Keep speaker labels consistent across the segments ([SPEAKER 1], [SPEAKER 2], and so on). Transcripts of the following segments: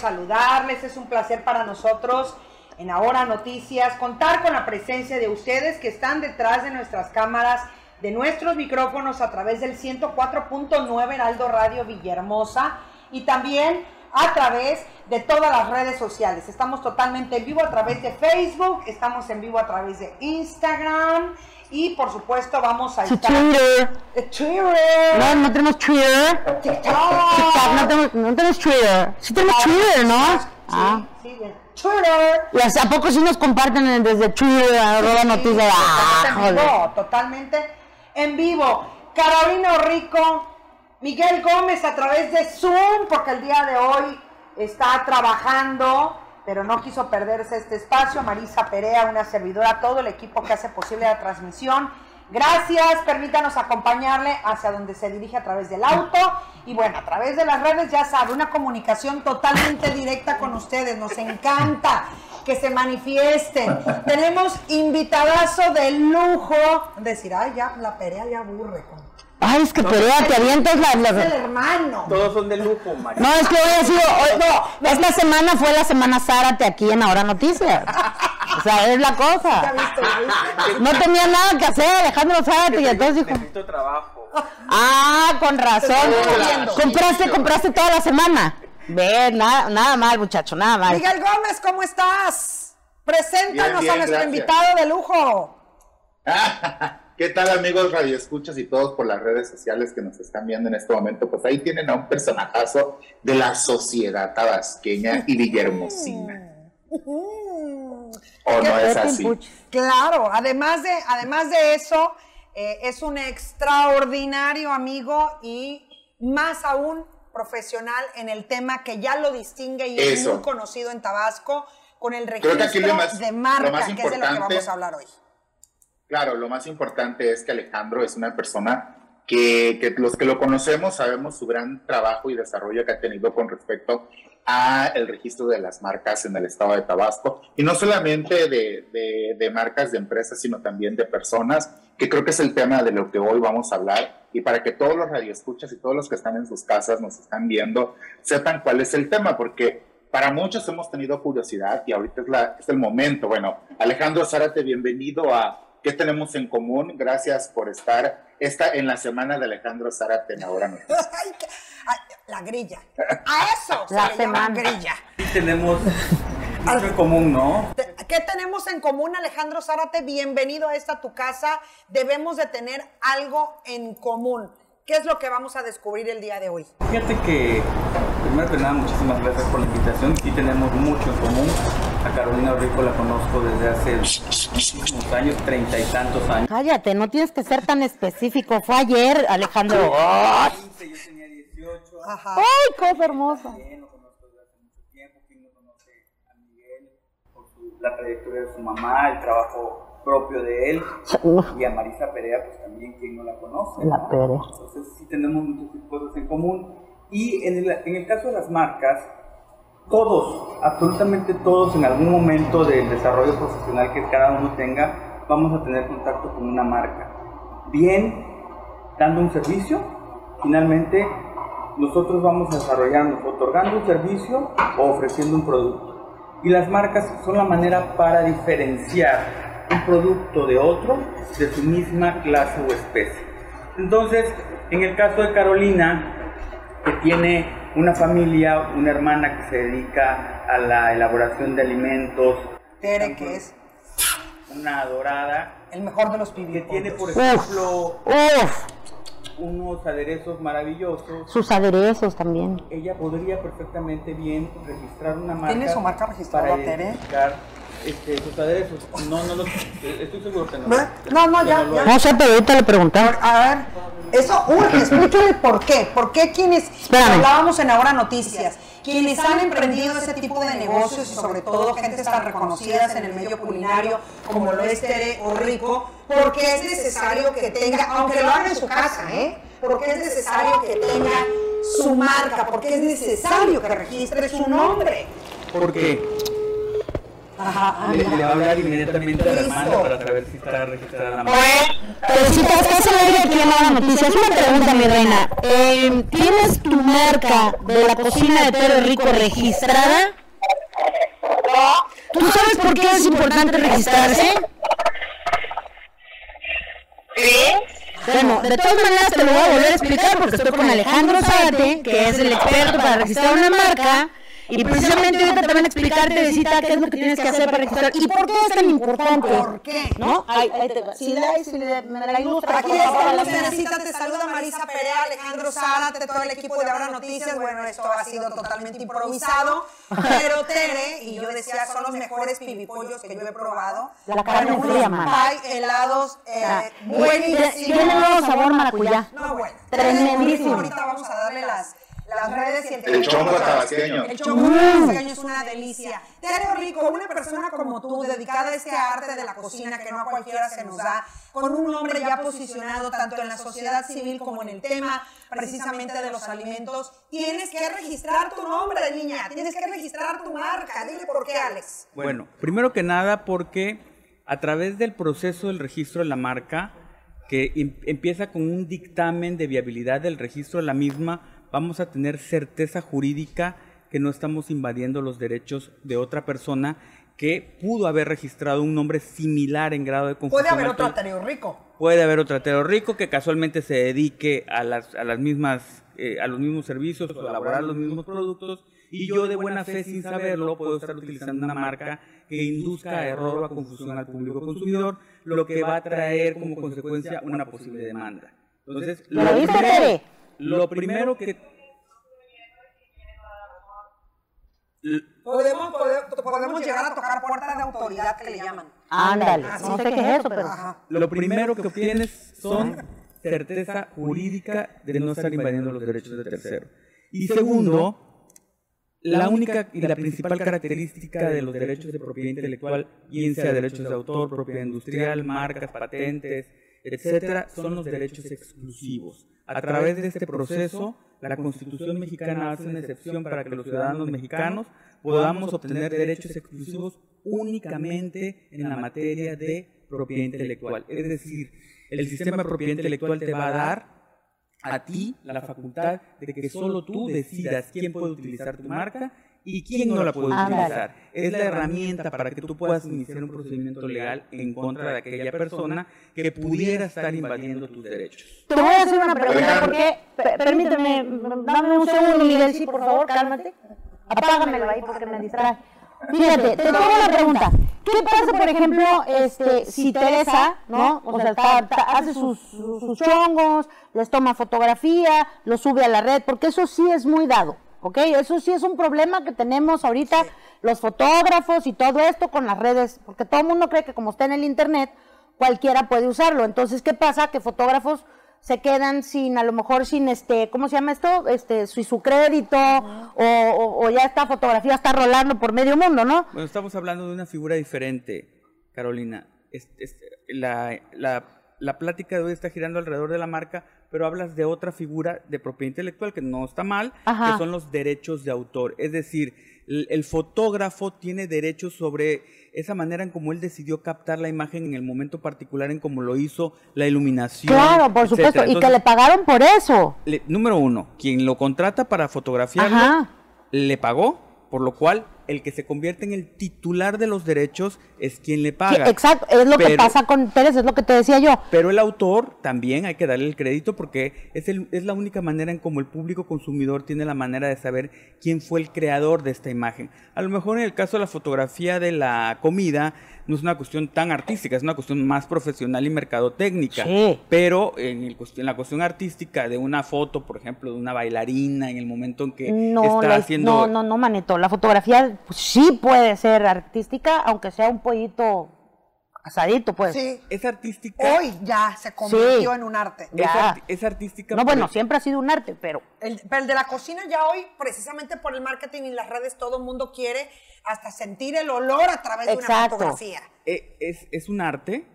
[SPEAKER 1] saludarles, es un placer para nosotros en Ahora Noticias contar con la presencia de ustedes que están detrás de nuestras cámaras, de nuestros micrófonos a través del 104.9 Heraldo Radio Villahermosa y también a través de todas las redes sociales. Estamos totalmente en vivo a través de Facebook, estamos en vivo a través de Instagram y por supuesto vamos a
[SPEAKER 2] Sí,
[SPEAKER 1] estar
[SPEAKER 2] Twitter.
[SPEAKER 1] Eh, Twitter,
[SPEAKER 2] No, no tenemos Twitter. TikTok, no,
[SPEAKER 1] TikTok.
[SPEAKER 2] tenemos, no tenemos Twitter. Sí tenemos Twitter, ¿no?
[SPEAKER 1] Ah. Sí,
[SPEAKER 2] Ah.
[SPEAKER 1] sí, de Twitter.
[SPEAKER 2] Las, ¿A poco sí nos comparten en- desde Twitter, arroba
[SPEAKER 1] Sí,
[SPEAKER 2] noticias? Ah,
[SPEAKER 1] totalmente en
[SPEAKER 2] joder.
[SPEAKER 1] vivo, totalmente en vivo. Carolina Rico, Miguel Gómez a través de Zoom, porque el día de hoy está trabajando, pero no quiso perderse este espacio. Marisa Perea, una servidora, todo el equipo que hace posible la transmisión. Gracias, permítanos acompañarle hacia donde se dirige a través del auto y bueno, a través de las redes ya sabe, una comunicación totalmente directa con ustedes, nos encanta que se manifiesten. Tenemos invitadazo de lujo, decir, ay, ya la perea ya aburre. con-
[SPEAKER 2] Ay, es que Perea, te avientas las... las-
[SPEAKER 1] Es el hermano.
[SPEAKER 3] Todos son de lujo, María.
[SPEAKER 2] No, es que hoy ha sido... hoy- no, esta semana fue la semana Zárate aquí en Ahora Noticias. O sea, es la
[SPEAKER 1] Ya
[SPEAKER 2] cosa.
[SPEAKER 1] viste, ya viste.
[SPEAKER 2] No tenía nada que hacer Alejandro Zárate y entonces dijo...
[SPEAKER 3] Necesito trabajo.
[SPEAKER 2] Ah, con razón.
[SPEAKER 3] moviendo.
[SPEAKER 2] Compraste, compraste toda la semana. Ve, nada, nada mal, muchacho, nada mal.
[SPEAKER 1] Miguel Gómez, ¿cómo estás? Preséntanos
[SPEAKER 4] Bien, bien,
[SPEAKER 1] a nuestro
[SPEAKER 4] gracias.
[SPEAKER 1] invitado de lujo.
[SPEAKER 4] ¿Qué tal amigos radioescuchas y todos por las redes sociales que nos están viendo en este momento? Pues ahí tienen a un personajazo de la sociedad tabasqueña y villahermosina.
[SPEAKER 1] Mm.
[SPEAKER 4] ¿O Oh, no es así?
[SPEAKER 1] Claro, además de, además de eso, eh, es un extraordinario amigo y más aún profesional en el tema que ya lo distingue y es
[SPEAKER 4] Eso.
[SPEAKER 1] muy conocido en Tabasco con el registro
[SPEAKER 4] Creo que aquí lo más-
[SPEAKER 1] de
[SPEAKER 4] lo
[SPEAKER 1] marca,
[SPEAKER 4] más
[SPEAKER 1] que es de lo que
[SPEAKER 4] importante-
[SPEAKER 1] vamos a hablar hoy.
[SPEAKER 4] Claro, lo más importante es que Alejandro es una persona que, que los que lo conocemos sabemos su gran trabajo y desarrollo que ha tenido con respecto a el registro de las marcas en el estado de Tabasco y no solamente de, de- de marcas de empresas sino también de personas que creo que es el tema de lo que hoy vamos a hablar y para que todos los radioescuchas y todos los que están en sus casas nos están viendo sepan cuál es el tema porque para muchos hemos tenido curiosidad y ahorita es, la, es el momento. Bueno, Alejandro Zárate, bienvenido a ¿Qué tenemos en común? Gracias por estar esta, en la semana de Alejandro Zárate en Ahora Noticias.
[SPEAKER 1] Ay, qué- ay, la grilla. A eso se
[SPEAKER 2] La
[SPEAKER 1] le llama
[SPEAKER 2] semana.
[SPEAKER 1] grilla.
[SPEAKER 3] Sí tenemos mucho en común, ¿no?
[SPEAKER 1] Te- ¿Qué tenemos en común, Alejandro Zárate? Bienvenido a esta tu casa. Debemos de tener algo en común. ¿Qué es lo que vamos a descubrir el día de hoy?
[SPEAKER 3] Fíjate que, primero que nada, muchísimas gracias por la invitación. Sí tenemos mucho en común. A Carolina Rico la conozco desde hace muchísimos años, treinta y tantos años.
[SPEAKER 2] Cállate, no tienes que ser tan específico. Fue ayer, Alejandro. ¡Ay,
[SPEAKER 3] 15, yo tenía 18.
[SPEAKER 2] Ah.
[SPEAKER 1] Ajá.
[SPEAKER 2] ay, cosa hermosa!
[SPEAKER 3] Bien, lo conozco desde hace mucho tiempo. ¿Quién no conoce a Miguel por su- la trayectoria de su mamá, el trabajo propio de él? Y a Marisa Perea, pues también, quien no la conoce?
[SPEAKER 2] La
[SPEAKER 3] ¿no?
[SPEAKER 2] Perea.
[SPEAKER 3] Entonces, sí tenemos muchas cosas en común. Y en el, en el caso de las marcas, todos, absolutamente todos, en algún momento del desarrollo profesional que cada uno tenga, vamos a tener contacto con una marca. Bien, dando un servicio, finalmente nosotros vamos a desarrollarnos otorgando un servicio o ofreciendo un producto. Y las marcas son la manera para diferenciar un producto de otro de su misma clase o especie. Entonces, en el caso de Carolina, que tiene una familia, una hermana que se dedica a la elaboración de alimentos,
[SPEAKER 1] Tere, que es
[SPEAKER 3] una adorada,
[SPEAKER 1] el mejor de los
[SPEAKER 3] que tiene,
[SPEAKER 1] pibitos.
[SPEAKER 3] por
[SPEAKER 2] Uf,
[SPEAKER 3] ejemplo,
[SPEAKER 2] uf,
[SPEAKER 3] unos aderezos maravillosos,
[SPEAKER 2] sus aderezos también.
[SPEAKER 3] ella podría perfectamente bien registrar una marca.
[SPEAKER 1] ¿Tiene su marca registrada,
[SPEAKER 3] para
[SPEAKER 1] Tere?
[SPEAKER 3] identificar, este, sus aderezos. No, no los. Estoy seguro que no.
[SPEAKER 1] ¿Ve? No, no, ya, ya.
[SPEAKER 2] No sé, pero ahorita le preguntamos.
[SPEAKER 1] A ver, eso urge, explícale por qué. ¿Por qué quienes
[SPEAKER 2] Espérame.
[SPEAKER 1] hablábamos en Ahora Noticias? Quienes han emprendido ese tipo de negocios y sobre todo gentes tan reconocidas en el medio culinario como lo es Tere o Rico, porque es necesario que tenga, aunque lo haga en su casa, ¿eh? Porque es necesario que tenga su marca, porque es necesario que registre su nombre.
[SPEAKER 3] ¿Por qué?
[SPEAKER 1] Ajá,
[SPEAKER 3] Le, le va a hablar inmediatamente a la
[SPEAKER 1] Eso.
[SPEAKER 3] hermana para saber si está registrada la
[SPEAKER 2] Oye,
[SPEAKER 3] marca.
[SPEAKER 2] Pero si te estás al aire aquí en Ahora Noticias, una pregunta, mi reina. Eh, ¿Tienes tu marca de la cocina de Pedro Rico registrada? ¿Tú sabes por qué es importante registrarse? Bueno, de todas maneras te lo voy a volver a explicar porque estoy con Alejandro Zárate, que es el experto para registrar una marca. Y precisamente ahorita te van a explicarte, Besita, qué es lo que tienes que hacer para registrar y por qué es tan importante.
[SPEAKER 1] ¿Por qué?
[SPEAKER 2] ¿No? Ahí, ahí te va. Si la, si le- me la ilustra,
[SPEAKER 1] Aquí
[SPEAKER 2] por favor,
[SPEAKER 1] está
[SPEAKER 2] a la
[SPEAKER 1] Lucena
[SPEAKER 2] mesa.
[SPEAKER 1] Cita, te saluda Marisa Perea, Alejandro Zárate, todo el equipo de Ahora Noticias. Bueno, esto ha sido totalmente improvisado, pero Tere y yo decía, son los mejores pibipollos que yo he probado.
[SPEAKER 2] La carne
[SPEAKER 1] Unos
[SPEAKER 2] fría, man.
[SPEAKER 1] pie, helados,
[SPEAKER 2] Ah.
[SPEAKER 1] eh,
[SPEAKER 2] Tiene un
[SPEAKER 1] buenísimos.
[SPEAKER 2] nuevo sabor maracuyá.
[SPEAKER 1] No, bueno.
[SPEAKER 2] Tremendísimo.
[SPEAKER 1] Ahorita vamos a darle las, las redes y el
[SPEAKER 4] El
[SPEAKER 1] teléfono.
[SPEAKER 4] chongo tabasqueño.
[SPEAKER 1] El chongo tabasqueño es una delicia. Te haré rico, una persona como tú, dedicada a este arte de la cocina que no a cualquiera se nos da, con un nombre ya posicionado tanto en la sociedad civil como en el tema precisamente de los alimentos, tienes que registrar tu nombre, niña, tienes que registrar tu marca. Dile por qué, Alex.
[SPEAKER 3] Bueno, primero que nada porque a través del proceso del registro de la marca, que em- empieza con un dictamen de viabilidad del registro de la misma, vamos a tener certeza jurídica que no estamos invadiendo los derechos de otra persona que pudo haber registrado un nombre similar en grado de confusión.
[SPEAKER 1] Puede haber
[SPEAKER 3] al
[SPEAKER 1] otro
[SPEAKER 3] tuyo.
[SPEAKER 1] Ateneo Rico.
[SPEAKER 3] Puede haber otro atero rico que casualmente se dedique a las, a las mismas, eh, a los mismos servicios o a elaborar los mismos productos y yo de buena fe sin saberlo puedo estar utilizando una marca que induzca a error o a confusión al público consumidor, lo que va a traer como consecuencia una posible demanda. Entonces,
[SPEAKER 2] ¿Lo viste, Tere?
[SPEAKER 3] lo primero que
[SPEAKER 1] Podemos, pode- podemos llegar a tocar puertas de autoridad que le llaman.
[SPEAKER 2] Ándale,
[SPEAKER 1] Así.
[SPEAKER 2] no sé qué es eso, pero...
[SPEAKER 1] Ajá.
[SPEAKER 3] lo primero que obtienes son certeza jurídica de no estar invadiendo los derechos de tercero. Y segundo, la única y la principal característica de los derechos de propiedad intelectual, bien sea derechos de autor, propiedad industrial, marcas, patentes, etcétera, son los derechos exclusivos. A través de este proceso, la Constitución mexicana hace una excepción para que los ciudadanos mexicanos podamos obtener derechos exclusivos únicamente en la materia de propiedad intelectual. Es decir, el sistema de propiedad intelectual te va a dar a ti la facultad de que solo tú decidas quién puede utilizar tu marca y quién no la puede
[SPEAKER 2] Ándale.
[SPEAKER 3] utilizar. Es la herramienta para que tú puedas iniciar un procedimiento legal en contra de aquella persona que pudiera estar invadiendo tus derechos.
[SPEAKER 2] Te voy a hacer una pregunta
[SPEAKER 4] Oigan.
[SPEAKER 2] porque, per- permíteme, mm, dame un segundo, Miguel, sí, por favor, cálmate. Apágamelo ahí porque me distrae. Fíjate, te tengo una pregunta. ¿Qué pasa, por ejemplo, este, si Teresa, ¿no? O sea, está- está- hace sus, sus- sus chongos, les toma fotografía, los sube a la red, porque eso sí es muy dado, ¿ok? Eso sí es un problema que tenemos ahorita los fotógrafos y todo esto con las redes, porque todo el mundo cree que como está en el internet, cualquiera puede usarlo. Entonces, ¿qué pasa? Que fotógrafos se quedan sin, a lo mejor sin este, ¿cómo se llama esto? Este, su, su crédito, o, o- o ya esta fotografía está rolando por medio mundo, ¿no?
[SPEAKER 3] Bueno, estamos hablando de una figura diferente, Carolina. Es- es- la, la- la plática de hoy está girando alrededor de la marca, pero hablas de otra figura de propiedad intelectual que no está mal,
[SPEAKER 2] Ajá.
[SPEAKER 3] que son los derechos de autor. Es decir, el, el fotógrafo tiene derechos sobre esa manera en cómo él decidió captar la imagen en el momento particular, en cómo lo hizo, la iluminación.
[SPEAKER 2] Claro, por
[SPEAKER 3] etcétera.
[SPEAKER 2] supuesto, y que
[SPEAKER 3] Entonces,
[SPEAKER 2] le pagaron por eso.
[SPEAKER 3] le- número uno, quien lo contrata para fotografiarlo
[SPEAKER 2] Ajá.
[SPEAKER 3] le pagó, por lo cual el que se convierte en el titular de los derechos es quien le paga.
[SPEAKER 2] Sí, exacto, es lo que
[SPEAKER 3] Pero-
[SPEAKER 2] pasa con Pérez, es lo que te decía yo.
[SPEAKER 3] Pero el autor también hay que darle el crédito porque es, el- es la única manera en cómo el público consumidor tiene la manera de saber quién fue el creador de esta imagen. A lo mejor en el caso de la fotografía de la comida no es una cuestión tan artística, es una cuestión más profesional y mercadotécnica.
[SPEAKER 2] Sí.
[SPEAKER 3] Pero en, el cuest- en la cuestión artística de una foto, por ejemplo, de una bailarina en el momento en que
[SPEAKER 2] No,
[SPEAKER 3] Eh, está
[SPEAKER 2] la- no,
[SPEAKER 3] haciendo...
[SPEAKER 2] no, no, manito. La fotografía pues, sí puede ser artística, aunque sea un pollito asadito, pues.
[SPEAKER 1] Sí,
[SPEAKER 3] Es artística.
[SPEAKER 1] hoy ya se convirtió en un arte.
[SPEAKER 3] Es,
[SPEAKER 2] Ya.
[SPEAKER 3] arti- es artística.
[SPEAKER 2] No,
[SPEAKER 3] por-
[SPEAKER 2] bueno, siempre ha sido un arte, pero
[SPEAKER 1] El, pero el de la cocina ya hoy, precisamente por el marketing y las redes, todo el mundo quiere hasta sentir el olor a través de
[SPEAKER 2] Exacto.
[SPEAKER 3] e,
[SPEAKER 1] una fotografía.
[SPEAKER 3] eh, es, es un arte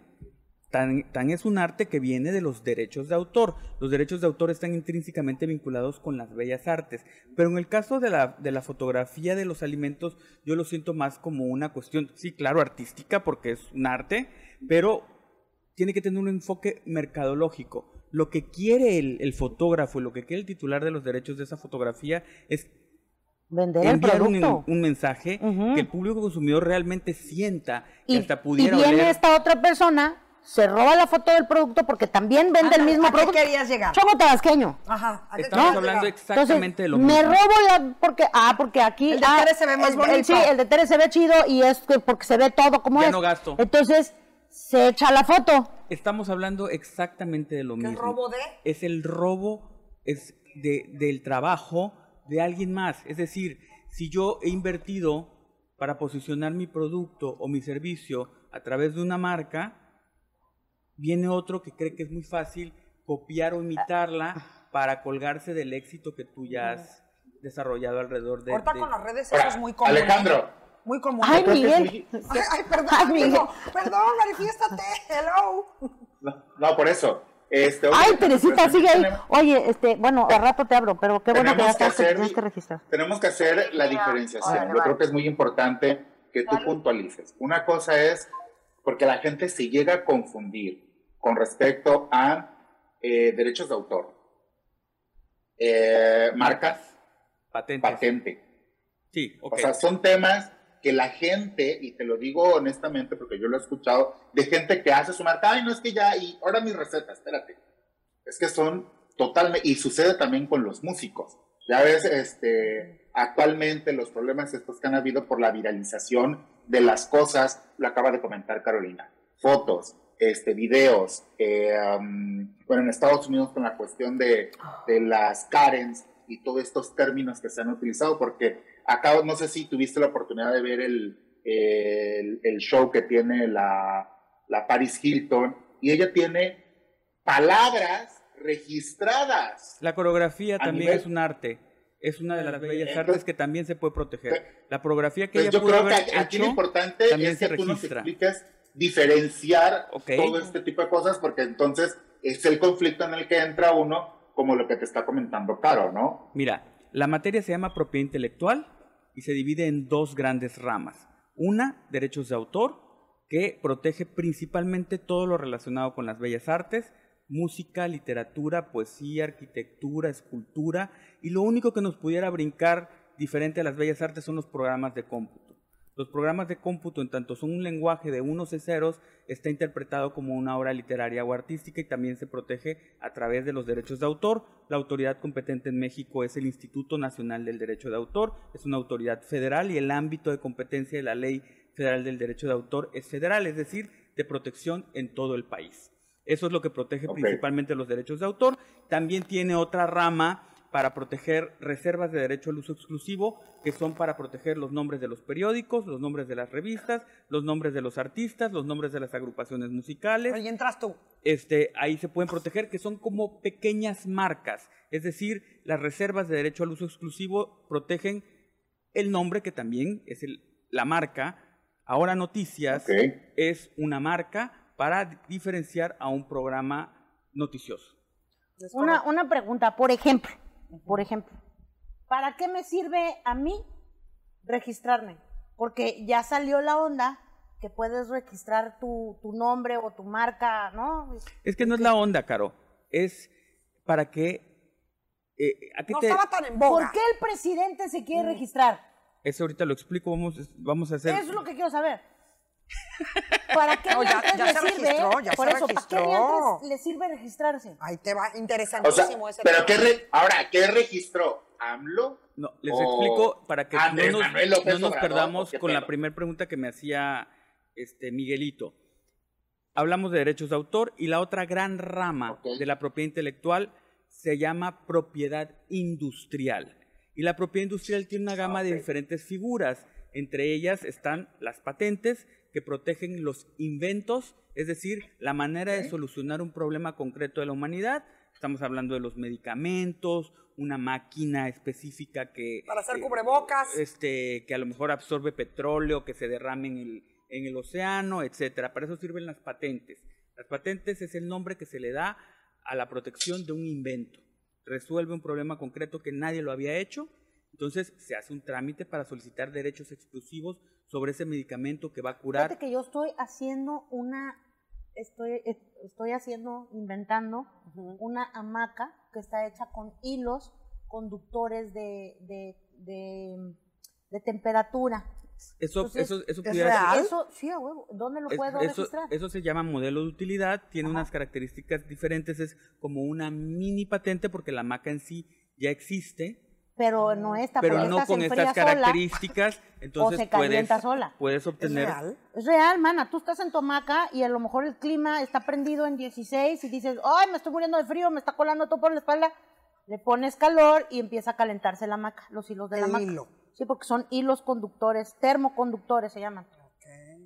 [SPEAKER 3] Tan, tan, es un arte que viene de los derechos de autor. Los derechos de autor están intrínsecamente vinculados con las bellas artes. Pero en el caso de la, de la fotografía de los alimentos, yo lo siento más como una cuestión, sí, claro, artística, porque es un arte, pero tiene que tener un enfoque mercadológico. Lo que quiere el, el fotógrafo y lo que quiere el titular de los derechos de esa fotografía es
[SPEAKER 2] vender el producto.
[SPEAKER 3] Un, un mensaje uh -huh. que el público consumidor realmente sienta y, que hasta pudiera
[SPEAKER 2] y viene oler. esta otra persona se roba la foto del producto porque también vende Ana, el mismo
[SPEAKER 1] ¿a
[SPEAKER 2] producto.
[SPEAKER 1] Qué querías llegar?
[SPEAKER 2] Choco tabasqueño.
[SPEAKER 1] Ajá. ¿a qué
[SPEAKER 3] Estamos hablando llegar? exactamente Entonces, de lo
[SPEAKER 2] me
[SPEAKER 3] mismo.
[SPEAKER 2] Me robo la porque ah porque aquí
[SPEAKER 1] el de
[SPEAKER 2] ah,
[SPEAKER 1] Tere se ve más
[SPEAKER 2] el,
[SPEAKER 1] bonito.
[SPEAKER 2] El, sí, el de Tere se ve chido y es que porque se ve todo como
[SPEAKER 3] ya
[SPEAKER 2] es.
[SPEAKER 3] no gasto.
[SPEAKER 2] Entonces se echa la foto.
[SPEAKER 3] Estamos hablando exactamente de lo mismo.
[SPEAKER 1] ¿El robo de?
[SPEAKER 3] Es el robo es de, del trabajo de alguien más. Es decir, si yo he invertido para posicionar mi producto o mi servicio a través de una marca, viene otro que cree que es muy fácil copiar o imitarla
[SPEAKER 1] Ah.
[SPEAKER 3] para colgarse del éxito que tú ya has desarrollado alrededor de...
[SPEAKER 1] Ahorita
[SPEAKER 3] de...
[SPEAKER 1] con las redes eso es muy común. ¿eh?
[SPEAKER 4] Alejandro.
[SPEAKER 1] Muy común.
[SPEAKER 2] Ay,
[SPEAKER 1] Ay,
[SPEAKER 2] Miguel.
[SPEAKER 1] ay, perdón, amigo. Perdón, manifiéstate. Hello.
[SPEAKER 4] No, no, por eso. Este,
[SPEAKER 2] Ay, Teresita, sigue ahí. Oye, este, bueno, al rato te abro, pero qué bueno que ya
[SPEAKER 4] tenemos que
[SPEAKER 2] estás, que te
[SPEAKER 4] hacer,
[SPEAKER 2] tienes que registrar.
[SPEAKER 4] tenemos que hacer la diferenciación. Yo creo que es muy importante que tú puntualices. Una cosa es porque la gente se llega a confundir con respecto a eh, derechos de autor, eh, marcas,
[SPEAKER 3] Patentes.
[SPEAKER 4] patente.
[SPEAKER 3] Sí, ok.
[SPEAKER 4] O sea, son temas que la gente, y te lo digo honestamente porque yo lo he escuchado, de gente que hace su marca, ay, no es que ya, y ahora mi receta, espérate. Es que son totalmente, y sucede también con los músicos. Ya ves, este, actualmente los problemas estos que han habido por la viralización de las cosas, lo acaba de comentar Carolina, fotos, este, videos, eh, um, bueno, en Estados Unidos con la cuestión de, de las Karens y todos estos términos que se han utilizado, porque acá no sé si tuviste la oportunidad de ver el, el, el show que tiene la, la, Paris Hilton y ella tiene palabras registradas.
[SPEAKER 3] La coreografía
[SPEAKER 4] A
[SPEAKER 3] también
[SPEAKER 4] nivel-
[SPEAKER 3] es un arte. Es una de las bellas
[SPEAKER 4] Entonces-
[SPEAKER 3] artes que también se puede proteger. La coreografía que
[SPEAKER 4] Pues
[SPEAKER 3] ella
[SPEAKER 4] yo
[SPEAKER 3] pudo
[SPEAKER 4] creo que
[SPEAKER 3] haber
[SPEAKER 4] aquí aquí lo
[SPEAKER 3] hecho
[SPEAKER 4] importante
[SPEAKER 3] también
[SPEAKER 4] es
[SPEAKER 3] se
[SPEAKER 4] que tú nos
[SPEAKER 3] registra.
[SPEAKER 4] expliques diferenciar
[SPEAKER 3] Ok.
[SPEAKER 4] todo este tipo de cosas porque entonces es el conflicto en el que entra uno como lo que te está comentando Caro, ¿no?
[SPEAKER 3] Mira, la materia se llama propiedad intelectual y se divide en dos grandes ramas. Una, derechos de autor, que protege principalmente todo lo relacionado con las bellas artes, música, literatura, poesía, arquitectura, escultura, y lo único que nos pudiera brincar diferente a las bellas artes son los programas de cómputo. Los programas de cómputo, en tanto son un lenguaje de unos y ceros, está interpretado como una obra literaria o artística y también se protege a través de los derechos de autor. La autoridad competente en México es el Instituto Nacional del Derecho de Autor, es una autoridad federal y el ámbito de competencia de la Ley Federal del Derecho de Autor es federal, es decir, de protección en todo el país. Eso es lo que protege
[SPEAKER 4] Ok.
[SPEAKER 3] principalmente los derechos de autor. También tiene otra rama para proteger reservas de derecho al uso exclusivo, que son para proteger los nombres de los periódicos, los nombres de las revistas, los nombres de los artistas, los nombres de las agrupaciones musicales
[SPEAKER 1] Ahí entras tú.
[SPEAKER 3] este, ahí se pueden proteger, que son como pequeñas marcas. Es decir, las reservas de derecho al uso exclusivo protegen el nombre, que también es el- la marca. Ahora Noticias
[SPEAKER 4] Ok.
[SPEAKER 3] es una marca para diferenciar a un programa noticioso.
[SPEAKER 2] Una, una pregunta, por ejemplo, por ejemplo, ¿para qué me sirve a mí registrarme? Porque ya salió la onda que puedes registrar tu, tu nombre o tu marca, ¿no?
[SPEAKER 3] Es que no es la onda, Caro. Es para que... eh, ¿a qué
[SPEAKER 1] No
[SPEAKER 3] te-
[SPEAKER 1] estaba tan en boga.
[SPEAKER 2] ¿Por qué el presidente se quiere
[SPEAKER 1] Mm.
[SPEAKER 2] registrar?
[SPEAKER 3] Eso ahorita lo explico, vamos, vamos a hacer...
[SPEAKER 2] Eso es lo que quiero saber. ¿Para qué
[SPEAKER 1] No, ya-
[SPEAKER 2] diantres
[SPEAKER 1] ya
[SPEAKER 2] le
[SPEAKER 1] se
[SPEAKER 2] sirve?
[SPEAKER 1] registró, ya se
[SPEAKER 2] Por eso, ¿para qué
[SPEAKER 1] registró.
[SPEAKER 2] diantres le sirve registrarse?
[SPEAKER 1] Ahí te va.
[SPEAKER 4] O sea,
[SPEAKER 1] Interesantísimo ese tema.
[SPEAKER 4] pero ¿qué re- ahora, ¿qué registró? ¿AMLO?
[SPEAKER 3] No, les
[SPEAKER 4] o
[SPEAKER 3] explico para que
[SPEAKER 4] Oh. Ah, Andrés
[SPEAKER 3] no nos,
[SPEAKER 4] Manuel López
[SPEAKER 3] no nos
[SPEAKER 4] Obrador, ¿o
[SPEAKER 3] perdamos
[SPEAKER 4] qué
[SPEAKER 3] con la
[SPEAKER 4] pedo?
[SPEAKER 3] primera pregunta que me hacía este Miguelito. Hablamos de derechos de autor y la otra gran rama
[SPEAKER 4] Ok.
[SPEAKER 3] de la propiedad intelectual se llama propiedad industrial. Y la propiedad industrial tiene una gama de
[SPEAKER 4] Ok.
[SPEAKER 3] diferentes figuras. Entre ellas están las patentes que protegen los inventos, es decir, la manera de solucionar un problema concreto de la humanidad. Estamos hablando de los medicamentos, una máquina específica que... eh,
[SPEAKER 1] Para hacer cubrebocas.
[SPEAKER 3] Este, que a lo mejor absorbe petróleo, que se derrame en el, en el océano, etcétera. Para eso sirven las patentes. Las patentes es el nombre que se le da a la protección de un invento. Resuelve un problema concreto que nadie lo había hecho, entonces se hace un trámite para solicitar derechos exclusivos sobre ese medicamento que va a curar.
[SPEAKER 2] Fíjate que yo estoy haciendo una, estoy, eh, estoy haciendo, inventando una hamaca que está hecha con hilos conductores de, de, de, de temperatura.
[SPEAKER 3] Eso,
[SPEAKER 2] Entonces,
[SPEAKER 3] eso, eso,
[SPEAKER 5] ¿es
[SPEAKER 3] pudiera
[SPEAKER 5] real?
[SPEAKER 3] ser-
[SPEAKER 2] Eso, sí, a huevo. ¿Dónde lo
[SPEAKER 3] es-
[SPEAKER 2] puedo
[SPEAKER 3] eso-
[SPEAKER 2] registrar?
[SPEAKER 3] eso se llama modelo de utilidad, tiene unas características diferentes, es como una mini patente porque la maca en sí ya existe,
[SPEAKER 2] pero no esta,
[SPEAKER 3] pero
[SPEAKER 2] porque
[SPEAKER 3] no
[SPEAKER 2] esta
[SPEAKER 3] con
[SPEAKER 2] se
[SPEAKER 3] estas
[SPEAKER 2] enfría sola.
[SPEAKER 3] características, entonces
[SPEAKER 2] se
[SPEAKER 3] puedes,
[SPEAKER 2] calienta sola.
[SPEAKER 3] puedes obtener
[SPEAKER 2] Es real, mana. Tú estás en Tomaca y a lo mejor el clima está prendido en 16 y dices, ay, me estoy muriendo de frío, me está colando todo por la espalda. Le pones calor y empieza a calentarse la maca, los hilos de la
[SPEAKER 1] El
[SPEAKER 2] maca.
[SPEAKER 1] hilo.
[SPEAKER 2] Sí, porque son hilos conductores, termoconductores se llaman.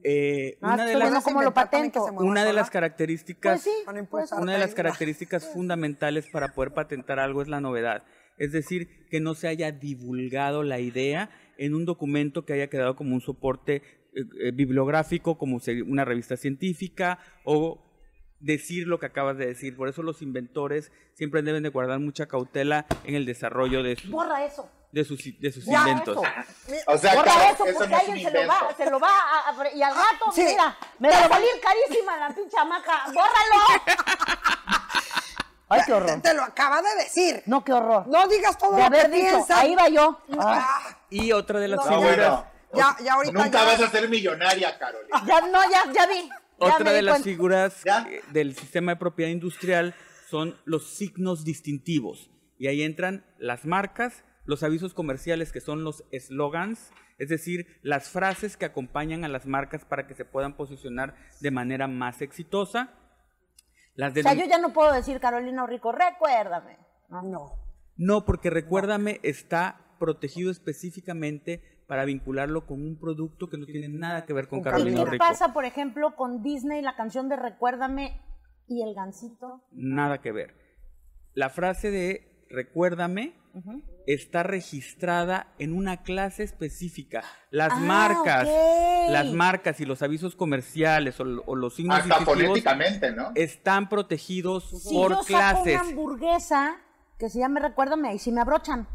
[SPEAKER 3] eh,
[SPEAKER 2] Ah,
[SPEAKER 3] una de
[SPEAKER 2] estoy
[SPEAKER 3] las
[SPEAKER 2] viendo cómo lo patento.
[SPEAKER 3] una de las
[SPEAKER 2] Pues
[SPEAKER 3] características
[SPEAKER 2] sí,
[SPEAKER 1] Van a
[SPEAKER 2] pues,
[SPEAKER 1] impulsar.
[SPEAKER 3] una de las
[SPEAKER 1] Ahí.
[SPEAKER 3] características fundamentales para poder patentar algo es la novedad. Es decir, que no se haya divulgado la idea en un documento que haya quedado como un soporte eh, eh, bibliográfico, como se- una revista científica o decir lo que acabas de decir. Por eso los inventores siempre deben de guardar mucha cautela en el desarrollo de, su-
[SPEAKER 2] borra eso.
[SPEAKER 3] de sus, i- de sus
[SPEAKER 2] Borra
[SPEAKER 3] inventos.
[SPEAKER 2] eso.
[SPEAKER 4] O sea,
[SPEAKER 2] Borra
[SPEAKER 4] claro,
[SPEAKER 2] eso,
[SPEAKER 4] eso
[SPEAKER 2] porque
[SPEAKER 4] no es un
[SPEAKER 2] alguien se lo va,
[SPEAKER 4] invento. Ah,
[SPEAKER 2] se lo va a, a- y al rato,
[SPEAKER 1] sí.
[SPEAKER 2] mira, me va a salir carísima la pinche hamaca. ¡Bórralo! Ay, qué
[SPEAKER 1] Te,
[SPEAKER 2] horror.
[SPEAKER 1] te lo acaba de decir.
[SPEAKER 2] No, qué horror.
[SPEAKER 1] No digas todo
[SPEAKER 2] de
[SPEAKER 1] lo que
[SPEAKER 2] haber dicho,
[SPEAKER 1] piensas.
[SPEAKER 2] ahí va yo.
[SPEAKER 1] Ah,
[SPEAKER 3] Y otra de las
[SPEAKER 4] No,
[SPEAKER 3] figuras...
[SPEAKER 4] bueno.
[SPEAKER 1] ya, ya ahorita
[SPEAKER 4] Nunca
[SPEAKER 1] ya.
[SPEAKER 4] vas a ser millonaria, Carolina.
[SPEAKER 2] Ya, no, ya, ya vi. ya me
[SPEAKER 3] Otra
[SPEAKER 2] di
[SPEAKER 3] de las
[SPEAKER 2] cuenta.
[SPEAKER 3] figuras
[SPEAKER 4] ¿Ya?
[SPEAKER 3] eh, del sistema de propiedad industrial son los signos distintivos. Y ahí entran las marcas, los avisos comerciales que son los slogans, es decir, las frases que acompañan a las marcas para que se puedan posicionar de manera más exitosa. Las
[SPEAKER 2] O sea, yo ya no puedo decir Carolina Rico, recuérdame.
[SPEAKER 1] No.
[SPEAKER 3] No, porque recuérdame, está protegido específicamente para vincularlo con un producto que no tiene nada que ver con Carolina
[SPEAKER 2] ¿Y qué
[SPEAKER 3] Rico.
[SPEAKER 2] pasa, por ejemplo, con Disney, la canción de Recuérdame y el gancito?
[SPEAKER 3] nada que ver. La frase de recuérdame está registrada en una clase específica. Las
[SPEAKER 2] Ah,
[SPEAKER 3] marcas,
[SPEAKER 2] ok.
[SPEAKER 3] las marcas y los avisos comerciales o, lo- o los signos
[SPEAKER 4] Hasta
[SPEAKER 3] distintivos
[SPEAKER 4] fonéticamente,
[SPEAKER 2] Eh,
[SPEAKER 4] ¿no?
[SPEAKER 3] están protegidos
[SPEAKER 2] Si
[SPEAKER 3] por
[SPEAKER 2] yo saco
[SPEAKER 3] clases.
[SPEAKER 2] una hamburguesa que se llame Recuérdame, ahí sí me abrochan.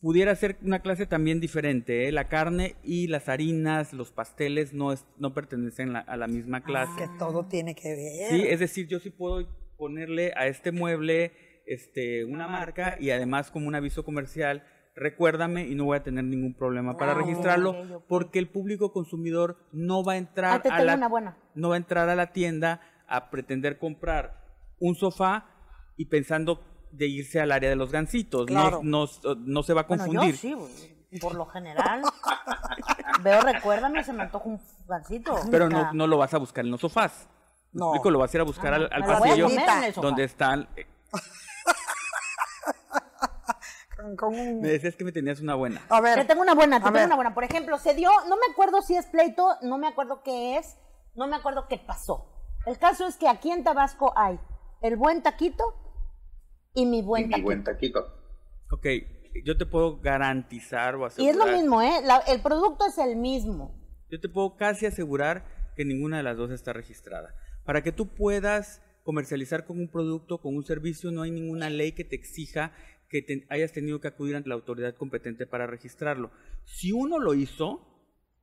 [SPEAKER 3] Pudiera ser una clase también diferente. ¿eh? La carne y las harinas, los pasteles no, es- no pertenecen la- a la
[SPEAKER 2] Ah,
[SPEAKER 3] misma clase.
[SPEAKER 1] Que todo tiene que ver.
[SPEAKER 3] Sí, es decir, yo sí puedo ponerle a este mueble este, una marca y además como un aviso comercial, recuérdame y no voy a tener ningún problema para
[SPEAKER 2] Ah, ok,
[SPEAKER 3] registrarlo
[SPEAKER 2] ok, ok.
[SPEAKER 3] porque el público consumidor no va a entrar
[SPEAKER 2] Ah, te
[SPEAKER 3] a
[SPEAKER 2] tengo
[SPEAKER 3] la
[SPEAKER 2] una buena.
[SPEAKER 3] no va a entrar a la tienda a pretender comprar un sofá y pensando de irse al área de los gancitos,
[SPEAKER 1] Claro.
[SPEAKER 3] no, no, no se va a
[SPEAKER 2] Bueno,
[SPEAKER 3] confundir.
[SPEAKER 2] yo sí, güey, por lo general. Veo Recuérdame y se me antoja un gancito.
[SPEAKER 3] Pero
[SPEAKER 2] O sea,
[SPEAKER 3] no, no lo vas a buscar en los sofás.
[SPEAKER 1] No.
[SPEAKER 3] No. lo vas a ir a buscar
[SPEAKER 2] Ah,
[SPEAKER 3] al,
[SPEAKER 2] me
[SPEAKER 3] al
[SPEAKER 2] lo voy a
[SPEAKER 3] pasillo
[SPEAKER 2] comer en el sofá.
[SPEAKER 3] donde están. eh,
[SPEAKER 1] Con- con un-
[SPEAKER 3] Me decías que me tenías una buena.
[SPEAKER 1] A ver.
[SPEAKER 2] Te tengo una buena,
[SPEAKER 1] A
[SPEAKER 2] te tengo
[SPEAKER 1] ver.
[SPEAKER 2] una buena. Por ejemplo, se dio, no me acuerdo si es pleito, no me acuerdo qué es, no me acuerdo qué pasó. El caso es que aquí en Tabasco hay el buen taquito y mi buen
[SPEAKER 4] Y mi
[SPEAKER 2] taquito.
[SPEAKER 4] buen taquito.
[SPEAKER 3] Ok, yo te puedo garantizar o
[SPEAKER 2] Y es
[SPEAKER 3] asegurar.
[SPEAKER 2] lo mismo, ¿eh? La- el producto es el mismo.
[SPEAKER 3] Yo te puedo casi asegurar que ninguna de las dos está registrada. Para que tú puedas comercializar con un producto, con un servicio, no hay ninguna ley que te exija que te- hayas tenido que acudir ante la autoridad competente para registrarlo. Si uno lo hizo,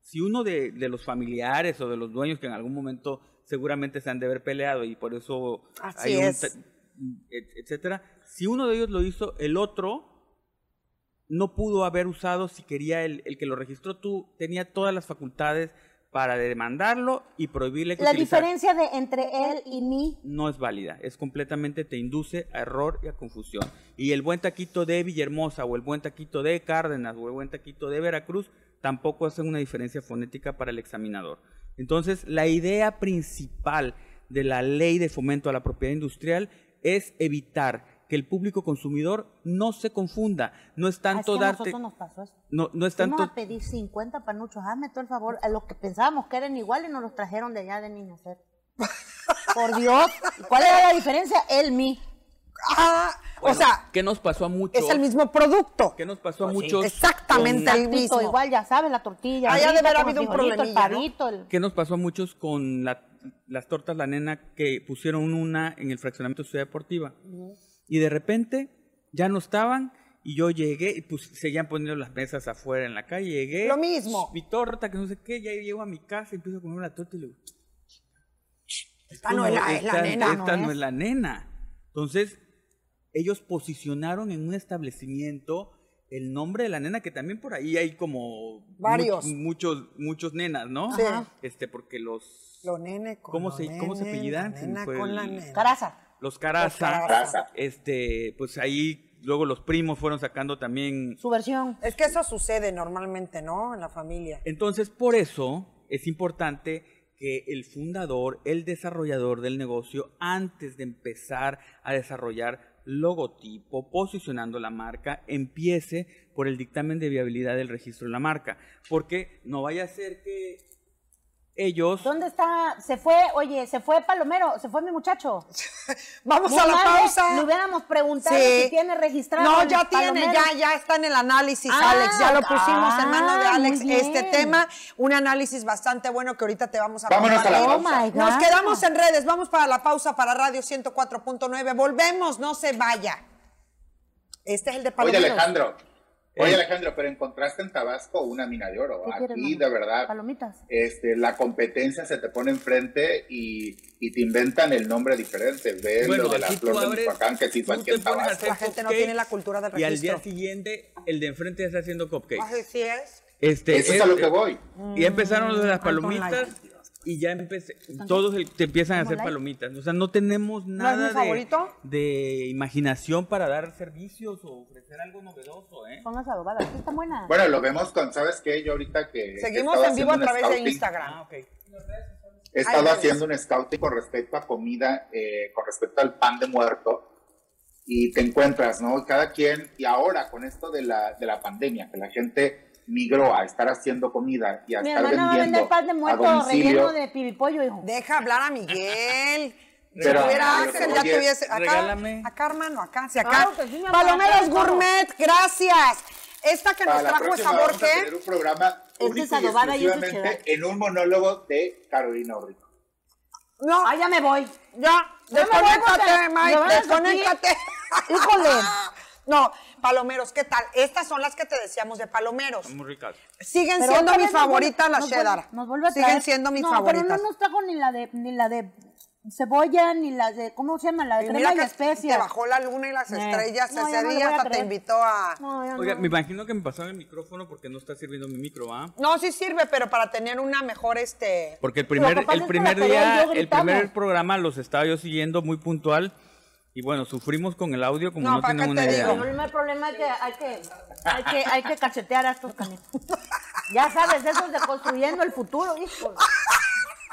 [SPEAKER 3] si uno de, de los familiares o de los dueños que en algún momento seguramente se han de haber peleado y por eso
[SPEAKER 1] Así
[SPEAKER 3] un
[SPEAKER 1] es.
[SPEAKER 3] ta- et- etcétera, si uno de ellos lo hizo, el otro no pudo haber usado si quería el, el que lo registró tú tenía todas las facultades para demandarlo y prohibirle que
[SPEAKER 2] La
[SPEAKER 3] utilizar-
[SPEAKER 2] diferencia de entre él y mí,
[SPEAKER 3] no es válida, es completamente te induce a error y a confusión. Y el buen taquito de Villahermosa o el buen taquito de Cárdenas o el buen taquito de Veracruz tampoco hacen una diferencia fonética para el examinador. Entonces, la idea principal de la ley de fomento a la propiedad industrial es evitar que el público consumidor no se confunda, no es
[SPEAKER 2] es que
[SPEAKER 3] tanto
[SPEAKER 2] a
[SPEAKER 3] darte
[SPEAKER 2] nosotros nos pasó eso.
[SPEAKER 3] no, no es
[SPEAKER 2] Fuimos
[SPEAKER 3] tanto
[SPEAKER 2] a pedir 50 panuchos, hazme todo el favor, a los que pensábamos que eran iguales nos los trajeron de allá de niños. ¿eh? Por Dios, ¿Y ¿cuál era la diferencia? Él, mí.
[SPEAKER 1] Ah, o
[SPEAKER 3] Bueno,
[SPEAKER 1] sea,
[SPEAKER 3] ¿qué nos pasó a muchos?
[SPEAKER 1] es el mismo producto.
[SPEAKER 3] ¿Qué nos pasó a muchos?
[SPEAKER 1] exactamente el
[SPEAKER 2] Pues Exactito,
[SPEAKER 1] mismo.
[SPEAKER 2] Igual, ya sabes, la tortilla.
[SPEAKER 1] Ah, ya
[SPEAKER 2] frita
[SPEAKER 1] debe haber
[SPEAKER 2] con
[SPEAKER 1] habido un
[SPEAKER 2] frijolito, el
[SPEAKER 1] problemilla, ¿no?
[SPEAKER 2] parito, el-
[SPEAKER 3] ¿Qué nos pasó a muchos con la- las tortas La Nena que pusieron una en el fraccionamiento de Ciudad Deportiva? Y de repente ya no estaban y yo llegué y pues, seguían poniendo las mesas afuera en la calle. Llegué.
[SPEAKER 1] Lo mismo.
[SPEAKER 3] Mi torta, que no sé qué, ya llego a mi casa y empiezo a comer la torta y le digo.
[SPEAKER 1] Esta no es la- es la nena,
[SPEAKER 3] Esta
[SPEAKER 1] ¿no
[SPEAKER 3] no
[SPEAKER 1] es?
[SPEAKER 3] es la nena. Entonces, ellos posicionaron en un establecimiento el nombre de la nena, que también por ahí hay como
[SPEAKER 1] Varios.
[SPEAKER 3] much- muchos, muchos nenas, ¿no?
[SPEAKER 1] Sí.
[SPEAKER 3] Este, porque los
[SPEAKER 1] Lo nene con
[SPEAKER 3] ¿Cómo
[SPEAKER 1] lo
[SPEAKER 3] se- cómo se
[SPEAKER 1] nene,
[SPEAKER 3] apellidan?
[SPEAKER 1] la
[SPEAKER 3] Se me
[SPEAKER 1] nena
[SPEAKER 3] fue
[SPEAKER 1] con
[SPEAKER 3] el-
[SPEAKER 1] la nena.
[SPEAKER 2] Caraza.
[SPEAKER 3] los
[SPEAKER 1] Los
[SPEAKER 3] Caraza,
[SPEAKER 4] Caraza.
[SPEAKER 3] este, pues ahí luego los primos fueron sacando también.
[SPEAKER 2] Su versión.
[SPEAKER 1] Es que eso sucede normalmente, ¿no? En la familia.
[SPEAKER 3] Entonces, por eso es importante que el fundador, el desarrollador del negocio, antes de empezar a desarrollar logotipo, posicionando la marca, empiece por el dictamen de viabilidad del registro de la marca. Porque no vaya a ser que ellos...
[SPEAKER 2] ¿Dónde está? Se fue, oye, se fue Palomero, se fue mi muchacho.
[SPEAKER 1] Vamos a la
[SPEAKER 2] Mohamed,
[SPEAKER 1] pausa.
[SPEAKER 2] Le hubiéramos preguntado
[SPEAKER 1] Sí.
[SPEAKER 2] si tiene registrado.
[SPEAKER 1] No,
[SPEAKER 2] el
[SPEAKER 1] ya tiene,
[SPEAKER 2] Palomero.
[SPEAKER 1] ya, ya está en el análisis,
[SPEAKER 2] Ah,
[SPEAKER 1] Alex. Ya lo pusimos en mano de
[SPEAKER 2] ah,
[SPEAKER 1] Alex
[SPEAKER 2] muy
[SPEAKER 1] este
[SPEAKER 2] bien.
[SPEAKER 1] tema. Un análisis bastante bueno que ahorita te vamos a
[SPEAKER 4] Vámonos
[SPEAKER 1] compartir.
[SPEAKER 4] a la
[SPEAKER 2] pausa. Oh my God.
[SPEAKER 1] Nos quedamos en redes. Vamos para la pausa para Radio 104.9. Volvemos, no se vaya. Este es el de
[SPEAKER 4] Oye,
[SPEAKER 1] Palomeros.
[SPEAKER 4] Alejandro.
[SPEAKER 3] Eh.
[SPEAKER 4] Oye, Alejandro, pero encontraste en Tabasco una mina de oro.
[SPEAKER 2] ¿Qué
[SPEAKER 4] Aquí,
[SPEAKER 2] quieres, mamá?
[SPEAKER 4] de verdad,
[SPEAKER 2] Palomitas.
[SPEAKER 4] este, la competencia se te pone enfrente y, y te inventan el nombre diferente. Ve lo de la
[SPEAKER 3] aquí tú
[SPEAKER 4] flor de
[SPEAKER 3] abres,
[SPEAKER 4] Michoacán que se hizo
[SPEAKER 3] tú
[SPEAKER 4] aquí
[SPEAKER 3] te
[SPEAKER 4] en
[SPEAKER 3] pones a
[SPEAKER 4] Tabasco.
[SPEAKER 3] hacer
[SPEAKER 1] La gente no
[SPEAKER 3] cupcakes
[SPEAKER 1] tiene la cultura del
[SPEAKER 3] Y al día
[SPEAKER 1] registro.
[SPEAKER 3] siguiente, el de enfrente ya está haciendo cupcakes.
[SPEAKER 1] Así es.
[SPEAKER 3] Este,
[SPEAKER 4] Eso es a lo
[SPEAKER 3] este,
[SPEAKER 4] que voy.
[SPEAKER 3] Y ya empezaron los de las
[SPEAKER 1] Mm, Anton Light.
[SPEAKER 3] palomitas y ya empecé, todos el- te empiezan a hacer palomitas. O sea, no tenemos nada de,
[SPEAKER 1] favorito?
[SPEAKER 3] de imaginación para dar servicios o ofrecer algo novedoso, ¿eh?
[SPEAKER 2] Son las adobadas. Sí, están buenas.
[SPEAKER 4] Bueno, lo vemos con, ¿sabes qué? Yo ahorita que... que
[SPEAKER 1] Seguimos
[SPEAKER 4] Este estaba
[SPEAKER 1] en vivo a
[SPEAKER 4] haciendo un
[SPEAKER 1] través de
[SPEAKER 4] scouting,
[SPEAKER 1] Instagram.
[SPEAKER 3] Ah, ok.
[SPEAKER 4] He
[SPEAKER 1] Ahí
[SPEAKER 4] estado
[SPEAKER 1] vamos.
[SPEAKER 4] haciendo un scouting con respecto a comida, eh, con respecto al pan de muerto, y te encuentras, ¿no? Cada quien, y ahora con esto de la, de la pandemia, que la gente migró a estar haciendo comida y a
[SPEAKER 2] Mi
[SPEAKER 4] estar
[SPEAKER 2] hermana va a
[SPEAKER 4] vendiendo
[SPEAKER 2] vender pan de
[SPEAKER 4] a
[SPEAKER 2] muerto
[SPEAKER 4] domicilio,
[SPEAKER 2] relleno de piripollo, hijo.
[SPEAKER 1] Deja hablar a Miguel. Si
[SPEAKER 4] Pero,
[SPEAKER 1] tuviera
[SPEAKER 4] pero,
[SPEAKER 1] Axel, ya
[SPEAKER 4] oye,
[SPEAKER 1] tuviese. Acá,
[SPEAKER 3] regálame.
[SPEAKER 1] acá, hermano, acá, si acá.
[SPEAKER 2] Claro que sí, mi Ah, amor, acá
[SPEAKER 1] Palomeros
[SPEAKER 2] hay todo.
[SPEAKER 1] Gourmet, gracias. Esta que
[SPEAKER 4] Para
[SPEAKER 1] nos
[SPEAKER 4] la
[SPEAKER 1] trajo es
[SPEAKER 4] próxima
[SPEAKER 1] sabor
[SPEAKER 4] vamos a tener
[SPEAKER 1] qué.
[SPEAKER 4] un programa único y
[SPEAKER 2] Este adobada y eso es
[SPEAKER 4] exclusivamente en un monólogo de Carolina Orrico.
[SPEAKER 1] No,
[SPEAKER 2] Ah, ya me voy.
[SPEAKER 1] ya.
[SPEAKER 2] me voy
[SPEAKER 1] Desconéctate,
[SPEAKER 2] porque me
[SPEAKER 1] Mike.
[SPEAKER 2] van a
[SPEAKER 1] Desconéctate.
[SPEAKER 2] salir. Híjole.
[SPEAKER 1] No, Palomeros, ¿qué tal? Estas son las que te decíamos de Palomeros.
[SPEAKER 3] Están muy ricas.
[SPEAKER 1] Siguen
[SPEAKER 2] Pero
[SPEAKER 1] siendo
[SPEAKER 2] otra
[SPEAKER 1] mis
[SPEAKER 2] vez nos
[SPEAKER 1] favoritas
[SPEAKER 2] vuelve-
[SPEAKER 1] las
[SPEAKER 2] nos
[SPEAKER 1] cheddar.
[SPEAKER 2] vuelve- Nos vuelve a
[SPEAKER 1] Siguen
[SPEAKER 2] traer-
[SPEAKER 1] siendo mis
[SPEAKER 2] no,
[SPEAKER 1] favoritas.
[SPEAKER 2] Pero no nos trajo ni la de, ni la de cebolla, ni la de, ¿cómo se llama? La de
[SPEAKER 1] Y
[SPEAKER 2] crema y
[SPEAKER 1] que
[SPEAKER 2] especias.
[SPEAKER 1] Te bajó la luna y las
[SPEAKER 2] Eh.
[SPEAKER 1] estrellas
[SPEAKER 2] No, ya
[SPEAKER 1] ese
[SPEAKER 2] no le
[SPEAKER 1] día,
[SPEAKER 2] voy a
[SPEAKER 1] hasta te
[SPEAKER 2] creer.
[SPEAKER 1] invitó a...
[SPEAKER 2] No, ya
[SPEAKER 3] Oiga,
[SPEAKER 2] no.
[SPEAKER 3] me imagino que me pasaron el micrófono porque no está sirviendo mi micro, ¿ah?
[SPEAKER 1] No, sí sirve, pero para tener una mejor, este...
[SPEAKER 3] Porque el
[SPEAKER 2] Pero
[SPEAKER 3] primer,
[SPEAKER 2] capaz
[SPEAKER 3] el
[SPEAKER 2] es
[SPEAKER 3] primer
[SPEAKER 2] para poder
[SPEAKER 3] día,
[SPEAKER 2] yo
[SPEAKER 3] el
[SPEAKER 2] gritarlo.
[SPEAKER 3] primer programa los estaba yo siguiendo muy puntual y bueno, sufrimos con el audio como
[SPEAKER 1] No,
[SPEAKER 3] no,
[SPEAKER 1] ¿para
[SPEAKER 3] tienen
[SPEAKER 1] qué
[SPEAKER 3] una
[SPEAKER 1] te
[SPEAKER 3] idea.
[SPEAKER 2] El primer problema es que hay que, hay que, hay que cachetear a estos caninos. Ya sabes, esos de construyendo el futuro, hijo.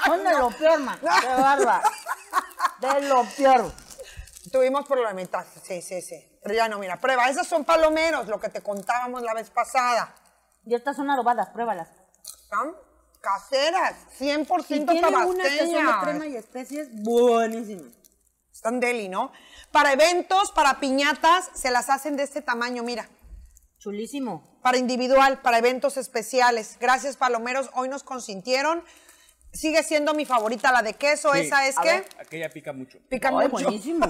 [SPEAKER 2] Son de lo peor, man. Qué barba. De lo peor.
[SPEAKER 1] Tuvimos problemitas, sí, sí, sí. Pero ya no, mira, prueba. Esas son palomeros, lo que te contábamos la vez pasada.
[SPEAKER 2] Y estas son adobadas, pruébalas.
[SPEAKER 1] ¿Están? Caseras, 100%
[SPEAKER 2] Y tiene una que son de
[SPEAKER 1] tabasqueñas.
[SPEAKER 2] crema y especies buenísimas.
[SPEAKER 1] Están deli, ¿no? Para eventos, para piñatas, se las hacen de este tamaño, mira.
[SPEAKER 2] Chulísimo.
[SPEAKER 1] para individual, para eventos especiales. Gracias, Palomeros. Hoy nos consintieron. Sigue siendo mi favorita la de queso.
[SPEAKER 3] Sí,
[SPEAKER 1] Esa es
[SPEAKER 3] a
[SPEAKER 1] que
[SPEAKER 3] ver, aquella pica mucho.
[SPEAKER 1] pica
[SPEAKER 2] Ay,
[SPEAKER 1] mucho.
[SPEAKER 2] buenísimo.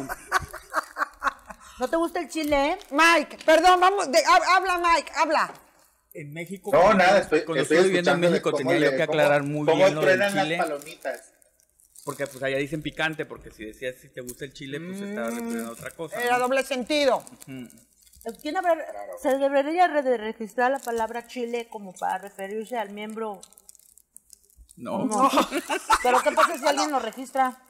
[SPEAKER 2] ¿No te gusta el chile, eh?
[SPEAKER 1] Mike, perdón, vamos. de- hab- habla, Mike, habla.
[SPEAKER 3] En México,
[SPEAKER 4] No,
[SPEAKER 3] cuando-
[SPEAKER 4] nada, estoy,
[SPEAKER 3] cuando
[SPEAKER 4] estoy
[SPEAKER 3] estuve viviendo en
[SPEAKER 4] escuchando de
[SPEAKER 3] México
[SPEAKER 4] cómo
[SPEAKER 3] tenía
[SPEAKER 4] le-
[SPEAKER 3] yo que
[SPEAKER 4] cómo-
[SPEAKER 3] aclarar muy
[SPEAKER 4] cómo
[SPEAKER 3] bien lo del
[SPEAKER 4] truenan
[SPEAKER 3] chile.
[SPEAKER 4] las palomitas.
[SPEAKER 3] Porque pues allá dicen picante, porque si decías si te gusta el chile, pues estaba refiriendo a otra cosa.
[SPEAKER 1] Era
[SPEAKER 3] ¿no?
[SPEAKER 1] doble sentido.
[SPEAKER 2] ¿Quién habrá- se debería re- de registrar la palabra chile como para referirse al miembro?
[SPEAKER 3] No,
[SPEAKER 2] No. Pero ¿qué pasa si alguien lo registra?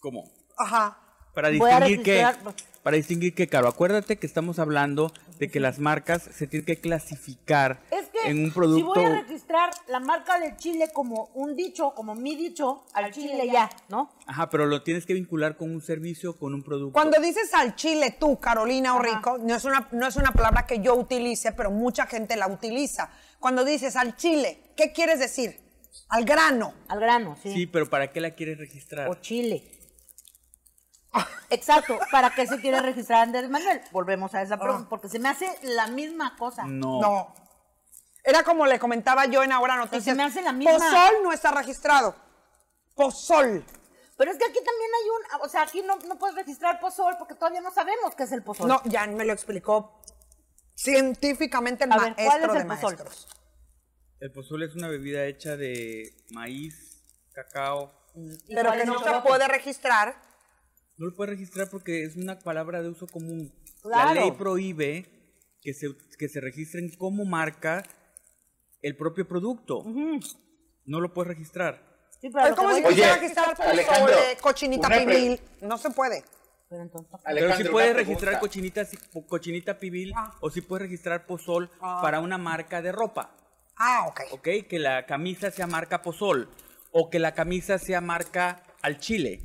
[SPEAKER 3] ¿cómo?
[SPEAKER 1] Ajá.
[SPEAKER 3] Para
[SPEAKER 2] Voy a
[SPEAKER 3] distinguir que
[SPEAKER 2] registrar-
[SPEAKER 3] para distinguir que caro, acuérdate que estamos hablando de que las marcas se tienen que clasificar
[SPEAKER 2] Es que
[SPEAKER 3] en un
[SPEAKER 2] si
[SPEAKER 3] producto.
[SPEAKER 2] voy a registrar la marca del chile como un dicho, como mi dicho, al, chile, ya, ¿no?
[SPEAKER 3] Ajá, pero lo tienes que vincular con un servicio, con un producto.
[SPEAKER 1] Cuando dices al chile tú, Carolina o Rico, no es, una, no es una palabra que yo utilice, pero mucha gente la utiliza. Cuando dices al chile, ¿qué quieres decir? Al grano.
[SPEAKER 2] Al grano, sí.
[SPEAKER 3] Sí, pero ¿para qué la quieres registrar?
[SPEAKER 2] O chile. Exacto, ¿para qué se quiere registrar Andrés Manuel? Volvemos a esa pregunta, porque se me hace la misma cosa.
[SPEAKER 3] Ah. No.
[SPEAKER 1] No. Era como le comentaba yo en Ahora Noticias.
[SPEAKER 2] se me hace la misma.
[SPEAKER 1] Pozol no está registrado. Pozol.
[SPEAKER 2] Pero es que aquí también hay un, o sea, aquí no, no puedes registrar pozol porque todavía no sabemos qué es el pozol.
[SPEAKER 1] No, ya me lo explicó científicamente el
[SPEAKER 2] A ver, ¿cuál
[SPEAKER 1] maestro
[SPEAKER 2] es
[SPEAKER 1] de
[SPEAKER 2] el pozol?
[SPEAKER 1] maestros.
[SPEAKER 3] El pozole es una bebida hecha de maíz, cacao.
[SPEAKER 2] ¿Y
[SPEAKER 1] Pero
[SPEAKER 2] cuál
[SPEAKER 1] que
[SPEAKER 2] es
[SPEAKER 1] no
[SPEAKER 2] el
[SPEAKER 1] se
[SPEAKER 2] otro?
[SPEAKER 1] puede registrar.
[SPEAKER 3] No lo puedes registrar porque es una palabra de uso común.
[SPEAKER 2] Claro.
[SPEAKER 3] La ley prohíbe que se, que se registren como marca el propio producto. No lo puedes registrar.
[SPEAKER 2] Sí, pero,
[SPEAKER 1] Es
[SPEAKER 2] lo que
[SPEAKER 1] como si
[SPEAKER 2] voy-
[SPEAKER 4] Oye,
[SPEAKER 1] quisiera registrar
[SPEAKER 4] Alejandro,
[SPEAKER 1] pozole, cochinita
[SPEAKER 4] una pre-
[SPEAKER 1] pibil. No se puede.
[SPEAKER 2] pero entonces,
[SPEAKER 3] Pero sí
[SPEAKER 4] Alejandro,
[SPEAKER 3] puedes
[SPEAKER 4] una
[SPEAKER 3] registrar
[SPEAKER 4] pregunta.
[SPEAKER 3] cochinita, si- po- cochinita pibil
[SPEAKER 1] Ah.
[SPEAKER 3] o sí puedes registrar pozol
[SPEAKER 1] Ah.
[SPEAKER 3] para una marca de ropa.
[SPEAKER 1] Ah, ok.
[SPEAKER 3] ¿Ok? Que la camisa sea marca pozol. O que la camisa sea marca al chile.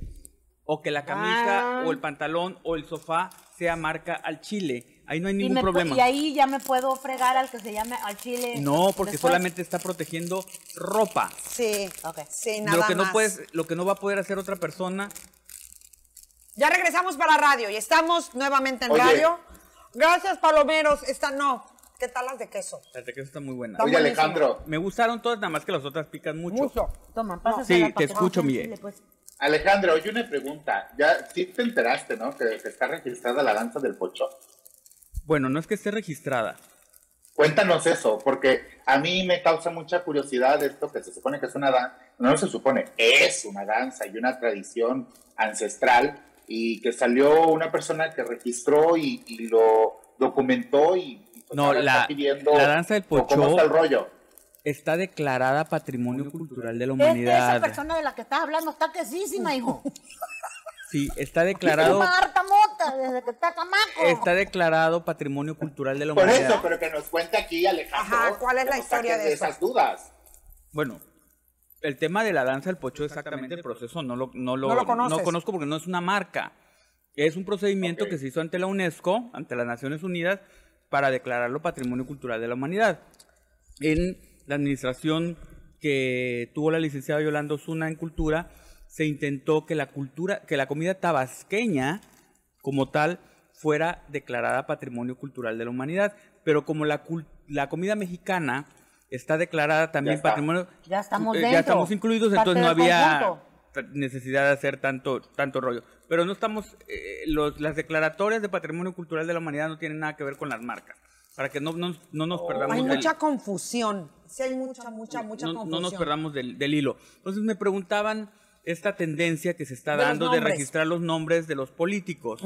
[SPEAKER 3] O que la camisa
[SPEAKER 2] Ah.
[SPEAKER 3] o el pantalón o el sofá sea marca al chile. Ahí no hay
[SPEAKER 2] y,
[SPEAKER 3] ningún
[SPEAKER 2] me pu-
[SPEAKER 3] problema.
[SPEAKER 2] y ahí ya me puedo fregar al que se llame al chile.
[SPEAKER 3] No, porque
[SPEAKER 2] después.
[SPEAKER 3] solamente está protegiendo ropa.
[SPEAKER 1] Sí,
[SPEAKER 2] Ok.
[SPEAKER 1] sí, nada
[SPEAKER 3] lo que
[SPEAKER 1] más.
[SPEAKER 3] no puedes, lo que no va a poder hacer otra persona.
[SPEAKER 1] Ya regresamos para radio y estamos nuevamente en
[SPEAKER 4] Oye.
[SPEAKER 1] radio. Gracias, Palomeros. Esta no. ¿Qué tal las de queso?
[SPEAKER 3] Fíjate que eso está muy buena.
[SPEAKER 1] Está
[SPEAKER 4] Oye,
[SPEAKER 1] buenísimo.
[SPEAKER 4] Alejandro,
[SPEAKER 3] Me gustaron todas, nada más que las otras pican mucho.
[SPEAKER 2] Toma, pásasela
[SPEAKER 3] Sí,
[SPEAKER 2] para
[SPEAKER 3] te
[SPEAKER 2] que-
[SPEAKER 3] escucho,
[SPEAKER 2] Ah,
[SPEAKER 3] Miguel.
[SPEAKER 2] chile, pues.
[SPEAKER 4] Alejandro, oye una pregunta. Ya sí te enteraste, ¿no? Que, que está registrada la danza del pocho.
[SPEAKER 3] Bueno, no es que esté registrada.
[SPEAKER 4] Cuéntanos eso, porque a mí me causa mucha curiosidad esto que se supone que es una danza, no se supone, es una danza y una tradición ancestral y que salió una persona que registró y, y lo documentó y... y pues
[SPEAKER 3] No,
[SPEAKER 4] ahora
[SPEAKER 3] la-
[SPEAKER 4] está pidiendo-
[SPEAKER 3] la danza del
[SPEAKER 4] ¿o ¿Cómo
[SPEAKER 3] pochó-
[SPEAKER 4] está el rollo?
[SPEAKER 3] Está declarada Patrimonio Cultural de la
[SPEAKER 2] Es que esa
[SPEAKER 3] Humanidad.
[SPEAKER 2] persona de la que estás hablando está quesísima, hijo.
[SPEAKER 3] Sí, está declarado,
[SPEAKER 2] Marta Mota, desde que está chamaco.
[SPEAKER 3] está declarado Patrimonio Cultural de la
[SPEAKER 4] Por
[SPEAKER 3] Humanidad.
[SPEAKER 4] eso, pero que nos cuente aquí Alejandro.
[SPEAKER 1] Ajá, ¿cuál es
[SPEAKER 4] que
[SPEAKER 1] la
[SPEAKER 4] nos
[SPEAKER 1] historia
[SPEAKER 4] saque
[SPEAKER 1] de eso?
[SPEAKER 4] esas dudas?
[SPEAKER 3] Bueno, el tema de la danza del pocho exactamente el proceso no lo, no lo,
[SPEAKER 1] No lo conoces.
[SPEAKER 3] no conozco porque no es una marca. Es un procedimiento
[SPEAKER 4] Ok.
[SPEAKER 3] que se hizo ante la UNESCO, ante las Naciones Unidas, para declararlo Patrimonio Cultural de la Humanidad. En la administración que tuvo la licenciada Yolanda Osuna en Cultura, se intentó que la cultura, que la comida tabasqueña como tal fuera declarada Patrimonio Cultural de la Humanidad, pero como la, cul- la comida mexicana está declarada también
[SPEAKER 4] está.
[SPEAKER 3] Patrimonio
[SPEAKER 2] Ya estamos
[SPEAKER 3] eh,
[SPEAKER 2] dentro,
[SPEAKER 3] ya estamos incluidos,
[SPEAKER 2] parte
[SPEAKER 3] entonces no
[SPEAKER 2] del
[SPEAKER 3] había
[SPEAKER 2] conjunto.
[SPEAKER 3] t- necesidad de hacer tanto tanto rollo. Pero no estamos, eh, los, las declaratorias de patrimonio cultural de la humanidad no tienen nada que ver con las marcas, para que no, no, no
[SPEAKER 2] Oh.
[SPEAKER 3] nos perdamos.
[SPEAKER 1] Hay
[SPEAKER 3] del-
[SPEAKER 1] mucha confusión. Sí, hay mucha, mucha, mucha
[SPEAKER 3] no,
[SPEAKER 1] confusión.
[SPEAKER 3] no nos perdamos del, del hilo. Entonces me preguntaban esta tendencia que se está
[SPEAKER 1] De los
[SPEAKER 3] dando de
[SPEAKER 1] nombres.
[SPEAKER 3] registrar los nombres de los políticos.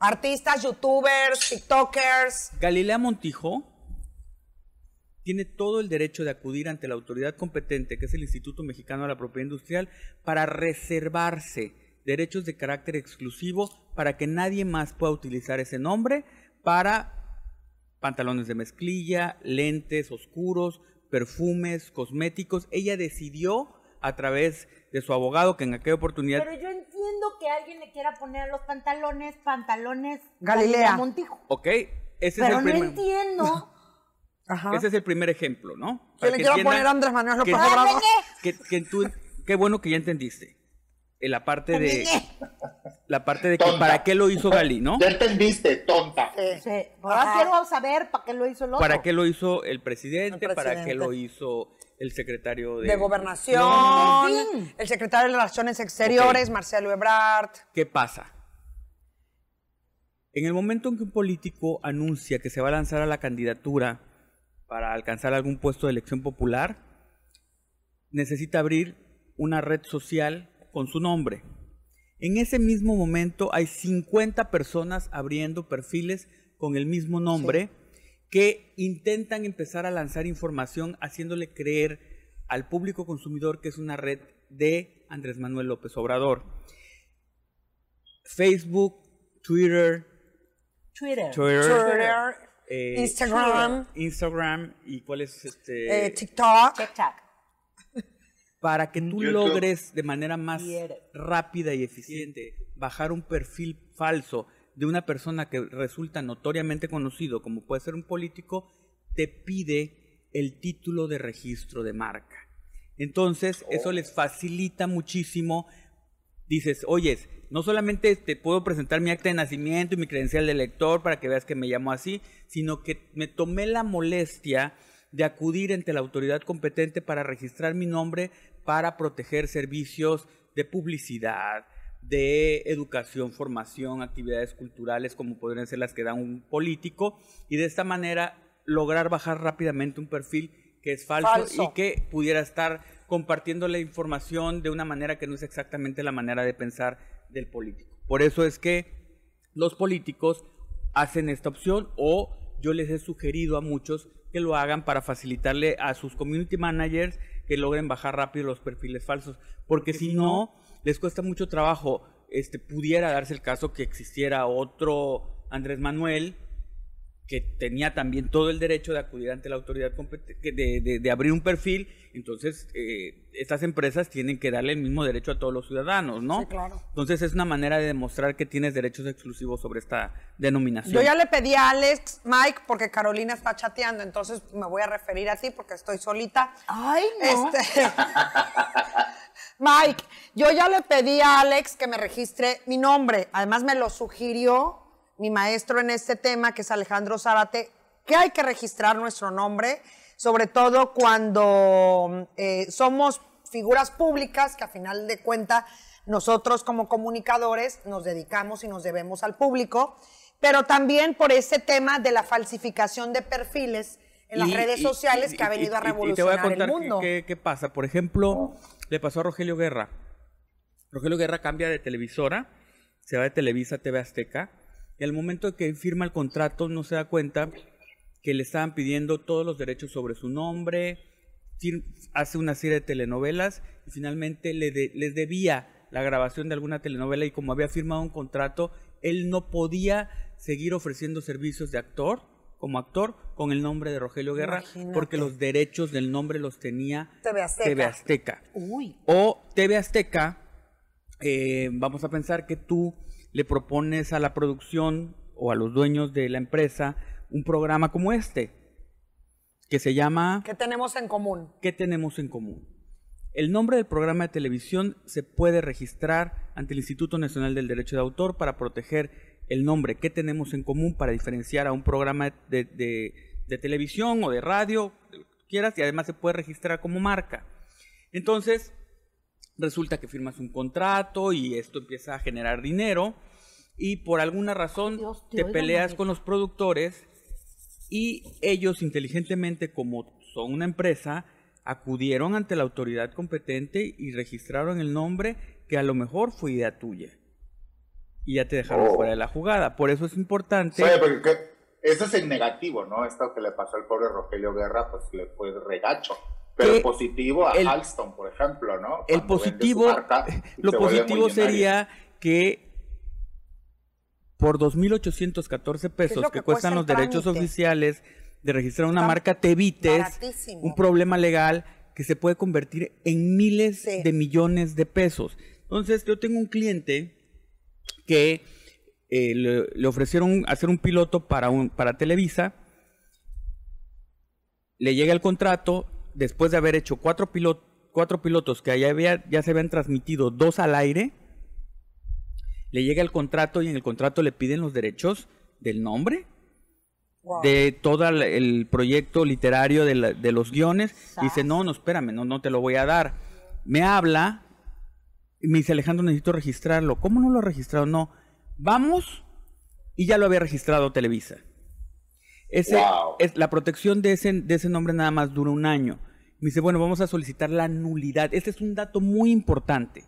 [SPEAKER 1] Artistas, youtubers, tiktokers.
[SPEAKER 3] Galilea Montijo tiene todo el derecho de acudir ante la autoridad competente, que es el Instituto Mexicano de la Propiedad Industrial, para reservarse derechos de carácter exclusivo para que nadie más pueda utilizar ese nombre para pantalones de mezclilla, lentes oscuros, perfumes, cosméticos. Ella decidió a través de su abogado que en aquella oportunidad
[SPEAKER 2] Pero yo entiendo que alguien le quiera poner a los pantalones, pantalones
[SPEAKER 1] Galilea.
[SPEAKER 2] Montijo.
[SPEAKER 3] Ok, ese es
[SPEAKER 2] Pero
[SPEAKER 3] el
[SPEAKER 2] no
[SPEAKER 3] primer
[SPEAKER 2] entiendo.
[SPEAKER 1] Ajá.
[SPEAKER 3] ese es el primer ejemplo, ¿no?
[SPEAKER 1] Yo
[SPEAKER 3] Para
[SPEAKER 1] le
[SPEAKER 3] que
[SPEAKER 1] quiero
[SPEAKER 3] entiendan-
[SPEAKER 1] poner a Andrés Manuel López
[SPEAKER 3] que-
[SPEAKER 1] Obrador.
[SPEAKER 3] que, que tú, qué bueno que ya entendiste. En la parte de la parte de que
[SPEAKER 4] Tonta.
[SPEAKER 3] para qué lo hizo Gali, ¿no?
[SPEAKER 4] Ya entendiste, tonta.
[SPEAKER 2] Sí, ahora
[SPEAKER 1] Ajá.
[SPEAKER 2] Pues, eh, quiero saber para qué lo hizo el otro.
[SPEAKER 3] Para qué lo hizo el presidente,
[SPEAKER 1] El
[SPEAKER 3] para qué
[SPEAKER 1] presidente.
[SPEAKER 3] lo hizo el secretario de,
[SPEAKER 1] De gobernación,
[SPEAKER 3] No, no, no.
[SPEAKER 1] el secretario de Relaciones Exteriores,
[SPEAKER 3] Ok.
[SPEAKER 1] Marcelo Ebrard.
[SPEAKER 3] ¿Qué pasa? En el momento en que un político anuncia que se va a lanzar a la candidatura para alcanzar algún puesto de elección popular, necesita abrir una red social con su nombre. En ese mismo momento hay 50 personas abriendo perfiles con el mismo nombre que intentan empezar a lanzar información haciéndole creer al público consumidor que es una red de Andrés Manuel López Obrador. Facebook, Twitter,
[SPEAKER 2] Twitter.
[SPEAKER 3] Twitter,
[SPEAKER 1] Twitter,
[SPEAKER 3] eh,
[SPEAKER 1] Instagram,
[SPEAKER 3] Instagram y cuál es este
[SPEAKER 1] eh, TikTok.
[SPEAKER 2] Check, check.
[SPEAKER 3] para que tú
[SPEAKER 4] YouTube.
[SPEAKER 3] logres de manera más
[SPEAKER 2] Twitter.
[SPEAKER 3] rápida y eficiente bajar un perfil falso de una persona que resulta notoriamente conocido como puede ser un político te pide el título de registro de marca. Entonces, eso les facilita muchísimo dices, oyes, no solamente te puedo presentar mi acta de nacimiento y mi credencial de lector para que veas que me llamo así, sino que me tomé la molestia de acudir ante la autoridad competente para registrar mi nombre para proteger servicios de publicidad, de educación, formación, actividades culturales como podrían ser las que da un político y de esta manera lograr bajar rápidamente un perfil que es falso,
[SPEAKER 1] Falso.
[SPEAKER 3] y que pudiera estar compartiendo la información de una manera que no es exactamente la manera de pensar del político. Por eso es que los políticos hacen esta opción o yo les he sugerido a muchos que lo hagan para facilitarle a sus community managers que logren bajar rápido los perfiles falsos, porque si no, les cuesta mucho trabajo, este, pudiera darse el caso que existiera otro Andrés Manuel que tenía también todo el derecho de acudir ante la autoridad competente, de, de- de abrir un perfil, entonces eh, estas empresas tienen que darle el mismo derecho a todos los ciudadanos, ¿no?
[SPEAKER 1] claro.
[SPEAKER 3] Entonces es una manera de demostrar que tienes derechos exclusivos sobre esta denominación.
[SPEAKER 1] Yo ya le pedí a Alex, Mike, porque Carolina está chateando, entonces me voy a referir a ti porque estoy solita.
[SPEAKER 2] Ay,
[SPEAKER 1] Este, Mike, yo ya le pedí a Alex que me registre mi nombre. Además, me lo sugirió mi maestro en este tema, que es Alejandro Zárate, que hay que registrar nuestro nombre, sobre todo cuando eh, somos figuras públicas, que a final de cuenta nosotros como comunicadores nos dedicamos y nos debemos al público, pero también por ese tema de la falsificación de perfiles en las
[SPEAKER 3] Y-
[SPEAKER 1] redes
[SPEAKER 3] y-
[SPEAKER 1] sociales
[SPEAKER 3] y-
[SPEAKER 1] que ha
[SPEAKER 3] y-
[SPEAKER 1] venido a
[SPEAKER 3] y- y
[SPEAKER 1] revolucionar
[SPEAKER 3] te voy a contar
[SPEAKER 1] el mundo.
[SPEAKER 3] Qué, qué- qué pasa. Por ejemplo, le pasó a Rogelio Guerra. Rogelio Guerra cambia de televisora, se va de Televisa a TV Azteca, y al momento de que firma el contrato no se da cuenta que le estaban pidiendo todos los derechos sobre su nombre, fir- hace una serie de telenovelas y finalmente le de- les debía la grabación de alguna telenovela y como había firmado un contrato, él no podía seguir ofreciendo servicios de actor como actor con el nombre de Rogelio Guerra
[SPEAKER 1] Imagínate.
[SPEAKER 3] porque los derechos del nombre los tenía
[SPEAKER 1] TV Azteca.
[SPEAKER 3] TV Azteca. O TV Azteca, eh, vamos a pensar que tú le propones a la producción o a los dueños de la empresa un programa como este, que se llama
[SPEAKER 1] ¿Qué tenemos en común?
[SPEAKER 3] ¿Qué tenemos en común? El nombre del programa de televisión se puede registrar ante el Instituto Nacional del Derecho de Autor para proteger el nombre ¿Qué tenemos en común para diferenciar a un programa de, de- de televisión o de radio, de lo que tú quieras, y además se puede registrar como marca. Entonces, resulta que firmas un contrato y esto empieza a generar dinero y por alguna razón
[SPEAKER 2] Dios, te
[SPEAKER 3] te
[SPEAKER 2] oigo,
[SPEAKER 3] peleas
[SPEAKER 2] Marita.
[SPEAKER 3] con los productores y ellos inteligentemente, como son una empresa, acudieron ante la autoridad competente y registraron el nombre que a lo mejor fue idea tuya. Y ya te dejaron
[SPEAKER 4] Oh.
[SPEAKER 3] fuera de la jugada. Por eso es importante.
[SPEAKER 4] Oye, porque que- eso es en negativo, ¿no? Esto que le pasó al pobre Rogelio Guerra, pues le fue regacho. Pero
[SPEAKER 3] Que
[SPEAKER 4] positivo a
[SPEAKER 3] el-
[SPEAKER 4] Alston, por ejemplo, ¿no?
[SPEAKER 3] el
[SPEAKER 4] Cuando vende su
[SPEAKER 3] positivo,
[SPEAKER 4] marca,
[SPEAKER 3] lo
[SPEAKER 4] se vuelve
[SPEAKER 3] positivo
[SPEAKER 4] millonario.
[SPEAKER 3] sería que por 2.814
[SPEAKER 1] lo
[SPEAKER 3] pesos
[SPEAKER 1] que cuesta
[SPEAKER 3] que, cuestan
[SPEAKER 1] el
[SPEAKER 3] los derechos
[SPEAKER 1] trámite.
[SPEAKER 3] oficiales de registrar una
[SPEAKER 1] Está
[SPEAKER 3] marca, te evites
[SPEAKER 1] baratísimo.
[SPEAKER 3] un problema legal que se puede convertir en miles
[SPEAKER 1] Sí.
[SPEAKER 3] de millones de pesos. Entonces, yo tengo un cliente que eh, le, le ofrecieron hacer un piloto para, un, para Televisa. Le llega el contrato después de haber hecho cuatro, pilo- cuatro pilotos que ya, había, ya se habían transmitido dos al aire. Le llega el contrato y en el contrato le piden los derechos del nombre,
[SPEAKER 1] Wow.
[SPEAKER 3] de todo el- el proyecto literario de, la- de los guiones. Dice, no, no, espérame, no, no te lo voy a dar. Me habla y me dice, Alejandro, necesito registrarlo. ¿Cómo no lo he registrado? No, vamos y ya lo había registrado Televisa. Ese,
[SPEAKER 4] Wow.
[SPEAKER 3] es, la protección de ese, de ese nombre nada más dura un año. Me dice, bueno, vamos a solicitar la nulidad. Este es un dato muy importante.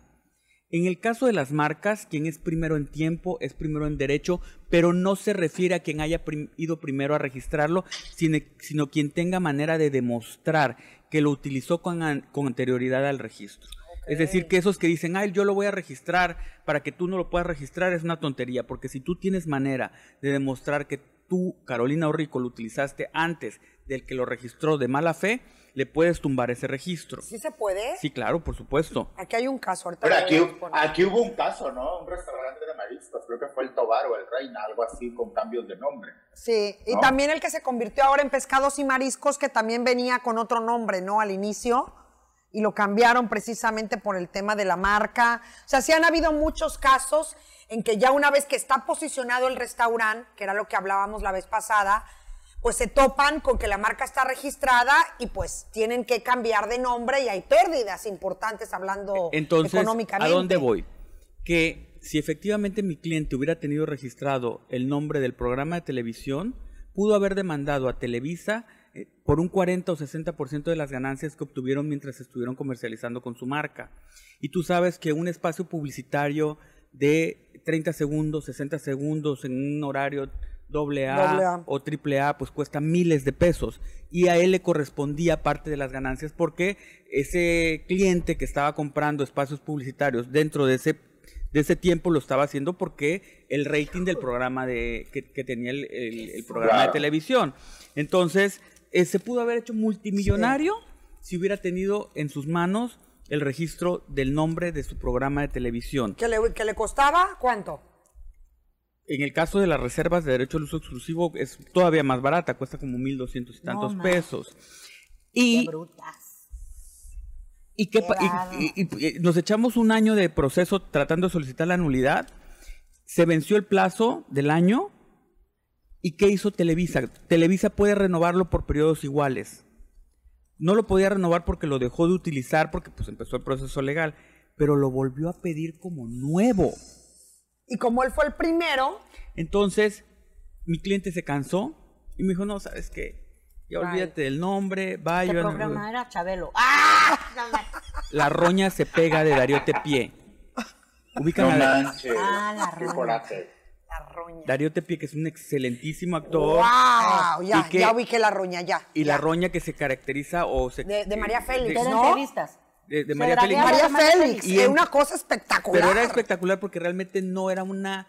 [SPEAKER 3] En el caso de las marcas, quien es primero en tiempo es primero en derecho, pero no se refiere a quien haya prim- ido primero a registrarlo, sino, sino quien tenga manera de demostrar que lo utilizó con, an- con anterioridad al registro. Es decir, que esos que dicen, ay, yo lo voy a registrar para que tú no lo puedas registrar, es una tontería, porque si tú tienes manera de demostrar que tú, Carolina Orrico, lo utilizaste antes del que lo registró de mala fe, le puedes tumbar ese registro.
[SPEAKER 1] ¿Sí se puede?
[SPEAKER 3] Sí, claro, por supuesto.
[SPEAKER 1] Aquí hay un caso. Ahorita lo
[SPEAKER 4] Pero
[SPEAKER 1] voy a
[SPEAKER 4] aquí,
[SPEAKER 1] exponer.
[SPEAKER 4] aquí hubo un caso, ¿no? Un restaurante de mariscos, creo que fue el Tobar o el Reina, algo así, con cambios de nombre.
[SPEAKER 1] Sí, y
[SPEAKER 4] ¿no?
[SPEAKER 1] también el que se convirtió ahora en pescados y mariscos, que también venía con otro nombre, ¿no? Al inicio. Y lo cambiaron precisamente por el tema de la marca. O sea, sí han habido muchos casos en que ya una vez que está posicionado el restaurante, que era lo que hablábamos la vez pasada, pues se topan con que la marca está registrada y pues tienen que cambiar de nombre y hay pérdidas importantes hablando
[SPEAKER 3] Entonces, ¿a
[SPEAKER 1] económicamente.
[SPEAKER 3] dónde voy? Que si efectivamente mi cliente hubiera tenido registrado el nombre del programa de televisión, pudo haber demandado a Televisa eh, por un 40 o 60% de las ganancias que obtuvieron mientras estuvieron comercializando con su marca. Y tú sabes que un espacio publicitario de 30 segundos, 60 segundos en un horario doble
[SPEAKER 1] Doble
[SPEAKER 3] A
[SPEAKER 1] A.
[SPEAKER 3] o triple A, pues cuesta miles de pesos. Y a él le correspondía parte de las ganancias porque ese cliente que estaba comprando espacios publicitarios dentro de ese, de ese tiempo lo estaba haciendo porque el rating del programa de, que, que tenía el, el- el programa de
[SPEAKER 4] Claro.
[SPEAKER 3] televisión. Entonces, eh, se pudo haber hecho multimillonario si hubiera tenido en sus manos el registro del nombre de su programa de televisión.
[SPEAKER 1] ¿Que le, que le costaba? ¿Cuánto?
[SPEAKER 3] En el caso de las reservas de derecho al uso exclusivo es todavía más barata, cuesta como 1.200 y tantos
[SPEAKER 2] ma.
[SPEAKER 3] pesos. Y,
[SPEAKER 2] brutas.
[SPEAKER 3] y, qué pa- y-
[SPEAKER 2] bárbaro.
[SPEAKER 3] y- y- y nos echamos un año de proceso tratando de solicitar la nulidad. Se venció el plazo del año. ¿Y qué hizo Televisa? Televisa puede renovarlo por periodos iguales. No lo podía renovar porque lo dejó de utilizar porque pues empezó el proceso legal, pero lo volvió a pedir como nuevo.
[SPEAKER 1] Y como él fue el primero,
[SPEAKER 3] Entonces, mi cliente se cansó y me dijo, no, ¿sabes qué? Ya olvídate del nombre, vaya.
[SPEAKER 2] Este programa era Chabelo. ¡Ah!
[SPEAKER 3] La roña se pega de Darío Tepié. Ubican
[SPEAKER 4] No
[SPEAKER 3] a Da-
[SPEAKER 4] manches.
[SPEAKER 2] Ah, la
[SPEAKER 4] qué
[SPEAKER 2] roña.
[SPEAKER 4] coraje.
[SPEAKER 1] la roña.
[SPEAKER 3] Darío Tepié, que es un excelentísimo actor.
[SPEAKER 1] ¡Wow! Ya,
[SPEAKER 3] Oh. Ah, y que-
[SPEAKER 1] ya ubiqué la roña, ya.
[SPEAKER 3] Y la roña que se caracteriza o se...
[SPEAKER 1] De- de María Félix,
[SPEAKER 3] de-
[SPEAKER 2] Eran
[SPEAKER 1] ¿no?
[SPEAKER 2] entrevistas.
[SPEAKER 3] De, de
[SPEAKER 2] Se
[SPEAKER 3] María Félix.
[SPEAKER 2] dragueaba
[SPEAKER 1] María
[SPEAKER 2] de María
[SPEAKER 1] Félix,
[SPEAKER 3] Félix.
[SPEAKER 1] es una cosa espectacular.
[SPEAKER 3] Pero era espectacular porque realmente no era una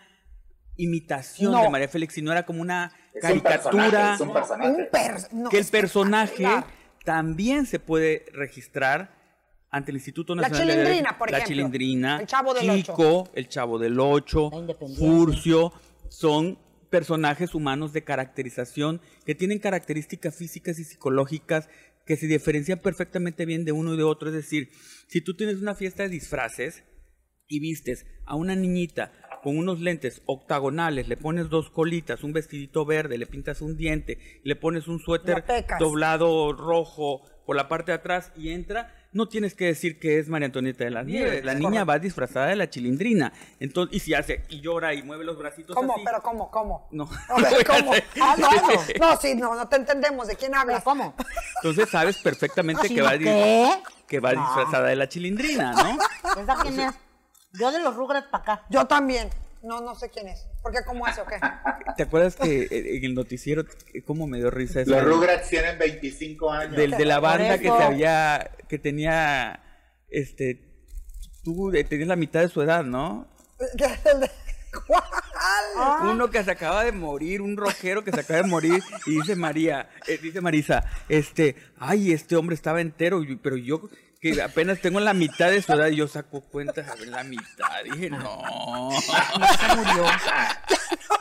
[SPEAKER 3] imitación
[SPEAKER 1] No.
[SPEAKER 3] de María Félix, sino era como una
[SPEAKER 4] Es un personaje,
[SPEAKER 3] caricatura.
[SPEAKER 4] es un personaje.
[SPEAKER 1] Un per- no,
[SPEAKER 3] que el personaje
[SPEAKER 1] espectacular.
[SPEAKER 3] también se puede registrar ante el Instituto
[SPEAKER 1] La
[SPEAKER 3] Nacional de
[SPEAKER 1] Chilindrina,
[SPEAKER 3] Derecho-
[SPEAKER 1] por
[SPEAKER 3] La
[SPEAKER 1] ejemplo.
[SPEAKER 3] Chilindrina,
[SPEAKER 1] El Chavo del Ocho.
[SPEAKER 3] Chico, El Chavo del Ocho,
[SPEAKER 2] La Independiente.
[SPEAKER 3] Furcio, son personajes humanos de caracterización que tienen características físicas y psicológicas que se diferencian perfectamente bien de uno y de otro. Es decir, si tú tienes una fiesta de disfraces, y vistes a una niñita con unos lentes octagonales, le pones dos colitas, un vestidito verde, le pintas un diente, le pones un suéter
[SPEAKER 1] La pecas.
[SPEAKER 3] doblado rojo por la parte de atrás y entra, no tienes que decir que es María Antonieta de las Nieves, la niña va disfrazada de la chilindrina. Entonces, y si hace y llora y mueve los bracitos
[SPEAKER 1] ¿Cómo?
[SPEAKER 3] así.
[SPEAKER 1] ¿Pero cómo? ¿Cómo?
[SPEAKER 3] No.
[SPEAKER 1] A ver, ¿Cómo? Ah, no, no.
[SPEAKER 3] Sí.
[SPEAKER 1] No, sí, no, no te entendemos. ¿De quién hablas? ¿Cómo?
[SPEAKER 3] Entonces sabes perfectamente que va, di-
[SPEAKER 2] ¿Qué?
[SPEAKER 3] que
[SPEAKER 1] Ah.
[SPEAKER 3] va disfrazada de la chilindrina, ¿no?
[SPEAKER 2] pues, ¿Esa quién es? Yo de los Rugrats para acá.
[SPEAKER 1] Yo también. No, no sé quién es. ¿Por qué? ¿Cómo hace o qué?
[SPEAKER 3] ¿Te acuerdas que eh, en el noticiero eh, cómo me dio risa eso?
[SPEAKER 4] Los Rugrats tienen 25 años.
[SPEAKER 3] del de la banda que
[SPEAKER 2] eso.
[SPEAKER 3] te había que tenía este tú eh, tenías la mitad de su edad, ¿no?
[SPEAKER 1] ¿Cuál?
[SPEAKER 3] Uno que se acaba de morir, un rockero que se acaba de morir y dice María, eh, dice Marisa, este, ay, este hombre estaba entero, y- pero yo que apenas tengo la mitad de su edad y yo saco cuentas a ver la mitad, dije, "No."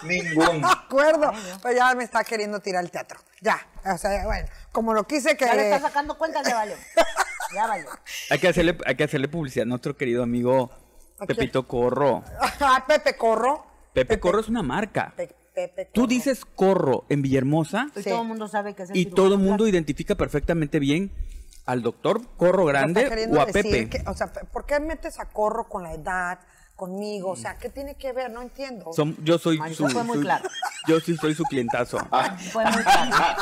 [SPEAKER 4] Ningún.
[SPEAKER 1] De acuerdo. Pero ya me está queriendo tirar el teatro. Ya. O sea, bueno, como lo quise que.
[SPEAKER 2] Ya le está sacando cuentas, ya valió. Ya valió.
[SPEAKER 3] Hay que hacerle hay que hacerle publicidad a nuestro querido amigo
[SPEAKER 1] ¿A quién?
[SPEAKER 3] Pepito Corro.
[SPEAKER 1] Ah, Pepe Corro.
[SPEAKER 3] Pepe Corro es una marca.
[SPEAKER 1] Pe- Pepe Corro.
[SPEAKER 3] Tú dices Corro en Villahermosa
[SPEAKER 2] Y
[SPEAKER 1] Sí.
[SPEAKER 2] todo el mundo sabe que es el
[SPEAKER 3] y
[SPEAKER 2] cirujano
[SPEAKER 3] todo el mundo
[SPEAKER 2] plástico.
[SPEAKER 3] identifica perfectamente bien al doctor Corro
[SPEAKER 1] O sea, está
[SPEAKER 3] Grande
[SPEAKER 1] queriendo
[SPEAKER 3] o a
[SPEAKER 1] decir
[SPEAKER 3] Pepe.
[SPEAKER 1] que- o sea, ¿por qué metes a Corro con la edad, conmigo? O sea, ¿qué tiene que ver? No entiendo.
[SPEAKER 3] Son- yo soy
[SPEAKER 2] Ay,
[SPEAKER 3] su,
[SPEAKER 2] eso fue muy
[SPEAKER 3] su-
[SPEAKER 2] claro.
[SPEAKER 3] yo sí soy su clientazo.
[SPEAKER 2] Fue muy claro.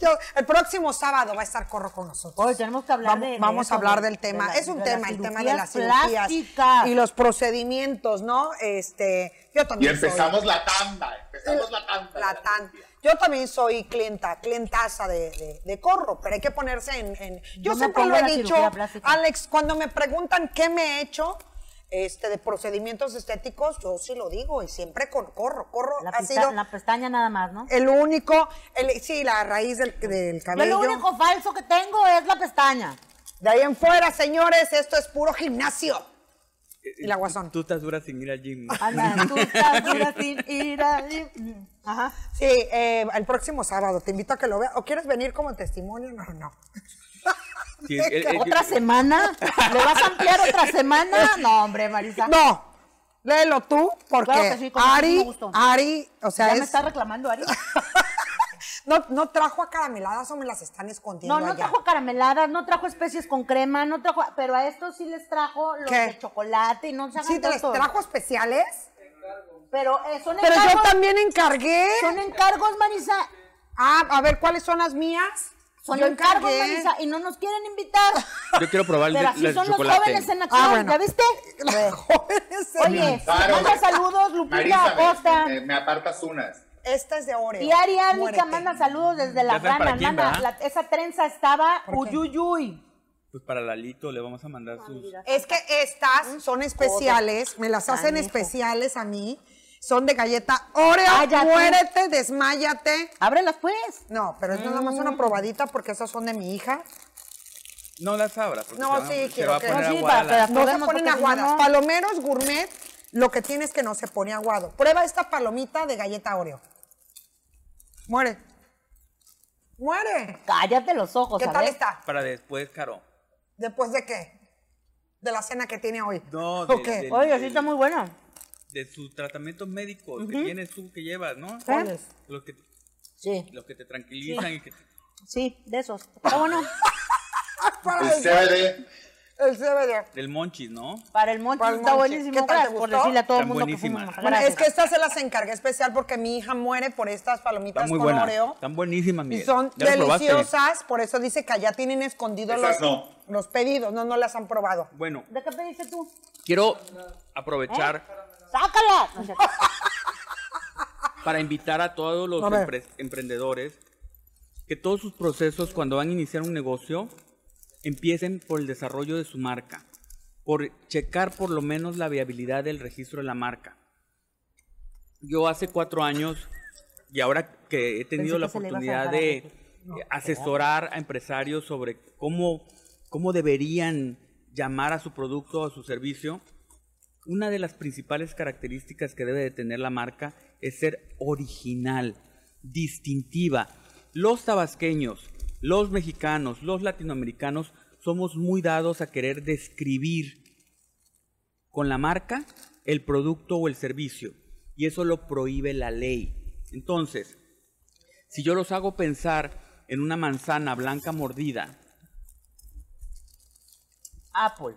[SPEAKER 1] Yo- el próximo sábado va a estar Corro con nosotros.
[SPEAKER 2] Hoy tenemos que hablar
[SPEAKER 1] vamos,
[SPEAKER 2] de- de
[SPEAKER 1] vamos
[SPEAKER 2] eso,
[SPEAKER 1] a hablar
[SPEAKER 2] de-
[SPEAKER 1] del tema.
[SPEAKER 2] de la-
[SPEAKER 1] es un
[SPEAKER 2] de
[SPEAKER 1] tema,
[SPEAKER 2] las
[SPEAKER 1] el tema de las
[SPEAKER 2] cirugías
[SPEAKER 1] cirugías
[SPEAKER 2] plásticas.
[SPEAKER 1] y los procedimientos, ¿no? Este, yo
[SPEAKER 4] Y
[SPEAKER 1] también
[SPEAKER 4] empezamos
[SPEAKER 1] soy-
[SPEAKER 4] la tanda. Empezamos la tanda.
[SPEAKER 1] Eh, la tan- Yo también soy clienta, clientaza de, de- de Corro, pero hay que ponerse en... en- yo,
[SPEAKER 2] Yo me
[SPEAKER 1] siempre lo
[SPEAKER 2] pongo
[SPEAKER 1] he
[SPEAKER 2] la
[SPEAKER 1] dicho,
[SPEAKER 2] cirugía plástica.
[SPEAKER 1] Alex, cuando me preguntan qué me he hecho este, de procedimientos estéticos, yo sí lo digo y siempre con Corro. Corro
[SPEAKER 2] La,
[SPEAKER 1] ha
[SPEAKER 2] pista-
[SPEAKER 1] sido Eh,
[SPEAKER 2] la pestaña nada más, ¿no?
[SPEAKER 1] el único, el, sí, la raíz del, del
[SPEAKER 2] Yo
[SPEAKER 1] cabello.
[SPEAKER 2] lo único falso que tengo es la pestaña.
[SPEAKER 1] De ahí en fuera, señores, esto es puro gimnasio. Y la guasón.
[SPEAKER 3] Eh, Tú estás dura sin ir al gym.
[SPEAKER 2] Anda, Ah, tú estás dura sin ir a... Ajá.
[SPEAKER 1] Sí, eh, el próximo sábado te invito a que lo veas. ¿O quieres venir como testimonio? No, no.
[SPEAKER 3] Sí, el- el-
[SPEAKER 2] ¿Otra semana? ¿Le vas a ampliar otra semana? No, hombre, Marisa.
[SPEAKER 1] No, léelo tú, porque
[SPEAKER 2] Claro que sí, con muchísimo
[SPEAKER 1] Ari,
[SPEAKER 2] gusto.
[SPEAKER 1] Ari, o sea,
[SPEAKER 2] ya
[SPEAKER 1] es-
[SPEAKER 2] me está reclamando Ari.
[SPEAKER 1] No, no trajo a carameladas o me las están escondiendo
[SPEAKER 2] No, no
[SPEAKER 1] allá?
[SPEAKER 2] trajo carameladas, no trajo especies con crema, no trajo. Pero a estos sí les trajo los
[SPEAKER 1] ¿Qué?
[SPEAKER 2] de chocolate y no se hagan
[SPEAKER 1] ¿Sí te les
[SPEAKER 2] tontos.
[SPEAKER 1] trajo especiales?
[SPEAKER 2] Pero eh, son
[SPEAKER 1] Pero
[SPEAKER 2] encargos.
[SPEAKER 1] yo también encargué.
[SPEAKER 2] Son encargos, Marisa.
[SPEAKER 1] Ah, a ver, ¿cuáles son las mías?
[SPEAKER 2] Son
[SPEAKER 1] Yo
[SPEAKER 2] encargos,
[SPEAKER 1] encargué.
[SPEAKER 2] Marisa. Y no nos quieren invitar.
[SPEAKER 3] Yo quiero probar el de,
[SPEAKER 2] Pero así
[SPEAKER 3] las de
[SPEAKER 2] son los
[SPEAKER 3] chocolate.
[SPEAKER 2] jóvenes en acción.
[SPEAKER 1] Ah, bueno.
[SPEAKER 2] ¿Ya viste?
[SPEAKER 1] Las jóvenes.
[SPEAKER 2] Oye,
[SPEAKER 4] Claro.
[SPEAKER 2] manda saludos, Lupita
[SPEAKER 4] Marisa, me-
[SPEAKER 2] Acosta.
[SPEAKER 4] me, me apartas unas.
[SPEAKER 1] Esta es de Oreo.
[SPEAKER 2] Y Ari Árnica
[SPEAKER 1] Muérete.
[SPEAKER 2] manda saludos desde la
[SPEAKER 3] Ya saben para
[SPEAKER 2] grana,
[SPEAKER 3] quién,
[SPEAKER 2] mana.
[SPEAKER 3] ¿verdad?
[SPEAKER 2] La- esa trenza estaba
[SPEAKER 1] ¿Por qué?
[SPEAKER 2] uyuyuy.
[SPEAKER 3] Pues para Lalito le vamos a
[SPEAKER 2] Ah,
[SPEAKER 3] mandar sus.
[SPEAKER 1] Es que estas son especiales, me las hacen
[SPEAKER 2] Mm. Canijo.
[SPEAKER 1] especiales a mí. Son de galleta Oreo,
[SPEAKER 2] Ay, ya tú.
[SPEAKER 1] muérete, desmáyate.
[SPEAKER 2] Ábrelas pues.
[SPEAKER 1] No, pero es nada más
[SPEAKER 2] Mm.
[SPEAKER 1] una probadita porque esas son de mi hija.
[SPEAKER 3] No las abra. porque
[SPEAKER 1] No,
[SPEAKER 3] se va-
[SPEAKER 1] sí,
[SPEAKER 3] se
[SPEAKER 1] quiero
[SPEAKER 3] va a
[SPEAKER 1] que-
[SPEAKER 3] poner
[SPEAKER 2] No, sí,
[SPEAKER 3] aguada
[SPEAKER 2] para-
[SPEAKER 3] la-
[SPEAKER 2] Las
[SPEAKER 1] No se
[SPEAKER 2] probemos
[SPEAKER 1] ponen
[SPEAKER 2] porque si no,
[SPEAKER 1] aguadas.
[SPEAKER 2] no.
[SPEAKER 1] Palomeros gourmet, lo que tienes que no se pone aguado. Prueba esta palomita de galleta Oreo. Muere. Muere.
[SPEAKER 2] Cállate los ojos,
[SPEAKER 1] ¿Qué
[SPEAKER 2] a
[SPEAKER 1] tal este?
[SPEAKER 2] ver.
[SPEAKER 1] está?
[SPEAKER 3] Para después, Caro.
[SPEAKER 1] ¿Después de qué? De la cena que tiene hoy.
[SPEAKER 3] No,
[SPEAKER 1] ¿O
[SPEAKER 3] de-
[SPEAKER 1] qué?
[SPEAKER 3] de-
[SPEAKER 2] Oye, sí está muy bueno.
[SPEAKER 3] De sus tratamientos médicos que tienes tú, que llevas, ¿no?
[SPEAKER 1] ¿Cuáles?
[SPEAKER 3] Los que,
[SPEAKER 2] Sí,
[SPEAKER 3] los que te tranquilizan y que te-
[SPEAKER 2] sí, de esos. Está bueno.
[SPEAKER 1] Para
[SPEAKER 4] El
[SPEAKER 1] el,
[SPEAKER 4] CBD,
[SPEAKER 1] el CBD.
[SPEAKER 3] del monchis, ¿no?
[SPEAKER 2] Para el monte
[SPEAKER 1] Para el
[SPEAKER 2] está
[SPEAKER 1] monte.
[SPEAKER 2] buenísimo.
[SPEAKER 1] ¿Qué tal, te
[SPEAKER 2] gracias
[SPEAKER 1] gustó?
[SPEAKER 2] por decirle a todo el
[SPEAKER 3] Están
[SPEAKER 2] mundo
[SPEAKER 3] buenísimas.
[SPEAKER 2] que fuimos.
[SPEAKER 1] Bueno, es
[SPEAKER 2] Gracias.
[SPEAKER 1] que estas se las encargué especial porque mi hija muere por estas palomitas
[SPEAKER 3] Están muy
[SPEAKER 1] con
[SPEAKER 3] buenas.
[SPEAKER 1] Oreo.
[SPEAKER 3] Están buenísimas,
[SPEAKER 1] Y
[SPEAKER 3] Miguel.
[SPEAKER 1] son
[SPEAKER 3] ¿Ya las probaste?
[SPEAKER 1] deliciosas, por eso dice que allá tienen escondidos los,
[SPEAKER 4] Esas no.
[SPEAKER 1] los pedidos, no, no las han probado.
[SPEAKER 3] Bueno,
[SPEAKER 2] ¿De qué pediste tú?
[SPEAKER 3] quiero
[SPEAKER 1] ¿Eh?
[SPEAKER 3] aprovechar
[SPEAKER 2] ¡Sácalas! No, cierto.
[SPEAKER 3] para invitar a todos los
[SPEAKER 1] A ver.
[SPEAKER 3] empre- emprendedores que todos sus procesos cuando van a iniciar un negocio empiecen por el desarrollo de su marca, por checar por lo menos la viabilidad del registro de la marca. Yo hace cuatro años y ahora que he
[SPEAKER 2] Pensé
[SPEAKER 3] tenido la
[SPEAKER 2] que se le iba a
[SPEAKER 3] oportunidad
[SPEAKER 2] zampar
[SPEAKER 3] de
[SPEAKER 2] algo.
[SPEAKER 3] eh, asesorar a empresarios sobre cómo, cómo deberían llamar a su producto o a su servicio, una de las principales características que debe de tener la marca es ser original, distintiva. Los tabasqueños, los mexicanos, los latinoamericanos somos muy dados a querer describir con la marca el producto o el servicio y eso lo prohíbe la ley. Entonces, si yo los hago pensar en una manzana blanca mordida,
[SPEAKER 2] Apple.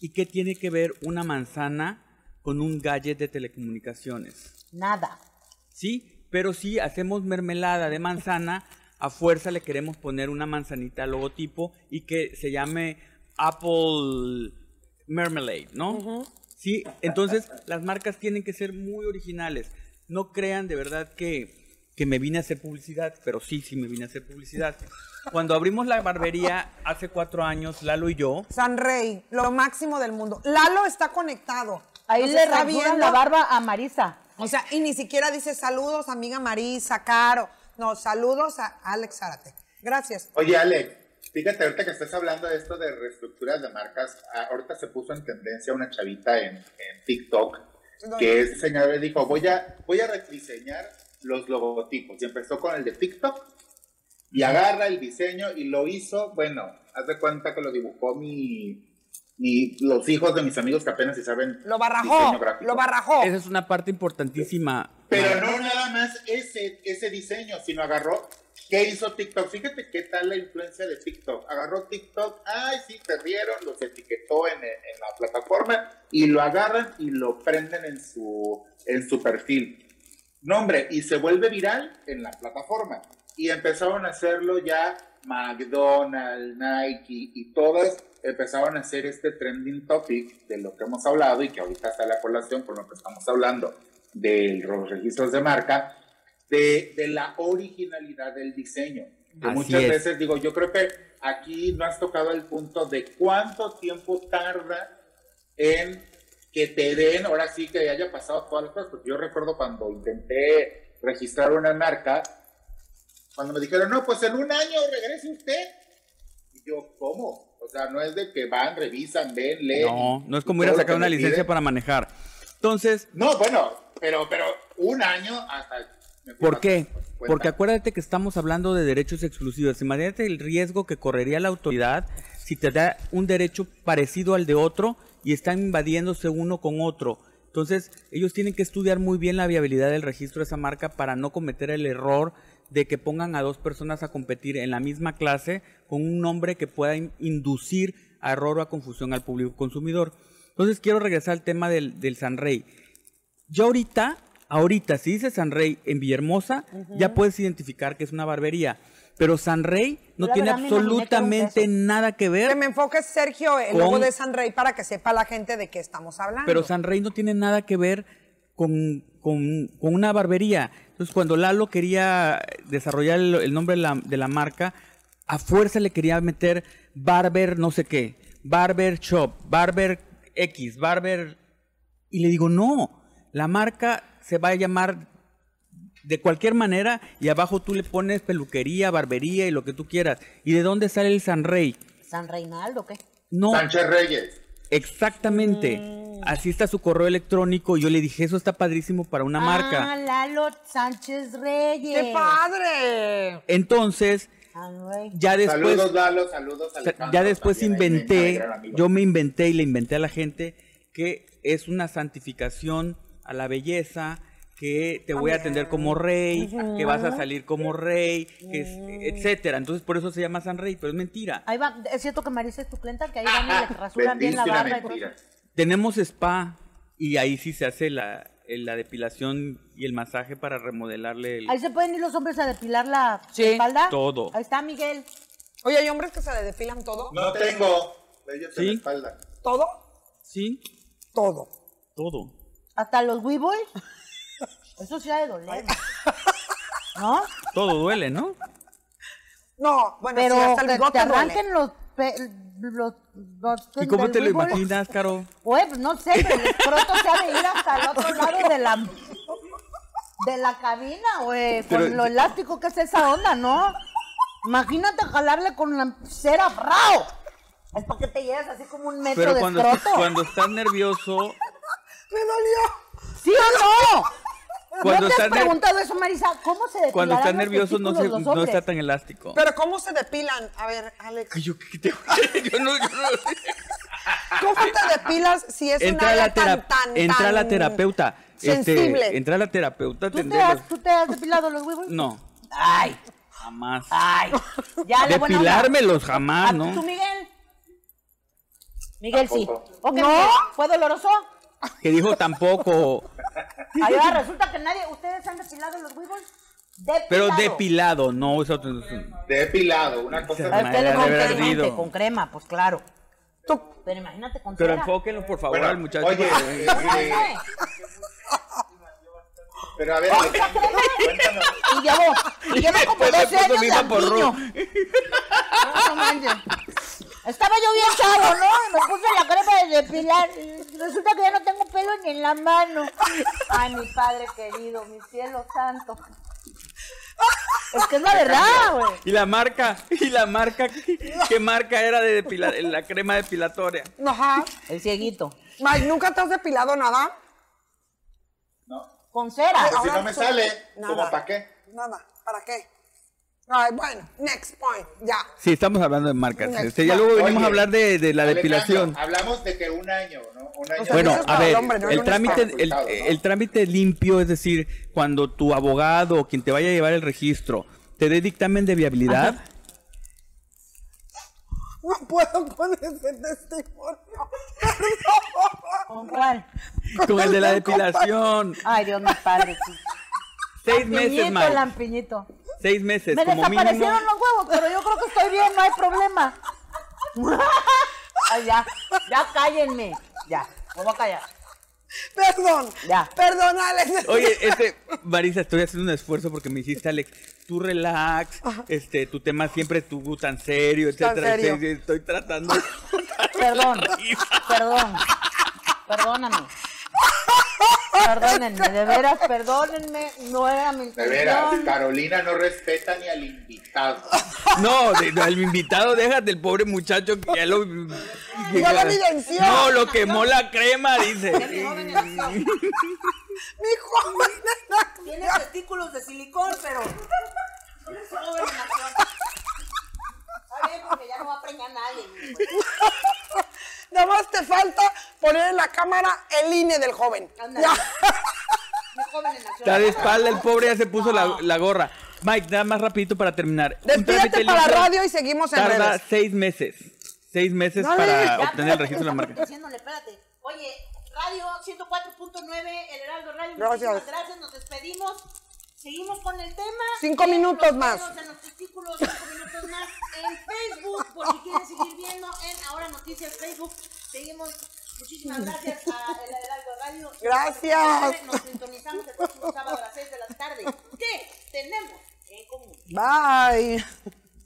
[SPEAKER 3] ¿y qué tiene que ver una manzana con un gadget de telecomunicaciones?
[SPEAKER 2] Nada.
[SPEAKER 3] ¿sí? Pero si hacemos mermelada de manzana, a fuerza le queremos poner una manzanita al logotipo y que se llame Apple Mermelade, ¿no? Sí, entonces las marcas tienen que ser muy originales. No crean de verdad que, que me vine a hacer publicidad, pero sí, sí me vine a hacer publicidad. Cuando abrimos la barbería hace cuatro años, Lalo y yo,
[SPEAKER 1] San Rey, lo máximo del mundo. Lalo está conectado.
[SPEAKER 2] Ahí
[SPEAKER 1] Nos
[SPEAKER 2] le
[SPEAKER 1] está
[SPEAKER 2] rasuran
[SPEAKER 1] viendo.
[SPEAKER 2] la barba a Marisa.
[SPEAKER 1] O sea, y ni siquiera dice saludos, amiga Marisa, Caro. No, saludos a Alex Zárate. Gracias.
[SPEAKER 4] Oye, Alex, fíjate ahorita que estás hablando de esto de reestructuras de marcas. ah, Ahorita se puso en tendencia una chavita en, en TikTok que es diseñadora y dijo, voy a, voy a rediseñar los logotipos. Y empezó con el de TikTok y agarra el diseño y lo hizo, bueno, haz de cuenta que lo dibujó mi, mi- los hijos de mis amigos que apenas si saben
[SPEAKER 1] Lo
[SPEAKER 4] diseño
[SPEAKER 1] barrajó,
[SPEAKER 4] gráfico.
[SPEAKER 1] lo barrajó.
[SPEAKER 3] esa es una parte importantísima.
[SPEAKER 4] Pero no nada más ese, ese diseño, sino agarró. ¿Qué hizo TikTok? Fíjate qué tal la influencia de TikTok. Agarró TikTok, ay, sí, se rieron, los etiquetó en, en la plataforma y lo agarran y lo prenden en su, en su perfil. Nombre, y se vuelve viral en la plataforma. Y empezaron a hacerlo ya McDonald's, Nike y todas empezaron a hacer este trending topic de lo que hemos hablado y que ahorita está la colación por lo que estamos hablando de los registros de marca, de, de la originalidad del diseño. Que
[SPEAKER 3] Así
[SPEAKER 4] muchas
[SPEAKER 3] es.
[SPEAKER 4] veces digo, yo creo que aquí no has tocado el punto de cuánto tiempo tarda en que te den, ahora sí que haya pasado todas las cosas, porque yo recuerdo cuando intenté registrar una marca, cuando me dijeron, no, pues en un año regrese usted. Y yo, ¿cómo? O sea, no es de que van, revisan, ven, leen.
[SPEAKER 3] No,
[SPEAKER 4] y-
[SPEAKER 3] no es
[SPEAKER 4] y
[SPEAKER 3] como
[SPEAKER 4] todo
[SPEAKER 3] ir a
[SPEAKER 4] lo
[SPEAKER 3] sacar
[SPEAKER 4] que
[SPEAKER 3] una
[SPEAKER 4] me
[SPEAKER 3] licencia
[SPEAKER 4] piden.
[SPEAKER 3] para manejar. Entonces,
[SPEAKER 4] No, bueno, pero, pero un año hasta. me fui
[SPEAKER 3] ¿Por
[SPEAKER 4] a-
[SPEAKER 3] qué?
[SPEAKER 4] cuenta.
[SPEAKER 3] Porque acuérdate que estamos hablando de derechos exclusivos. Imagínate el riesgo que correría la autoridad si te da un derecho parecido al de otro y están invadiéndose uno con otro. Entonces, ellos tienen que estudiar muy bien la viabilidad del registro de esa marca para no cometer el error de que pongan a dos personas a competir en la misma clase con un nombre que pueda in- inducir a error o a confusión al público consumidor. Entonces quiero regresar al tema del, del Sanrey. Ya ahorita, ahorita, si dices Sanrey en Villahermosa, ya puedes identificar que es una barbería. Pero Sanrey no
[SPEAKER 2] La
[SPEAKER 3] tiene
[SPEAKER 2] verdad, me imaginé que era un
[SPEAKER 3] absolutamente
[SPEAKER 2] beso.
[SPEAKER 3] nada que ver.
[SPEAKER 1] Que me enfoque Sergio, el
[SPEAKER 3] Con-
[SPEAKER 1] logo de San Rey, para que sepa la gente de qué estamos hablando.
[SPEAKER 3] Pero San Rey no tiene nada que ver con, con- con una barbería. Entonces, cuando Lalo quería desarrollar el, el nombre de la, de la marca, a fuerza le quería meter Barber no sé qué, Barber Shop, Barber X, Barber... Y le digo, no, la marca se va a llamar de cualquier manera y abajo tú le pones peluquería, barbería y lo que tú quieras. ¿Y de dónde sale el San Rey?
[SPEAKER 2] ¿San Reinaldo qué?
[SPEAKER 3] No,
[SPEAKER 4] Sánchez Reyes.
[SPEAKER 3] Exactamente. Así está su correo electrónico. Yo le dije, eso está padrísimo para una
[SPEAKER 2] Ah,
[SPEAKER 3] marca.
[SPEAKER 2] Lalo Sánchez Reyes. Ah,
[SPEAKER 1] ¡Qué padre!
[SPEAKER 3] Entonces,
[SPEAKER 2] San Rey.
[SPEAKER 3] ya después,
[SPEAKER 4] saludos, Lalo, saludos,
[SPEAKER 3] o sea,
[SPEAKER 4] Alejandro.
[SPEAKER 3] ya después
[SPEAKER 4] también, ahí me- me
[SPEAKER 3] inventé,
[SPEAKER 4] gran amigo.
[SPEAKER 3] yo me inventé y le inventé a la gente que es una santificación a la belleza, que te voy a atender como rey, que vas a salir como rey, que es- etcétera. Entonces, por eso se llama San Rey, pero es mentira.
[SPEAKER 2] Ahí va, es cierto que Marisa es tu clienta, que ahí van
[SPEAKER 1] Ah,
[SPEAKER 2] y le rasuran bien
[SPEAKER 4] Bendice
[SPEAKER 2] la
[SPEAKER 4] una
[SPEAKER 2] barba. y todo
[SPEAKER 4] mentira.
[SPEAKER 2] eso.
[SPEAKER 3] Tenemos spa y ahí sí se hace la, la depilación y el masaje para remodelarle el,
[SPEAKER 2] Ahí se pueden ir los hombres a depilar la
[SPEAKER 1] Sí,
[SPEAKER 2] espalda.
[SPEAKER 3] todo.
[SPEAKER 2] Ahí está Miguel.
[SPEAKER 1] Oye, ¿hay hombres que se le depilan todo?
[SPEAKER 4] No tengo bellos en
[SPEAKER 3] Sí.
[SPEAKER 4] la espalda.
[SPEAKER 1] ¿Todo?
[SPEAKER 3] Sí,
[SPEAKER 1] Todo.
[SPEAKER 3] todo.
[SPEAKER 2] Hasta los Weeboys. Eso sí ha de doler. ¿No?
[SPEAKER 3] Todo duele, ¿no?
[SPEAKER 1] No, bueno,
[SPEAKER 2] Pero
[SPEAKER 1] sí, hasta el
[SPEAKER 2] que te
[SPEAKER 1] bigote
[SPEAKER 2] arranquen
[SPEAKER 1] duele.
[SPEAKER 2] los, pe- los, los-
[SPEAKER 3] ¿Y cómo
[SPEAKER 2] Pues del
[SPEAKER 3] te lo
[SPEAKER 2] Weeble?
[SPEAKER 3] imaginas, Caro?
[SPEAKER 2] Pues no sé, pero el escroto se ha de ir hasta el otro lado de la de la cabina, güey, con
[SPEAKER 3] Pero-
[SPEAKER 2] lo elástico que es esa onda, ¿no? Imagínate jalarle con la cera, bravo. Es para que te lleves así como un metro
[SPEAKER 3] Pero
[SPEAKER 2] de
[SPEAKER 3] cuando,
[SPEAKER 2] escroto.
[SPEAKER 3] cuando estás nervioso,
[SPEAKER 1] ¡Me dolió!
[SPEAKER 2] ¿Sí o no? ¿No
[SPEAKER 3] Cuando
[SPEAKER 2] te has
[SPEAKER 3] estás ner-
[SPEAKER 2] preguntado eso, Marisa? ¿Cómo se depilarán
[SPEAKER 3] cuando estás
[SPEAKER 2] los
[SPEAKER 3] nervioso no, se-
[SPEAKER 2] testículos los
[SPEAKER 3] no
[SPEAKER 2] hombres?
[SPEAKER 3] está tan elástico.
[SPEAKER 1] Pero ¿cómo se depilan? A ver, Alex.
[SPEAKER 3] Yo, ¿qué te- yo no- yo no-
[SPEAKER 1] ¿Cómo te depilas si es
[SPEAKER 3] entra
[SPEAKER 1] una
[SPEAKER 3] la,
[SPEAKER 1] tan,
[SPEAKER 3] tera-
[SPEAKER 1] tan,
[SPEAKER 3] entra la
[SPEAKER 1] tan
[SPEAKER 3] terapeuta. este,
[SPEAKER 1] sensible?
[SPEAKER 3] entra la terapeuta.
[SPEAKER 2] ¿Tú te,
[SPEAKER 3] tendré
[SPEAKER 2] has,
[SPEAKER 3] los-
[SPEAKER 2] ¿Tú te has depilado los huevos?
[SPEAKER 3] No,
[SPEAKER 2] Ay,
[SPEAKER 3] jamás.
[SPEAKER 2] ay. Ya la buena onda.
[SPEAKER 3] Depilármelos
[SPEAKER 2] Ah,
[SPEAKER 3] jamás,
[SPEAKER 2] ¿Tú,
[SPEAKER 3] ¿no?
[SPEAKER 2] Miguel? Miguel, sí.
[SPEAKER 4] Tampoco.
[SPEAKER 2] Ok, Miguel, ¿Fue doloroso?
[SPEAKER 3] Que dijo tampoco,
[SPEAKER 2] Ahí va, resulta que nadie. ¿Ustedes han depilado los huevos? Depilado.
[SPEAKER 3] pero depilado, no. es otro-
[SPEAKER 4] Depilado, una cosa.
[SPEAKER 2] A
[SPEAKER 3] Ay,
[SPEAKER 2] ustedes
[SPEAKER 3] Madre,
[SPEAKER 2] con,
[SPEAKER 3] de haber
[SPEAKER 2] crema,
[SPEAKER 3] ardido.
[SPEAKER 2] gente, con crema, pues claro. Pero imagínate con
[SPEAKER 3] Pero
[SPEAKER 2] cera.
[SPEAKER 3] enfóquenlo, por favor,
[SPEAKER 4] Bueno,
[SPEAKER 3] al muchacho.
[SPEAKER 4] oye,
[SPEAKER 3] porque-
[SPEAKER 4] eh,
[SPEAKER 2] No, no, no.
[SPEAKER 4] Pero a ver, Alejandro, cuéntame.
[SPEAKER 2] Y llevó, y llevó como
[SPEAKER 3] Pues se
[SPEAKER 2] 12
[SPEAKER 3] puso
[SPEAKER 2] años de
[SPEAKER 3] bien vaporru.
[SPEAKER 2] antiño. No, no manches. Estaba yo bien chavo, ¿no? Me puse la crema de depilar. y Resulta que ya no tengo pelo ni en la mano. Ay, mi padre querido, mi cielo santo. Es que es la verdad, güey.
[SPEAKER 3] Y la marca, y la marca, ¿qué marca era de depilar, la crema depilatoria?
[SPEAKER 1] Ajá.
[SPEAKER 2] El cieguito.
[SPEAKER 1] Mike, ¿nunca te has depilado nada?
[SPEAKER 2] Con cera.
[SPEAKER 4] Pues si no me
[SPEAKER 1] resulta-
[SPEAKER 4] sale,
[SPEAKER 1] Nada.
[SPEAKER 4] ¿cómo para qué?
[SPEAKER 1] Nada, ¿para qué? Ay, bueno, next point, ya.
[SPEAKER 3] Sí, estamos hablando de marcas.
[SPEAKER 1] Una
[SPEAKER 3] Este, ya luego venimos
[SPEAKER 4] Oye,
[SPEAKER 3] a hablar de, de la
[SPEAKER 4] Alejandro,
[SPEAKER 3] depilación.
[SPEAKER 4] Hablamos de que un año, ¿no? Un año.
[SPEAKER 1] sea,
[SPEAKER 3] Bueno,
[SPEAKER 1] eso es
[SPEAKER 3] a
[SPEAKER 1] para el
[SPEAKER 3] ver,
[SPEAKER 1] hombre, no es
[SPEAKER 3] el
[SPEAKER 1] un
[SPEAKER 3] trámite, el,
[SPEAKER 4] resultado, ¿no?
[SPEAKER 3] el trámite limpio, es decir, cuando tu abogado o quien te vaya a llevar el registro te dé dictamen de viabilidad,
[SPEAKER 1] No puedo con ese testimonio. Perdón.
[SPEAKER 2] ¿Con cuál?
[SPEAKER 3] con el de la
[SPEAKER 1] el compa-
[SPEAKER 3] depilación,
[SPEAKER 2] Ay, Dios, mi padre. sí.
[SPEAKER 1] Ah,
[SPEAKER 3] seis meses
[SPEAKER 2] Lampiñito,
[SPEAKER 3] más,
[SPEAKER 2] lampiñito.
[SPEAKER 3] seis meses
[SPEAKER 2] Me
[SPEAKER 3] como mínimo.
[SPEAKER 2] desaparecieron los huevos, pero yo creo que estoy bien, no hay problema. Ay, ya, ya cállenme. Ya, me voy a callar.
[SPEAKER 1] Perdón.
[SPEAKER 2] Ya.
[SPEAKER 1] Perdón, Alex.
[SPEAKER 3] Oye, este, Marisa, estoy haciendo un esfuerzo porque me dijiste, Alex, tú relax, este, tu tema siempre tú tan serio,
[SPEAKER 1] Tan
[SPEAKER 3] etcétera.
[SPEAKER 1] serio.
[SPEAKER 3] etcétera, Estoy tratando.
[SPEAKER 2] Perdón, perdón, perdóname. Perdónenme, de veras, perdónenme, no era mi
[SPEAKER 4] De veras,
[SPEAKER 2] intención.
[SPEAKER 4] Carolina no respeta ni al invitado.
[SPEAKER 3] No, de- no, el invitado, déjate, el pobre muchacho que ya lo. que
[SPEAKER 1] Ya lo evidenció.
[SPEAKER 3] No, lo quemó la crema, dice.
[SPEAKER 6] Tiene
[SPEAKER 1] Mi joven.
[SPEAKER 6] testículos de silicón, pero. Está bien, porque ya no va a preñar nadie.
[SPEAKER 1] Nada más te falta poner en la cámara el INE del joven.
[SPEAKER 6] Ándale.
[SPEAKER 1] Ya.
[SPEAKER 6] Mi joven en
[SPEAKER 3] Está de espalda, el pobre ya se puso la, la gorra. Mike, nada más rapidito para terminar. Un
[SPEAKER 1] Despídete
[SPEAKER 3] trámite
[SPEAKER 1] para
[SPEAKER 3] limpio
[SPEAKER 1] radio y seguimos en
[SPEAKER 3] Tarda
[SPEAKER 1] redes.
[SPEAKER 3] seis meses. Seis meses
[SPEAKER 1] No,
[SPEAKER 3] para
[SPEAKER 1] ya,
[SPEAKER 3] obtener el registro de la marca.
[SPEAKER 7] Diciéndole, espérate. Oye, radio 104.9, el Heraldo Radio.
[SPEAKER 1] Gracias.
[SPEAKER 7] Muchísimas gracias, nos despedimos. Seguimos con el tema.
[SPEAKER 1] Cinco
[SPEAKER 7] Síguenos
[SPEAKER 1] minutos
[SPEAKER 7] los
[SPEAKER 1] más.
[SPEAKER 7] dedos En los testículos, cinco minutos más. En Facebook, por si quieren seguir viendo en Ahora Noticias Facebook. Seguimos. Muchísimas gracias a el Heraldo Radio.
[SPEAKER 1] Gracias.
[SPEAKER 7] Nos sintonizamos el próximo sábado a las 6 de la tarde. ¿Qué tenemos en común?
[SPEAKER 1] Bye.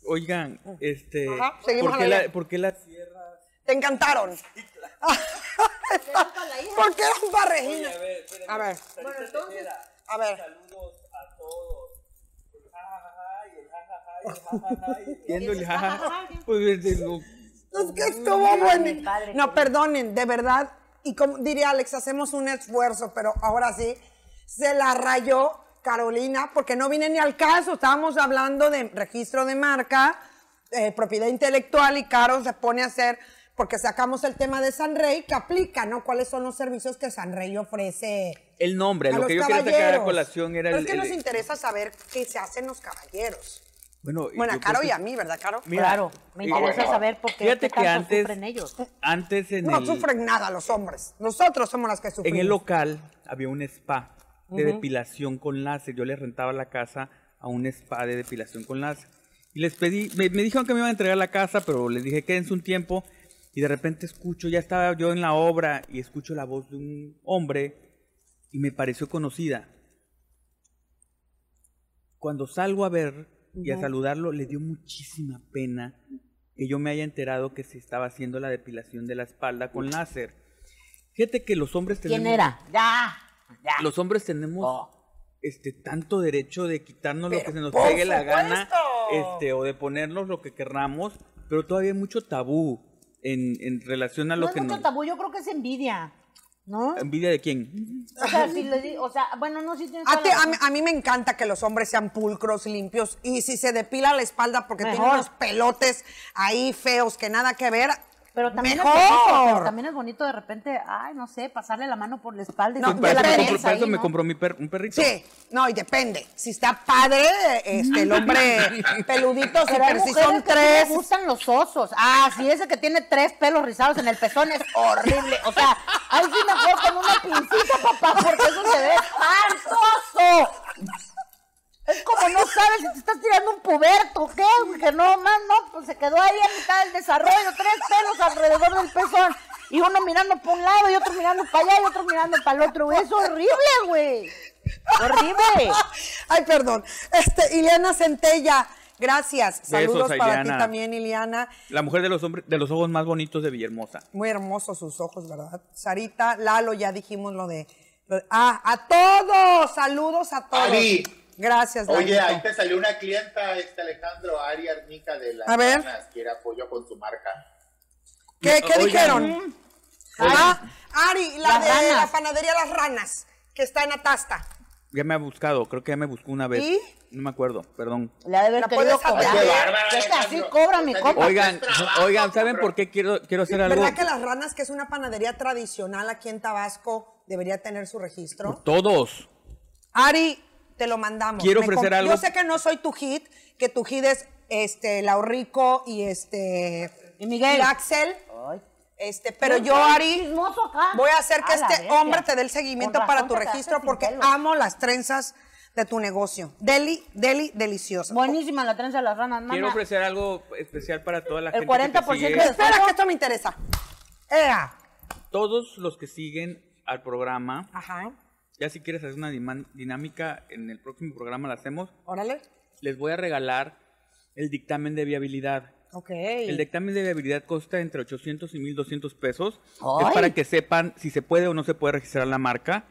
[SPEAKER 3] Oigan, este.
[SPEAKER 1] Ajá, seguimos
[SPEAKER 3] ¿por
[SPEAKER 1] a
[SPEAKER 3] qué,
[SPEAKER 1] la
[SPEAKER 3] la,
[SPEAKER 1] idea.
[SPEAKER 3] ¿Por qué la
[SPEAKER 1] Te encantaron.
[SPEAKER 7] gusta la hija?
[SPEAKER 1] ¿Por qué eran barrejinas? A ver.
[SPEAKER 7] Bueno, entonces.
[SPEAKER 1] A ver.
[SPEAKER 8] Saludos a todos. El jajaja y el jajaja y el jajaja y el
[SPEAKER 3] Viendo el
[SPEAKER 7] Dices,
[SPEAKER 3] jajaja.
[SPEAKER 7] jajaja, ya.
[SPEAKER 3] Pues es de lo-
[SPEAKER 1] Es que estuvo bueno. No, perdonen, de verdad. Y como diría Alex, hacemos un esfuerzo, pero ahora sí, se la rayó Carolina, porque no vine ni al caso. Estábamos hablando de registro de marca, eh, propiedad intelectual, y Caro se pone a hacer, porque sacamos el tema de San Rey, que aplica, ¿no? ¿Cuáles son los servicios que San Rey ofrece?
[SPEAKER 3] el nombre,
[SPEAKER 1] a
[SPEAKER 3] lo
[SPEAKER 1] los
[SPEAKER 3] que yo quería sacar a
[SPEAKER 1] caballeros?
[SPEAKER 3] colación era
[SPEAKER 1] Pero
[SPEAKER 3] el.
[SPEAKER 1] es que nos
[SPEAKER 3] el-
[SPEAKER 1] interesa saber qué se hacen los caballeros.
[SPEAKER 3] bueno, y
[SPEAKER 1] Bueno, a
[SPEAKER 3] yo
[SPEAKER 1] Caro
[SPEAKER 3] creo
[SPEAKER 1] y
[SPEAKER 3] que-
[SPEAKER 1] a mí, ¿verdad, Caro?
[SPEAKER 3] Mira,
[SPEAKER 2] claro, me
[SPEAKER 3] y-
[SPEAKER 2] interesa
[SPEAKER 4] bueno.
[SPEAKER 2] saber por qué,
[SPEAKER 3] Fíjate
[SPEAKER 2] qué
[SPEAKER 3] que
[SPEAKER 2] tanto
[SPEAKER 3] antes.
[SPEAKER 2] sufren ellos.
[SPEAKER 3] Antes en
[SPEAKER 1] No
[SPEAKER 3] el.
[SPEAKER 1] sufren nada los hombres. Nosotros somos las que sufrimos.
[SPEAKER 3] En el local había un spa de depilación con láser. Yo les rentaba la casa a un spa de depilación con láser. Y les pedí, me, me dijeron que me iban a entregar la casa, pero les dije quédense un tiempo. Y de repente escucho, ya estaba yo en la obra y escucho la voz de un hombre y me pareció conocida. Cuando salgo a ver y a saludarlo, le dio muchísima pena que yo me haya enterado que se estaba haciendo la depilación de la espalda con láser. Fíjate que los hombres tenemos
[SPEAKER 2] ¿Quién era? Ya, ya.
[SPEAKER 3] los hombres tenemos este tanto derecho de quitarnos lo
[SPEAKER 1] Ah. Pero
[SPEAKER 3] que se nos
[SPEAKER 1] por
[SPEAKER 3] pegue la gana
[SPEAKER 1] supuesto.
[SPEAKER 3] este o de ponernos lo que querramos pero todavía hay mucho tabú en, en relación a lo
[SPEAKER 2] no es
[SPEAKER 3] que
[SPEAKER 2] mucho
[SPEAKER 3] nos
[SPEAKER 2] tabú, yo creo que es envidia, ¿no?
[SPEAKER 3] envidia de quién
[SPEAKER 2] O sea, si le di- o sea, bueno, no, si tienes
[SPEAKER 1] Ah, A, ti-
[SPEAKER 2] toda la
[SPEAKER 1] a mí, a mí me encanta que los hombres sean pulcros, limpios. Y si se depila la espalda porque tiene
[SPEAKER 2] Mejor.
[SPEAKER 1] unos pelotes ahí feos que nada que ver,
[SPEAKER 2] Pero también,
[SPEAKER 1] mejor.
[SPEAKER 2] Es bonito, pero también es bonito de repente, ay, no sé, pasarle la mano por la espalda y
[SPEAKER 1] No,
[SPEAKER 2] que
[SPEAKER 1] de
[SPEAKER 3] Pues, para
[SPEAKER 2] la
[SPEAKER 3] eso, me
[SPEAKER 1] repente
[SPEAKER 3] compró,
[SPEAKER 2] prensa
[SPEAKER 3] para eso
[SPEAKER 2] ahí,
[SPEAKER 3] me
[SPEAKER 2] ¿no?
[SPEAKER 3] compró mi per- un perrito
[SPEAKER 1] Sí, no, y depende. Si está padre, este, el hombre peludito, sí,
[SPEAKER 2] Pero hay
[SPEAKER 1] pero si
[SPEAKER 2] mujeres
[SPEAKER 1] son
[SPEAKER 2] que sí les
[SPEAKER 1] tres.
[SPEAKER 2] gustan los osos. Ah, sí, ese que tiene tres pelos rizados en el pezón es horrible. O sea, ahí sí me juego con una pincita, papá, porque eso se ve espantoso. Es como no sabes si te estás tirando un puberto, ¿qué? Que no, más no, pues se quedó ahí a mitad del desarrollo, tres pelos alrededor del pezón. Y uno mirando para un lado y otro mirando para allá y otro mirando para el otro. güey. Es horrible, güey. Horrible.
[SPEAKER 1] Ay, perdón. Este, Ileana Centella, gracias.
[SPEAKER 3] Besos
[SPEAKER 1] Saludos
[SPEAKER 3] a
[SPEAKER 1] para ti
[SPEAKER 3] Ileana.
[SPEAKER 1] también, Ileana.
[SPEAKER 3] la mujer de los hombres de los ojos más bonitos de Villahermosa
[SPEAKER 1] Muy hermosos sus ojos, ¿verdad? Sarita, Lalo, ya dijimos lo de. lo de- ah, a todos, saludos a todos.
[SPEAKER 4] Ari.
[SPEAKER 1] Gracias,
[SPEAKER 4] Oye,
[SPEAKER 1] Lalito.
[SPEAKER 4] ahí te salió una clienta, este Alejandro, Ari Arnica de las
[SPEAKER 1] A ver.
[SPEAKER 4] Ganas, quiere apoyo con su marca.
[SPEAKER 1] ¿Qué, qué
[SPEAKER 3] Oigan.
[SPEAKER 1] dijeron? Ah, Ari, la
[SPEAKER 2] Las
[SPEAKER 1] de la
[SPEAKER 2] ranas.
[SPEAKER 1] panadería Las Ranas, que está en Atasta.
[SPEAKER 3] ya me ha buscado creo que ya me buscó una vez
[SPEAKER 1] ¿Y?
[SPEAKER 3] no me acuerdo perdón
[SPEAKER 2] La debe
[SPEAKER 1] La
[SPEAKER 2] haber querido
[SPEAKER 1] puedes
[SPEAKER 2] cobrar.
[SPEAKER 1] atraer.
[SPEAKER 2] Es que así cobra mi compa.
[SPEAKER 3] oigan
[SPEAKER 4] trabajo,
[SPEAKER 3] oigan saben
[SPEAKER 4] cabrón.
[SPEAKER 3] por qué quiero quiero hacer algo
[SPEAKER 1] ¿Verdad que Las Ranas, que es una panadería tradicional aquí en Tabasco, debería tener su registro?
[SPEAKER 3] todos
[SPEAKER 1] Ari, te lo mandamos.
[SPEAKER 3] Quiero
[SPEAKER 1] Me
[SPEAKER 3] ofrecer
[SPEAKER 1] com-
[SPEAKER 3] algo.
[SPEAKER 1] Yo sé que no soy tu hit, que tu hit es este, Laurico y este.
[SPEAKER 2] Y Miguel.
[SPEAKER 1] y Axel.
[SPEAKER 2] Ay.
[SPEAKER 1] Este, pero
[SPEAKER 2] No,
[SPEAKER 1] yo,
[SPEAKER 2] soy
[SPEAKER 1] Ari,
[SPEAKER 2] chismoso acá.
[SPEAKER 1] voy a hacer que
[SPEAKER 2] A la
[SPEAKER 1] este
[SPEAKER 2] bestia.
[SPEAKER 1] hombre te dé el seguimiento
[SPEAKER 2] Con
[SPEAKER 1] para
[SPEAKER 2] razón
[SPEAKER 1] tu
[SPEAKER 2] te quedaste
[SPEAKER 1] registro
[SPEAKER 2] sin
[SPEAKER 1] porque
[SPEAKER 2] pelo.
[SPEAKER 1] amo las trenzas de tu negocio. Deli, deli, deliciosa.
[SPEAKER 2] Buenísima la trenza de las ranas,
[SPEAKER 3] quiero
[SPEAKER 2] mamá.
[SPEAKER 3] ofrecer algo especial para toda la
[SPEAKER 2] El
[SPEAKER 3] gente que te
[SPEAKER 2] 40%
[SPEAKER 3] sigue.
[SPEAKER 2] de-
[SPEAKER 1] Espera, que esto me interesa. Ea.
[SPEAKER 3] todos los que siguen al programa,
[SPEAKER 1] Ajá.
[SPEAKER 3] ya si quieres hacer una diman- dinámica en el próximo programa la hacemos,
[SPEAKER 1] Órale.
[SPEAKER 3] les voy a regalar el dictamen de viabilidad.
[SPEAKER 1] Ok.
[SPEAKER 3] El dictamen de viabilidad cuesta entre 800 y 1200 pesos.
[SPEAKER 2] ¡Ay!
[SPEAKER 3] Es para que sepan si se puede o no se puede registrar la marca.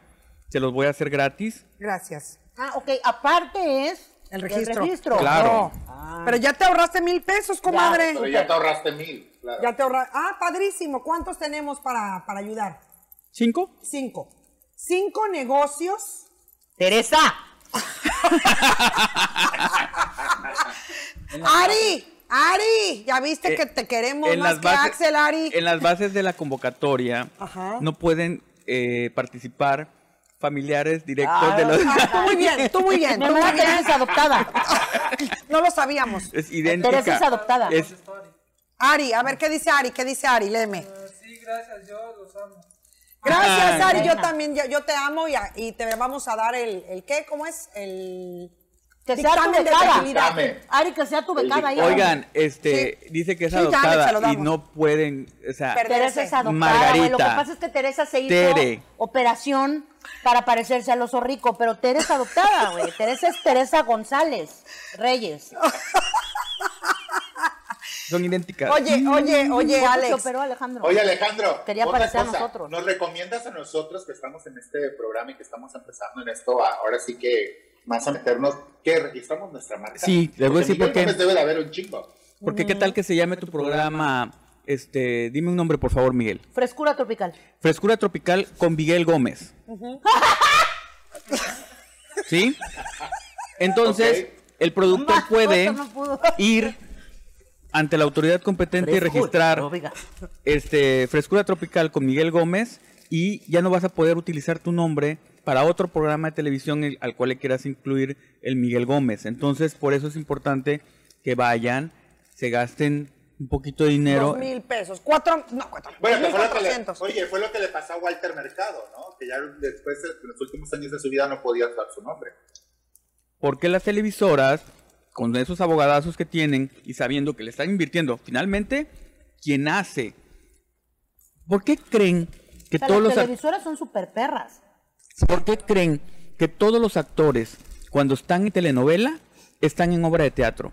[SPEAKER 3] Se los voy a hacer gratis.
[SPEAKER 1] Gracias.
[SPEAKER 2] Ah, ok. Aparte es
[SPEAKER 1] El registro.
[SPEAKER 3] Claro.
[SPEAKER 1] No. Pero ya te ahorraste mil pesos, comadre.
[SPEAKER 4] Pero ya te ahorraste mil, claro.
[SPEAKER 1] Ya te ahorraste. Ah, padrísimo. ¿Cuántos tenemos para, para ayudar?
[SPEAKER 3] ¿Cinco?
[SPEAKER 1] Cinco. Cinco negocios.
[SPEAKER 2] Teresa.
[SPEAKER 1] Ari, Ari, ya viste
[SPEAKER 3] Eh,
[SPEAKER 1] que te queremos más que Axel, Ari.
[SPEAKER 3] En las bases de la convocatoria
[SPEAKER 1] Ajá.
[SPEAKER 3] no pueden eh, participar familiares directos
[SPEAKER 1] Ah.
[SPEAKER 3] de los...
[SPEAKER 1] Tú muy bien, tú muy bien. tú
[SPEAKER 2] Mi hermana
[SPEAKER 1] muy bien.
[SPEAKER 2] Teresa es adoptada.
[SPEAKER 1] No lo sabíamos.
[SPEAKER 3] Es idéntica.
[SPEAKER 2] Teresa es adoptada.
[SPEAKER 3] Es-
[SPEAKER 1] Ari, a ver, ¿qué dice Ari? ¿Qué dice Ari? Léeme.
[SPEAKER 9] Ah, Sí, gracias, yo los amo.
[SPEAKER 1] Gracias,
[SPEAKER 2] Ah,
[SPEAKER 3] Ay,
[SPEAKER 1] Ari. Yo
[SPEAKER 2] reina.
[SPEAKER 1] también, yo, yo te amo y, a- y te vamos a dar el, el qué, ¿cómo es? El
[SPEAKER 2] Que sea tu
[SPEAKER 1] de
[SPEAKER 2] becada.
[SPEAKER 1] fertilidad.
[SPEAKER 4] Dame.
[SPEAKER 2] Ari, que sea tu becada ahí.
[SPEAKER 3] Oigan, este, dice que es
[SPEAKER 1] Sí, dale, se
[SPEAKER 3] adoptada
[SPEAKER 1] lo damos.
[SPEAKER 3] y no pueden, o sea,
[SPEAKER 1] Perdón.
[SPEAKER 2] Teresa es adoptada, güey. Lo que
[SPEAKER 3] Margarita.
[SPEAKER 2] pasa es que Teresa se hizo
[SPEAKER 3] Tere.
[SPEAKER 2] operación para parecerse al oso rico, pero Teresa adoptada, güey. Teresa es Teresa González Reyes.
[SPEAKER 3] son idénticas.
[SPEAKER 1] Oye, oye, oye,
[SPEAKER 2] ¿Cuándo se
[SPEAKER 1] Alex.
[SPEAKER 2] operó Alejandro?
[SPEAKER 4] Oye, Alejandro.
[SPEAKER 2] Quería
[SPEAKER 4] otra
[SPEAKER 2] parecer a
[SPEAKER 4] cosa.
[SPEAKER 2] nosotros.
[SPEAKER 4] ¿Nos recomiendas a nosotros que estamos en este programa y que estamos empezando en esto a- ahora sí que más a meternos, que registramos nuestra marca?
[SPEAKER 3] Sí, les voy a decir
[SPEAKER 4] Miguel
[SPEAKER 3] por qué.
[SPEAKER 4] Gómez debe de haber un chingo.
[SPEAKER 3] Porque
[SPEAKER 1] mm.
[SPEAKER 3] qué tal que se llame tu programa, este, dime un nombre por favor, Miguel.
[SPEAKER 2] Frescura tropical.
[SPEAKER 3] Frescura tropical con Miguel Gómez. ¿Sí? Entonces, el productor
[SPEAKER 2] Más
[SPEAKER 3] puede
[SPEAKER 2] cosa no pudo.
[SPEAKER 3] ir ante la autoridad competente y
[SPEAKER 2] Frescura
[SPEAKER 3] registrar
[SPEAKER 2] tropical.
[SPEAKER 3] este Frescura Tropical con Miguel Gómez y ya no vas a poder utilizar tu nombre para otro programa de televisión el- al cual le quieras incluir el Miguel Gómez. Entonces, por eso es importante que vayan, se gasten un poquito de dinero.
[SPEAKER 1] Dos mil pesos. Cuatro, no, cuatro.
[SPEAKER 4] Bueno,
[SPEAKER 1] mil
[SPEAKER 4] que fue lo que le,
[SPEAKER 1] cuatrocientos.
[SPEAKER 4] oye, fue lo que le pasó a Walter Mercado, ¿no? Que ya después, en los últimos años de su vida, no podía usar su nombre.
[SPEAKER 3] Porque las televisoras, con esos abogadazos que tienen y sabiendo que le están invirtiendo, finalmente, quien hace? ¿Por qué creen que
[SPEAKER 2] O sea,
[SPEAKER 3] todos
[SPEAKER 2] las
[SPEAKER 3] los... ac-
[SPEAKER 2] televisoras son super perras.
[SPEAKER 3] ¿Por qué creen que todos los actores, cuando están en telenovela, están en obra de teatro?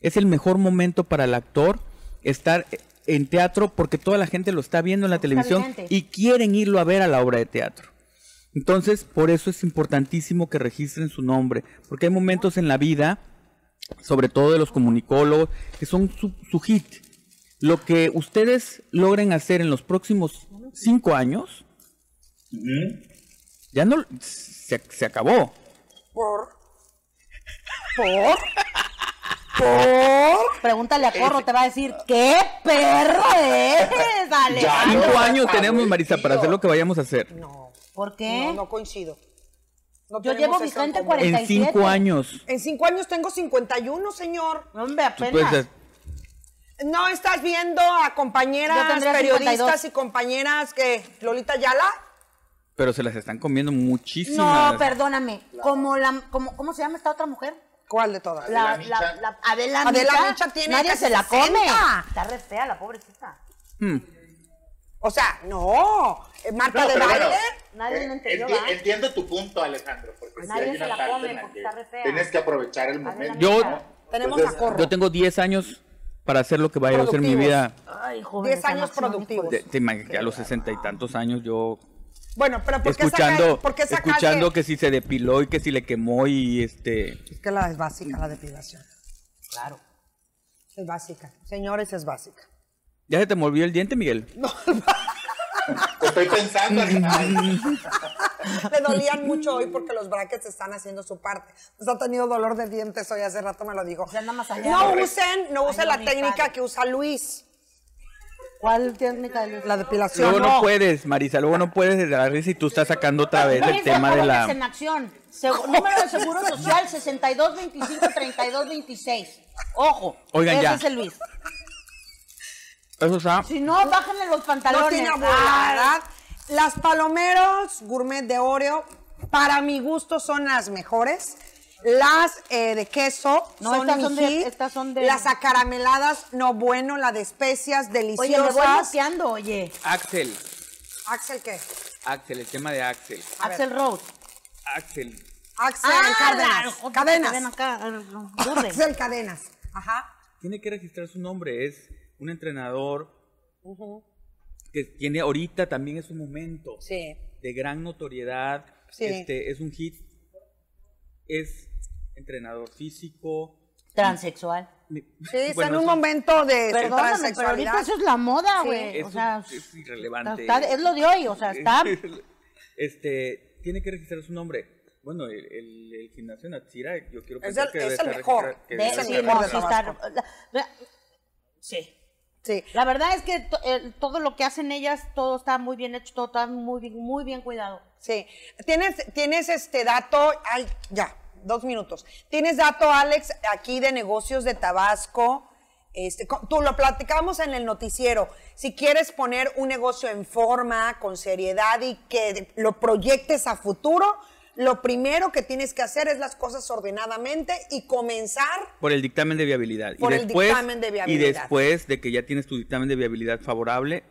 [SPEAKER 3] Es el mejor momento para el actor estar en teatro porque toda la gente lo está viendo en la televisión
[SPEAKER 2] evidente.
[SPEAKER 3] y quieren irlo a ver a la obra de teatro. Entonces, por eso es importantísimo que registren su nombre, porque hay momentos en la vida, sobre todo de los comunicólogos, que son su, su hit. Lo que ustedes logren hacer en los próximos cinco años, ya no se, se acabó.
[SPEAKER 1] Por-
[SPEAKER 2] Pregúntale
[SPEAKER 4] Eh,
[SPEAKER 2] a Corro, te va a decir, ¡qué perro eres, Alejandro!
[SPEAKER 3] Cinco
[SPEAKER 4] no,
[SPEAKER 3] años
[SPEAKER 4] papá,
[SPEAKER 3] tenemos,
[SPEAKER 4] güey,
[SPEAKER 3] Marisa, para
[SPEAKER 4] tío.
[SPEAKER 3] hacer lo que vayamos a hacer.
[SPEAKER 1] No,
[SPEAKER 2] ¿Por qué?
[SPEAKER 1] no, no coincido. No
[SPEAKER 2] Yo
[SPEAKER 1] tenemos eso
[SPEAKER 2] llevo
[SPEAKER 1] en
[SPEAKER 2] vigente
[SPEAKER 1] común.
[SPEAKER 2] 40.
[SPEAKER 3] En
[SPEAKER 2] 47.
[SPEAKER 3] cinco años.
[SPEAKER 1] En cinco años tengo 51, señor.
[SPEAKER 2] Hombre,
[SPEAKER 3] tú
[SPEAKER 2] apenas.
[SPEAKER 3] puedes-
[SPEAKER 1] No estás viendo a
[SPEAKER 2] Yo
[SPEAKER 1] compañeras
[SPEAKER 2] tendría
[SPEAKER 1] periodistas
[SPEAKER 2] 52.
[SPEAKER 1] y compañeras que Lolita Yala.
[SPEAKER 3] pero se las están comiendo muchísimas.
[SPEAKER 2] No, perdóname. Como la, como, ¿Cómo se llama esta otra mujer?
[SPEAKER 1] ¿Cuál de todas?
[SPEAKER 2] La,
[SPEAKER 4] Adela
[SPEAKER 2] la,
[SPEAKER 4] Micha.
[SPEAKER 2] la- Adela Micha.
[SPEAKER 1] Adela Micha tiene
[SPEAKER 2] Nadie
[SPEAKER 1] casi
[SPEAKER 2] se la come.
[SPEAKER 1] 60.
[SPEAKER 2] Está re fea la pobrecita.
[SPEAKER 3] Hmm.
[SPEAKER 1] O sea, no. Eh, Marta
[SPEAKER 4] No,
[SPEAKER 1] de
[SPEAKER 4] pero
[SPEAKER 1] baile.
[SPEAKER 4] bueno,
[SPEAKER 2] Nadie
[SPEAKER 4] eh,
[SPEAKER 2] lo entendió,
[SPEAKER 4] enti-
[SPEAKER 2] ¿va?
[SPEAKER 4] entiendo tu punto, Alejandro, porque
[SPEAKER 2] Nadie
[SPEAKER 4] si hay
[SPEAKER 2] se
[SPEAKER 4] una
[SPEAKER 2] la
[SPEAKER 4] parte
[SPEAKER 2] come
[SPEAKER 4] en la
[SPEAKER 2] porque
[SPEAKER 4] que
[SPEAKER 2] está re fea.
[SPEAKER 4] tienes que aprovechar el momento.
[SPEAKER 2] Yo-
[SPEAKER 1] Tenemos
[SPEAKER 4] Entonces,
[SPEAKER 1] a Corro.
[SPEAKER 3] Yo tengo 10 años para hacer lo que vaya a hacer mi vida.
[SPEAKER 2] Ay, joven.
[SPEAKER 1] 10 años productivos.
[SPEAKER 3] De- te imaginas que a los sesenta y tantos años yo
[SPEAKER 1] Bueno, pero ¿por qué
[SPEAKER 3] escuchando,
[SPEAKER 1] saca, por qué saca
[SPEAKER 3] escuchando
[SPEAKER 1] que...
[SPEAKER 3] que si se depiló y que si le quemó y este
[SPEAKER 1] Es que la es básica, la depilación. Claro. Es básica. Señores, es básica.
[SPEAKER 3] ya se te movió el diente, Miguel.
[SPEAKER 4] Estoy pensando, Alejandro.
[SPEAKER 1] Le dolían mucho hoy porque los brackets están haciendo su parte. Pues ha tenido dolor de dientes hoy, hace rato me lo dijo.
[SPEAKER 2] Ya anda más allá.
[SPEAKER 1] No usen, no
[SPEAKER 2] Ay,
[SPEAKER 1] usen
[SPEAKER 2] no,
[SPEAKER 1] la
[SPEAKER 2] mi
[SPEAKER 1] técnica
[SPEAKER 2] padre.
[SPEAKER 1] que usa Luis,
[SPEAKER 2] ¿Cuál técnica de luz?
[SPEAKER 1] la depilación.
[SPEAKER 3] Luego no.
[SPEAKER 1] no.
[SPEAKER 3] puedes, Marisa, luego no puedes de la risa y tú estás sacando otra vez el tema de
[SPEAKER 2] en
[SPEAKER 3] la
[SPEAKER 2] acción. Segu- número de seguro social 62253226. Ojo.
[SPEAKER 3] Oigan,
[SPEAKER 2] ese
[SPEAKER 3] ya.
[SPEAKER 2] es el Luis.
[SPEAKER 3] eso está
[SPEAKER 2] Si no, bájenle los pantalones.
[SPEAKER 1] No tiene abuela,
[SPEAKER 2] Ay,
[SPEAKER 1] Ah, ¿verdad? Las palomeros gourmet de Oreo, para mi gusto, son las mejores. Las eh, de queso
[SPEAKER 2] No,
[SPEAKER 1] son
[SPEAKER 2] estas
[SPEAKER 1] mi
[SPEAKER 2] son de-
[SPEAKER 1] hit.
[SPEAKER 2] estas son de-
[SPEAKER 1] Las acarameladas, no bueno, la de especias,
[SPEAKER 2] Oye, me voy
[SPEAKER 1] deliciosas.
[SPEAKER 2] bloqueando, oye.
[SPEAKER 3] Axel,
[SPEAKER 1] Axel, ¿qué?
[SPEAKER 3] Axel, el tema de Axel.
[SPEAKER 2] Axel Rose.
[SPEAKER 3] Axel,
[SPEAKER 1] Axel Cárdenas.
[SPEAKER 2] Ah, la- Ven
[SPEAKER 1] Cadenas.
[SPEAKER 2] acá, ah, no, borre.
[SPEAKER 1] Axel Cadenas. Ajá.
[SPEAKER 3] tiene que registrar su nombre, es un entrenador que tiene ahorita también es un momento.
[SPEAKER 1] Sí.
[SPEAKER 3] de gran notoriedad,
[SPEAKER 1] Sí.
[SPEAKER 3] este, es un hit, es entrenador físico.
[SPEAKER 2] Transexual.
[SPEAKER 3] me-
[SPEAKER 1] Sí, está
[SPEAKER 3] bueno,
[SPEAKER 1] en un
[SPEAKER 3] eso
[SPEAKER 1] momento de su
[SPEAKER 2] Perdóname, pero
[SPEAKER 1] transexualidad.
[SPEAKER 2] ahorita eso es la moda,
[SPEAKER 1] Sí.
[SPEAKER 2] güey.
[SPEAKER 3] es
[SPEAKER 2] o
[SPEAKER 3] un-
[SPEAKER 2] sea,
[SPEAKER 3] es irrelevante.
[SPEAKER 2] está- es lo de hoy, o sea, está.
[SPEAKER 3] este, tiene que registrar su nombre. Bueno, el, el, el gimnasio Natsira, yo quiero
[SPEAKER 1] Es
[SPEAKER 3] pensar
[SPEAKER 1] el-
[SPEAKER 3] que
[SPEAKER 1] es
[SPEAKER 3] debe
[SPEAKER 1] el
[SPEAKER 3] estar
[SPEAKER 1] mejor.
[SPEAKER 3] registra- que
[SPEAKER 2] de-
[SPEAKER 3] debe
[SPEAKER 1] es el
[SPEAKER 2] sí,
[SPEAKER 3] estar
[SPEAKER 1] mejor
[SPEAKER 2] no,
[SPEAKER 1] de
[SPEAKER 2] sí
[SPEAKER 3] registrado.
[SPEAKER 2] está-
[SPEAKER 1] Tabasco.
[SPEAKER 2] la- la- sí.
[SPEAKER 1] Sí.
[SPEAKER 10] La verdad es que to- eh, todo lo que hacen ellas, todo está muy bien hecho, todo está muy bien, muy bien cuidado.
[SPEAKER 1] Sí. ¿Tienes, tienes este dato, ay, ya, dos minutos. ¿Tienes dato, Alex, aquí de negocios de Tabasco? Este, co- tú lo platicamos en el noticiero. Si quieres poner un negocio en forma, con seriedad y que lo proyectes a futuro, lo primero que tienes que hacer es las cosas ordenadamente y comenzar.
[SPEAKER 3] Por el dictamen de viabilidad.
[SPEAKER 1] Por
[SPEAKER 3] y
[SPEAKER 1] el
[SPEAKER 3] después,
[SPEAKER 1] dictamen de viabilidad.
[SPEAKER 3] Y después de que ya tienes tu dictamen de viabilidad favorable,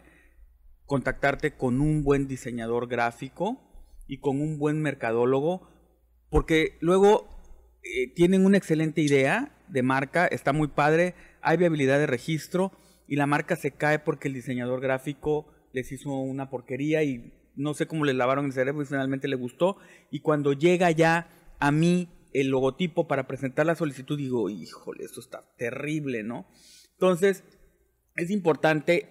[SPEAKER 3] contactarte con un buen diseñador gráfico y con un buen mercadólogo, porque luego eh, tienen una excelente idea de marca, está muy padre, hay viabilidad de registro y la marca se cae porque el diseñador gráfico les hizo una porquería y no sé cómo les lavaron el cerebro y finalmente le gustó y cuando llega ya a mí el logotipo para presentar la solicitud digo, híjole, esto está terrible, ¿no? Entonces, es importante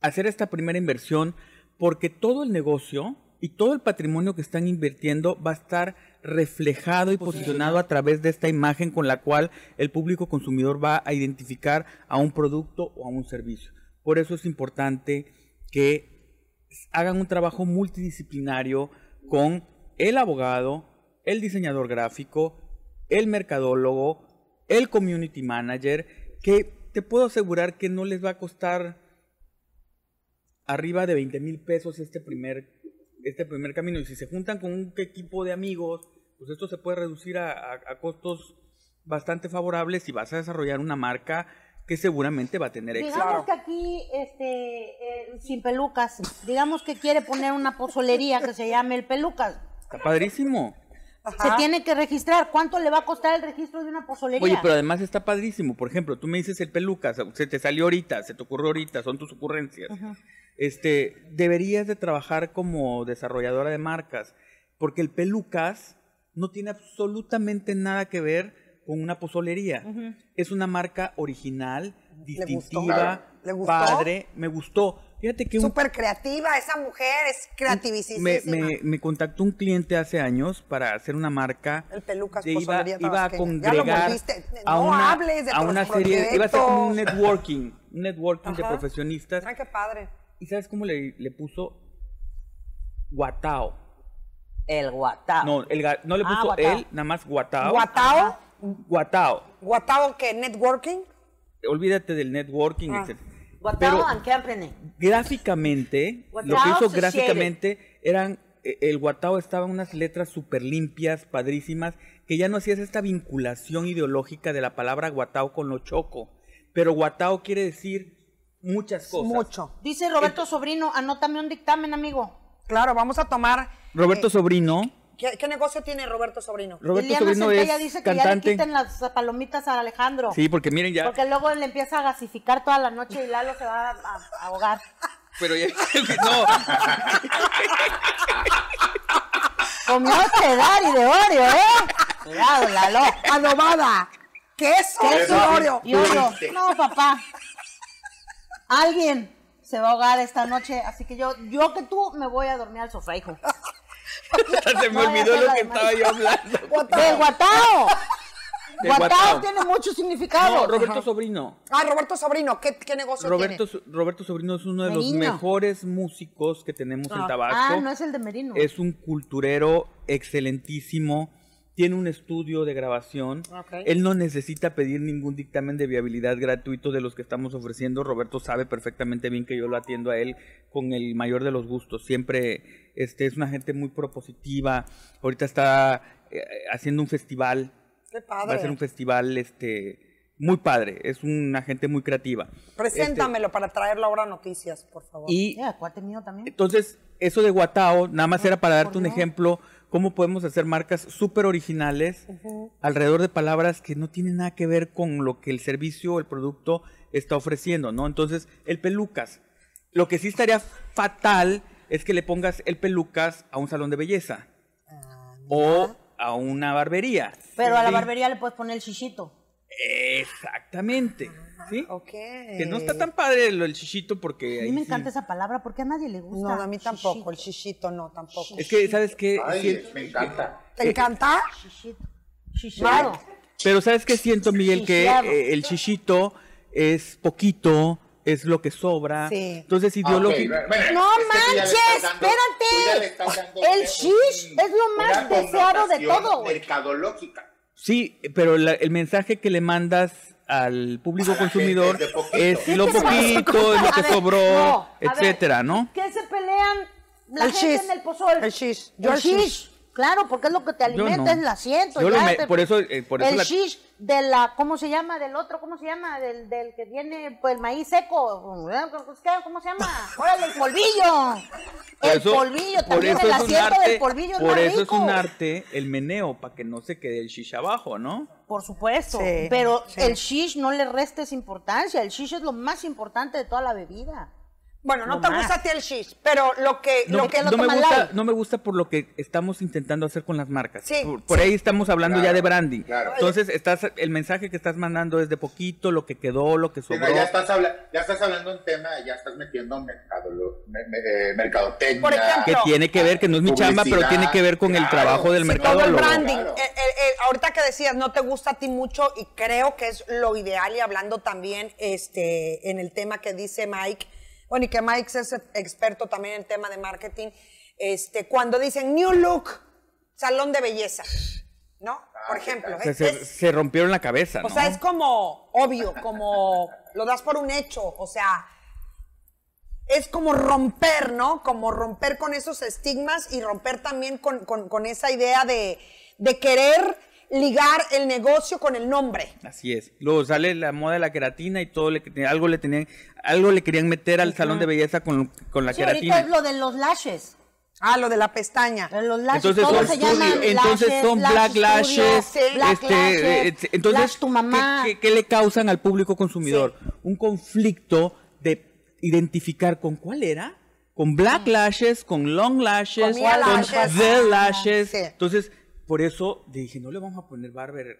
[SPEAKER 3] hacer esta primera inversión porque todo el negocio y todo el patrimonio que están invirtiendo va a estar reflejado y posicionado a través de esta imagen con la cual el público consumidor va a identificar a un producto o a un servicio. Por eso es importante que hagan un trabajo multidisciplinario con el abogado, el diseñador gráfico, el mercadólogo, el community manager, que te puedo asegurar que no les va a costar arriba de 20 mil pesos este primer, este primer camino. Y si se juntan con un equipo de amigos, pues esto se puede reducir a, a- a costos bastante favorables y vas a desarrollar una marca que seguramente va a tener éxito.
[SPEAKER 10] Digamos que aquí, este, eh, sin pelucas, digamos que quiere poner una pozolería que se llame el pelucas.
[SPEAKER 3] Está padrísimo.
[SPEAKER 10] Se tiene que registrar. ¿Cuánto le va a costar el registro de una pozolería?
[SPEAKER 3] Oye, pero además está padrísimo. Por ejemplo, tú me dices el peluca, se- se te salió ahorita, se te ocurrió ahorita, son tus ocurrencias. Este, deberías de trabajar como desarrolladora de marcas, porque el pelucas no tiene absolutamente nada que ver con una pozolería. Es una marca original,
[SPEAKER 1] gustó?
[SPEAKER 3] distintiva,
[SPEAKER 1] ¿Le gustó?
[SPEAKER 3] padre, me gustó. Fíjate que un
[SPEAKER 1] Súper creativa, esa mujer es creativísima.
[SPEAKER 3] me, me- me contactó un cliente hace años para hacer una marca.
[SPEAKER 1] El Pelucas
[SPEAKER 3] que iba,
[SPEAKER 1] Pozolería
[SPEAKER 3] iba a
[SPEAKER 1] Tabasqueña. Ya
[SPEAKER 3] congregar
[SPEAKER 1] lo volviste.
[SPEAKER 3] a
[SPEAKER 1] No
[SPEAKER 3] una,
[SPEAKER 1] hables de
[SPEAKER 3] a
[SPEAKER 1] tus
[SPEAKER 3] una serie. Iba a ser como un
[SPEAKER 1] proyectos.
[SPEAKER 3] networking, un networking de
[SPEAKER 1] Ajá.
[SPEAKER 3] profesionistas.
[SPEAKER 1] Ay, qué padre.
[SPEAKER 3] ¿Y sabes cómo le, le puso? Guatao.
[SPEAKER 10] El guatá.
[SPEAKER 3] No, el, ga- no le
[SPEAKER 10] Ah,
[SPEAKER 3] puso
[SPEAKER 10] guatao.
[SPEAKER 3] él, nada más guatao.
[SPEAKER 1] Guatao,
[SPEAKER 3] Guatao.
[SPEAKER 1] Guatao, que networking.
[SPEAKER 3] Olvídate del networking.
[SPEAKER 1] Ah.
[SPEAKER 3] etc.
[SPEAKER 10] Guatao
[SPEAKER 3] Pero
[SPEAKER 10] and Company.
[SPEAKER 3] gráficamente, lo que
[SPEAKER 10] Guatao
[SPEAKER 3] hizo
[SPEAKER 10] Associated.
[SPEAKER 3] gráficamente eran eh, el Guatao estaba unas letras súper limpias, padrísimas, que ya no hacías esta vinculación ideológica de la palabra Guatao con lo choco. Pero Guatao quiere decir muchas cosas.
[SPEAKER 1] Mucho.
[SPEAKER 10] Dice Roberto Sobrino, anótame un dictamen, amigo.
[SPEAKER 1] Claro, vamos a tomar.
[SPEAKER 3] Roberto
[SPEAKER 1] eh,
[SPEAKER 3] Sobrino,
[SPEAKER 1] ¿qué, qué negocio tiene Roberto Sobrino?
[SPEAKER 3] Roberto
[SPEAKER 10] Liliana
[SPEAKER 3] Sobrino
[SPEAKER 10] Centella
[SPEAKER 3] es
[SPEAKER 10] dice que ya le
[SPEAKER 3] cantante.
[SPEAKER 10] quiten las palomitas a Alejandro.
[SPEAKER 3] Sí, porque miren ya,
[SPEAKER 10] Porque luego le empieza a gasificar toda la noche y Lalo se va a, a- a ahogar.
[SPEAKER 3] pero ya no,
[SPEAKER 10] Comió pedar y de Oreo, ¿eh? Cuidado, Lalo.
[SPEAKER 1] Adobada. Queso.
[SPEAKER 10] Queso
[SPEAKER 4] Eso sí,
[SPEAKER 1] Oreo.
[SPEAKER 10] y Oreo.
[SPEAKER 4] triste.
[SPEAKER 10] No, papá. Alguien se va a ahogar esta noche, así que yo, yo que tú me voy a dormir al sofá, hijo.
[SPEAKER 3] se me
[SPEAKER 10] No, ya
[SPEAKER 3] olvidó
[SPEAKER 10] sé
[SPEAKER 3] lo
[SPEAKER 10] la
[SPEAKER 3] que
[SPEAKER 10] demás.
[SPEAKER 3] estaba yo hablando.
[SPEAKER 10] ¡Del guatao!
[SPEAKER 3] Del
[SPEAKER 10] Guatao
[SPEAKER 3] guatao.
[SPEAKER 10] tiene mucho significado.
[SPEAKER 3] No, Roberto Sobrino.
[SPEAKER 1] Ah, Roberto Sobrino, ¿qué, qué negocio
[SPEAKER 3] Roberto,
[SPEAKER 1] tiene?
[SPEAKER 3] So- Roberto Sobrino es uno de los
[SPEAKER 10] Merino.
[SPEAKER 3] mejores músicos que tenemos en Tabasco.
[SPEAKER 10] Ah, no es el de Merino.
[SPEAKER 3] Es un culturero excelentísimo. Tiene un estudio de grabación. Él no necesita pedir ningún dictamen de viabilidad gratuito de los que estamos ofreciendo. Roberto sabe perfectamente bien que yo lo atiendo a él con el mayor de los gustos. Siempre este, es una gente muy propositiva. Ahorita está eh, haciendo un festival.
[SPEAKER 1] Qué
[SPEAKER 3] Va a ser
[SPEAKER 1] padre.
[SPEAKER 3] un festival este, muy padre. Es una gente muy creativa.
[SPEAKER 1] Preséntamelo para traerlo ahora a noticias, por favor.
[SPEAKER 3] este, Y
[SPEAKER 10] Ya, cuate mío también.
[SPEAKER 3] entonces, eso de Guatao, nada
[SPEAKER 10] Ah,
[SPEAKER 3] más era para darte un ejemplo, cómo podemos hacer marcas súper originales alrededor de palabras que no tienen nada que ver con lo que el servicio o el producto está ofreciendo, ¿no? Entonces, el pelucas. Lo que sí estaría fatal es que le pongas el pelucas a un salón de belleza o a una barbería.
[SPEAKER 10] Ah, Pero a la
[SPEAKER 3] Sí.
[SPEAKER 10] barbería le puedes poner el chichito.
[SPEAKER 3] Exactamente. ¿sí?
[SPEAKER 1] Ok.
[SPEAKER 3] Que no está tan padre lo- el chichito porque...
[SPEAKER 10] A mí
[SPEAKER 3] ahí
[SPEAKER 10] me
[SPEAKER 3] sí-
[SPEAKER 10] encanta esa palabra porque a nadie le gusta.
[SPEAKER 1] No, a mí tampoco. El
[SPEAKER 10] Chichito.
[SPEAKER 1] chichito no, tampoco.
[SPEAKER 3] Es que, ¿sabes qué?
[SPEAKER 4] Ay,
[SPEAKER 3] Siento-
[SPEAKER 4] me encanta.
[SPEAKER 1] ¿Te encanta?
[SPEAKER 10] Chichito. Chichado.
[SPEAKER 3] Pero ¿sabes qué siento, Miguel? Que
[SPEAKER 10] Chicheado.
[SPEAKER 3] eh, el chichito es poquito, es lo que sobra.
[SPEAKER 1] Sí.
[SPEAKER 3] Entonces,
[SPEAKER 4] Ah, ok,
[SPEAKER 3] ideológico.
[SPEAKER 4] bueno, bueno,
[SPEAKER 11] No
[SPEAKER 4] es que tú ya le
[SPEAKER 11] manches,
[SPEAKER 4] estás dando- tú ya
[SPEAKER 11] espérate.
[SPEAKER 4] le estás dando
[SPEAKER 11] El
[SPEAKER 4] un-
[SPEAKER 11] shish es lo
[SPEAKER 4] una
[SPEAKER 11] más deseado de
[SPEAKER 4] connotación
[SPEAKER 11] todo, güey.
[SPEAKER 4] Mercadológica.
[SPEAKER 3] Sí, pero la- el mensaje que le mandas al público
[SPEAKER 4] A la
[SPEAKER 3] consumidor
[SPEAKER 4] gente es de poquito.
[SPEAKER 3] es lo
[SPEAKER 11] ¿Qué te pasa
[SPEAKER 3] poquito,
[SPEAKER 11] con-
[SPEAKER 3] es lo que
[SPEAKER 11] A ver,
[SPEAKER 3] sobró,
[SPEAKER 11] no, a ver,
[SPEAKER 3] etcétera, ¿no?
[SPEAKER 11] ¿Qué se pelean la
[SPEAKER 1] El
[SPEAKER 11] gente
[SPEAKER 1] shish.
[SPEAKER 11] en el pozol?
[SPEAKER 1] El shish.
[SPEAKER 11] Yo el shish. Claro, porque es lo que te
[SPEAKER 3] Yo
[SPEAKER 11] alimenta,
[SPEAKER 3] no.
[SPEAKER 11] es el asiento.
[SPEAKER 3] Yo
[SPEAKER 11] ya
[SPEAKER 3] lo me-
[SPEAKER 11] te-
[SPEAKER 3] por eso- eh, por eso
[SPEAKER 11] el
[SPEAKER 3] la-
[SPEAKER 11] shish de la, ¿cómo se llama? Del otro, ¿cómo se llama? Del, del que tiene pues, el maíz seco. pues, ¿Cómo se llama? Órale, el polvillo.
[SPEAKER 3] Por
[SPEAKER 11] el
[SPEAKER 3] eso-
[SPEAKER 11] polvillo,
[SPEAKER 3] por
[SPEAKER 11] también
[SPEAKER 3] eso
[SPEAKER 11] el
[SPEAKER 3] es un
[SPEAKER 11] asiento del
[SPEAKER 3] arte-
[SPEAKER 11] polvillo es
[SPEAKER 3] Por
[SPEAKER 11] más
[SPEAKER 3] eso es un
[SPEAKER 11] rico.
[SPEAKER 3] arte el meneo, para que no se quede el shisha abajo, ¿no?
[SPEAKER 2] Por supuesto,
[SPEAKER 1] Sí,
[SPEAKER 2] pero
[SPEAKER 1] sí.
[SPEAKER 2] el shish no le restes importancia, el shish es lo más importante de toda la bebida.
[SPEAKER 1] Bueno, no,
[SPEAKER 2] No
[SPEAKER 1] te
[SPEAKER 2] más.
[SPEAKER 1] gusta a ti el shish, pero lo que,
[SPEAKER 3] No,
[SPEAKER 1] lo que
[SPEAKER 3] no me gusta, no me gusta por lo que estamos intentando hacer con las marcas.
[SPEAKER 1] Sí,
[SPEAKER 3] por por
[SPEAKER 1] sí.
[SPEAKER 3] ahí estamos hablando ya
[SPEAKER 4] Claro,
[SPEAKER 3] de branding.
[SPEAKER 4] claro.
[SPEAKER 3] Entonces, estás el mensaje que estás mandando es de poquito, lo que quedó, lo que
[SPEAKER 4] Sí,
[SPEAKER 3] sobró.
[SPEAKER 4] no, ya, estás habla- ya estás hablando un tema, ya estás metiendo mercadolo- me- me- eh, mercadotecnia.
[SPEAKER 1] Por ejemplo,
[SPEAKER 3] que tiene que ver, que no es mi chamba, pero
[SPEAKER 4] Publicidad,
[SPEAKER 3] tiene que ver con el
[SPEAKER 4] claro,
[SPEAKER 3] trabajo del
[SPEAKER 4] sí,
[SPEAKER 1] todo el
[SPEAKER 3] mercadólogo.
[SPEAKER 1] branding.
[SPEAKER 4] Claro.
[SPEAKER 1] Eh, eh, eh, ahorita que decías, no te gusta a ti mucho y creo que es lo ideal y hablando también este, en el tema que dice Mike, bueno, y que Mike es experto también en el tema de marketing, este, cuando dicen New Look, salón de belleza, ¿no? Por ejemplo.
[SPEAKER 3] O sea,
[SPEAKER 1] es-
[SPEAKER 3] se,
[SPEAKER 1] es-
[SPEAKER 3] se rompieron la cabeza,
[SPEAKER 1] o
[SPEAKER 3] ¿no?
[SPEAKER 1] sea, es como obvio, como lo das por un hecho, o sea, es como romper, ¿no? Como romper con esos estigmas y romper también con, con- con esa idea de, de querer ligar el negocio con el nombre.
[SPEAKER 3] Así es. Luego sale la moda de la queratina y todo le, algo le tenían, algo le querían meter al salón de belleza con, con la
[SPEAKER 2] Sí, ahorita
[SPEAKER 3] queratina.
[SPEAKER 2] es lo de los lashes,
[SPEAKER 1] Ah, lo de la pestaña.
[SPEAKER 2] de los lashes,
[SPEAKER 3] Entonces
[SPEAKER 2] todos
[SPEAKER 3] son,
[SPEAKER 2] se llaman
[SPEAKER 3] entonces
[SPEAKER 2] lashes,
[SPEAKER 3] son
[SPEAKER 2] lash
[SPEAKER 3] black
[SPEAKER 2] studio,
[SPEAKER 3] lashes,
[SPEAKER 2] sí, black
[SPEAKER 3] este,
[SPEAKER 2] lashes,
[SPEAKER 3] et- entonces
[SPEAKER 2] lash tu mamá.
[SPEAKER 3] ¿qué, qué- qué le causan al público consumidor? Un conflicto de identificar con cuál era, con black
[SPEAKER 2] Mm.
[SPEAKER 3] lashes, con long lashes,
[SPEAKER 1] Con ear
[SPEAKER 3] con
[SPEAKER 1] lashes.
[SPEAKER 3] the lashes.
[SPEAKER 1] Sí.
[SPEAKER 3] Entonces, por eso dije, no le vamos a poner barber,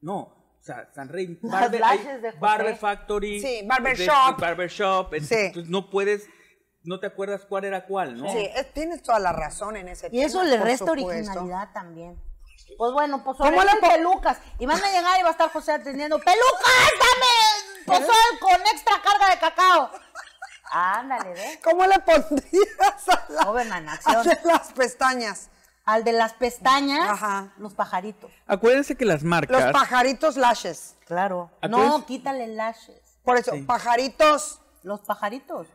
[SPEAKER 3] no. O sea, San Rey,
[SPEAKER 2] Las
[SPEAKER 3] Barber,
[SPEAKER 2] lashes
[SPEAKER 3] hay
[SPEAKER 2] de José.
[SPEAKER 3] Barber Factory,
[SPEAKER 1] Sí, Barber
[SPEAKER 3] de-
[SPEAKER 1] Shop.
[SPEAKER 3] Barber Shop, entonces
[SPEAKER 1] Sí.
[SPEAKER 3] no puedes, no te acuerdas cuál era cuál, ¿no?
[SPEAKER 1] Sí, es- tienes toda la razón en ese
[SPEAKER 2] Y eso
[SPEAKER 1] tema,
[SPEAKER 2] le
[SPEAKER 1] por
[SPEAKER 2] resta
[SPEAKER 1] supuesto.
[SPEAKER 2] originalidad también. Pues bueno, pues
[SPEAKER 1] ¿Cómo
[SPEAKER 2] ¿Cómo
[SPEAKER 1] la
[SPEAKER 2] las pelucas. Y van a llegar y va a estar José atendiendo, ¡pelucas, dame! Pozol con extra carga de cacao. Ándale, ve.
[SPEAKER 1] ¿Cómo le pondrías a, la-
[SPEAKER 2] Overman, acción.
[SPEAKER 1] a de las pestañas?
[SPEAKER 2] Al de las pestañas,
[SPEAKER 1] Ajá.
[SPEAKER 2] los pajaritos.
[SPEAKER 3] Acuérdense que las marcas...
[SPEAKER 1] Los pajaritos lashes.
[SPEAKER 2] Claro.
[SPEAKER 3] Acuérdense-
[SPEAKER 2] No, quítale lashes.
[SPEAKER 1] Por eso, pajaritos.
[SPEAKER 2] Los pajaritos.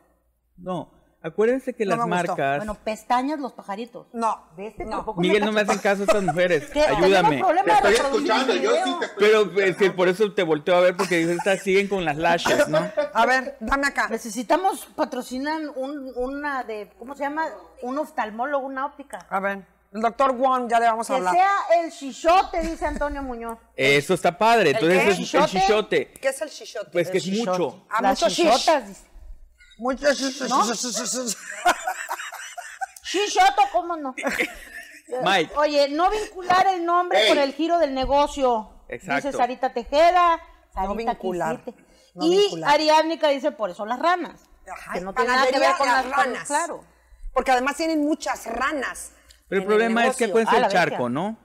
[SPEAKER 3] No, acuérdense que
[SPEAKER 1] No
[SPEAKER 3] las
[SPEAKER 1] me gustó. pues,
[SPEAKER 3] marcas.
[SPEAKER 2] Bueno, pestañas, los pajaritos.
[SPEAKER 1] No.
[SPEAKER 2] ¿Viste?
[SPEAKER 1] No.
[SPEAKER 2] este Tampoco
[SPEAKER 3] Miguel, no me
[SPEAKER 2] cachas.
[SPEAKER 3] hacen caso estas mujeres.
[SPEAKER 2] ¿Qué?
[SPEAKER 3] Ayúdame.
[SPEAKER 2] Tenemos
[SPEAKER 4] Te
[SPEAKER 2] problema de
[SPEAKER 4] estoy
[SPEAKER 2] reproducir
[SPEAKER 4] escuchando,
[SPEAKER 2] el
[SPEAKER 4] yo
[SPEAKER 2] video.
[SPEAKER 4] sí te estoy
[SPEAKER 3] Pero es que por eso te volteo a ver porque dices, estas siguen con las lashes, ¿no?
[SPEAKER 1] A ver, dame acá.
[SPEAKER 2] Necesitamos patrocinar un, una de, ¿cómo se llama? Un oftalmólogo, una óptica.
[SPEAKER 1] A ver, el doctor Wong, ya le vamos a
[SPEAKER 2] Que
[SPEAKER 1] hablar.
[SPEAKER 2] sea el chichote, dice Antonio Muñoz.
[SPEAKER 3] Eso está padre. Entonces
[SPEAKER 1] qué?
[SPEAKER 3] es el chichote.
[SPEAKER 1] ¿Qué es el chichote?
[SPEAKER 3] Pues que es mucho.
[SPEAKER 1] Ah,
[SPEAKER 2] Las
[SPEAKER 1] mucho shish.
[SPEAKER 2] chichotas, dice.
[SPEAKER 1] Mucho
[SPEAKER 2] Chichoto, ¿cómo no?
[SPEAKER 3] Mike.
[SPEAKER 2] Oye, no vincular el nombre
[SPEAKER 4] Ey.
[SPEAKER 2] con el giro del negocio.
[SPEAKER 3] Exacto.
[SPEAKER 2] Dice Sarita Tejeda. Sarita
[SPEAKER 1] No vincular.
[SPEAKER 2] Quisite.
[SPEAKER 1] No
[SPEAKER 2] y
[SPEAKER 1] vincular.
[SPEAKER 2] Ariadnica dice, por eso las ranas.
[SPEAKER 1] Ajá,
[SPEAKER 2] que no tiene nada que ver
[SPEAKER 1] panadería
[SPEAKER 2] con
[SPEAKER 1] Las
[SPEAKER 2] las
[SPEAKER 1] Ranas.
[SPEAKER 2] Claro.
[SPEAKER 1] Porque además tienen muchas ranas.
[SPEAKER 3] Pero el
[SPEAKER 1] en
[SPEAKER 3] problema es que
[SPEAKER 1] negocio.
[SPEAKER 3] acuérdense
[SPEAKER 2] Ah, la
[SPEAKER 3] el charco, ¿no?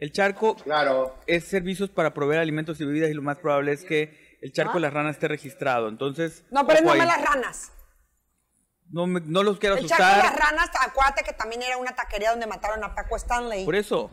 [SPEAKER 3] El charco
[SPEAKER 4] Claro.
[SPEAKER 3] es servicios para proveer alimentos y bebidas y lo más probable es que el charco de las ranas esté registrado. Entonces.
[SPEAKER 1] Ah. No, pero es
[SPEAKER 3] ojo
[SPEAKER 1] nomás
[SPEAKER 3] ahí.
[SPEAKER 1] las ranas.
[SPEAKER 3] No me- no los quiero
[SPEAKER 1] El charco de
[SPEAKER 3] asustar.
[SPEAKER 1] las ranas, acuérdate que también era una taquería donde mataron a Paco Stanley.
[SPEAKER 3] Por eso,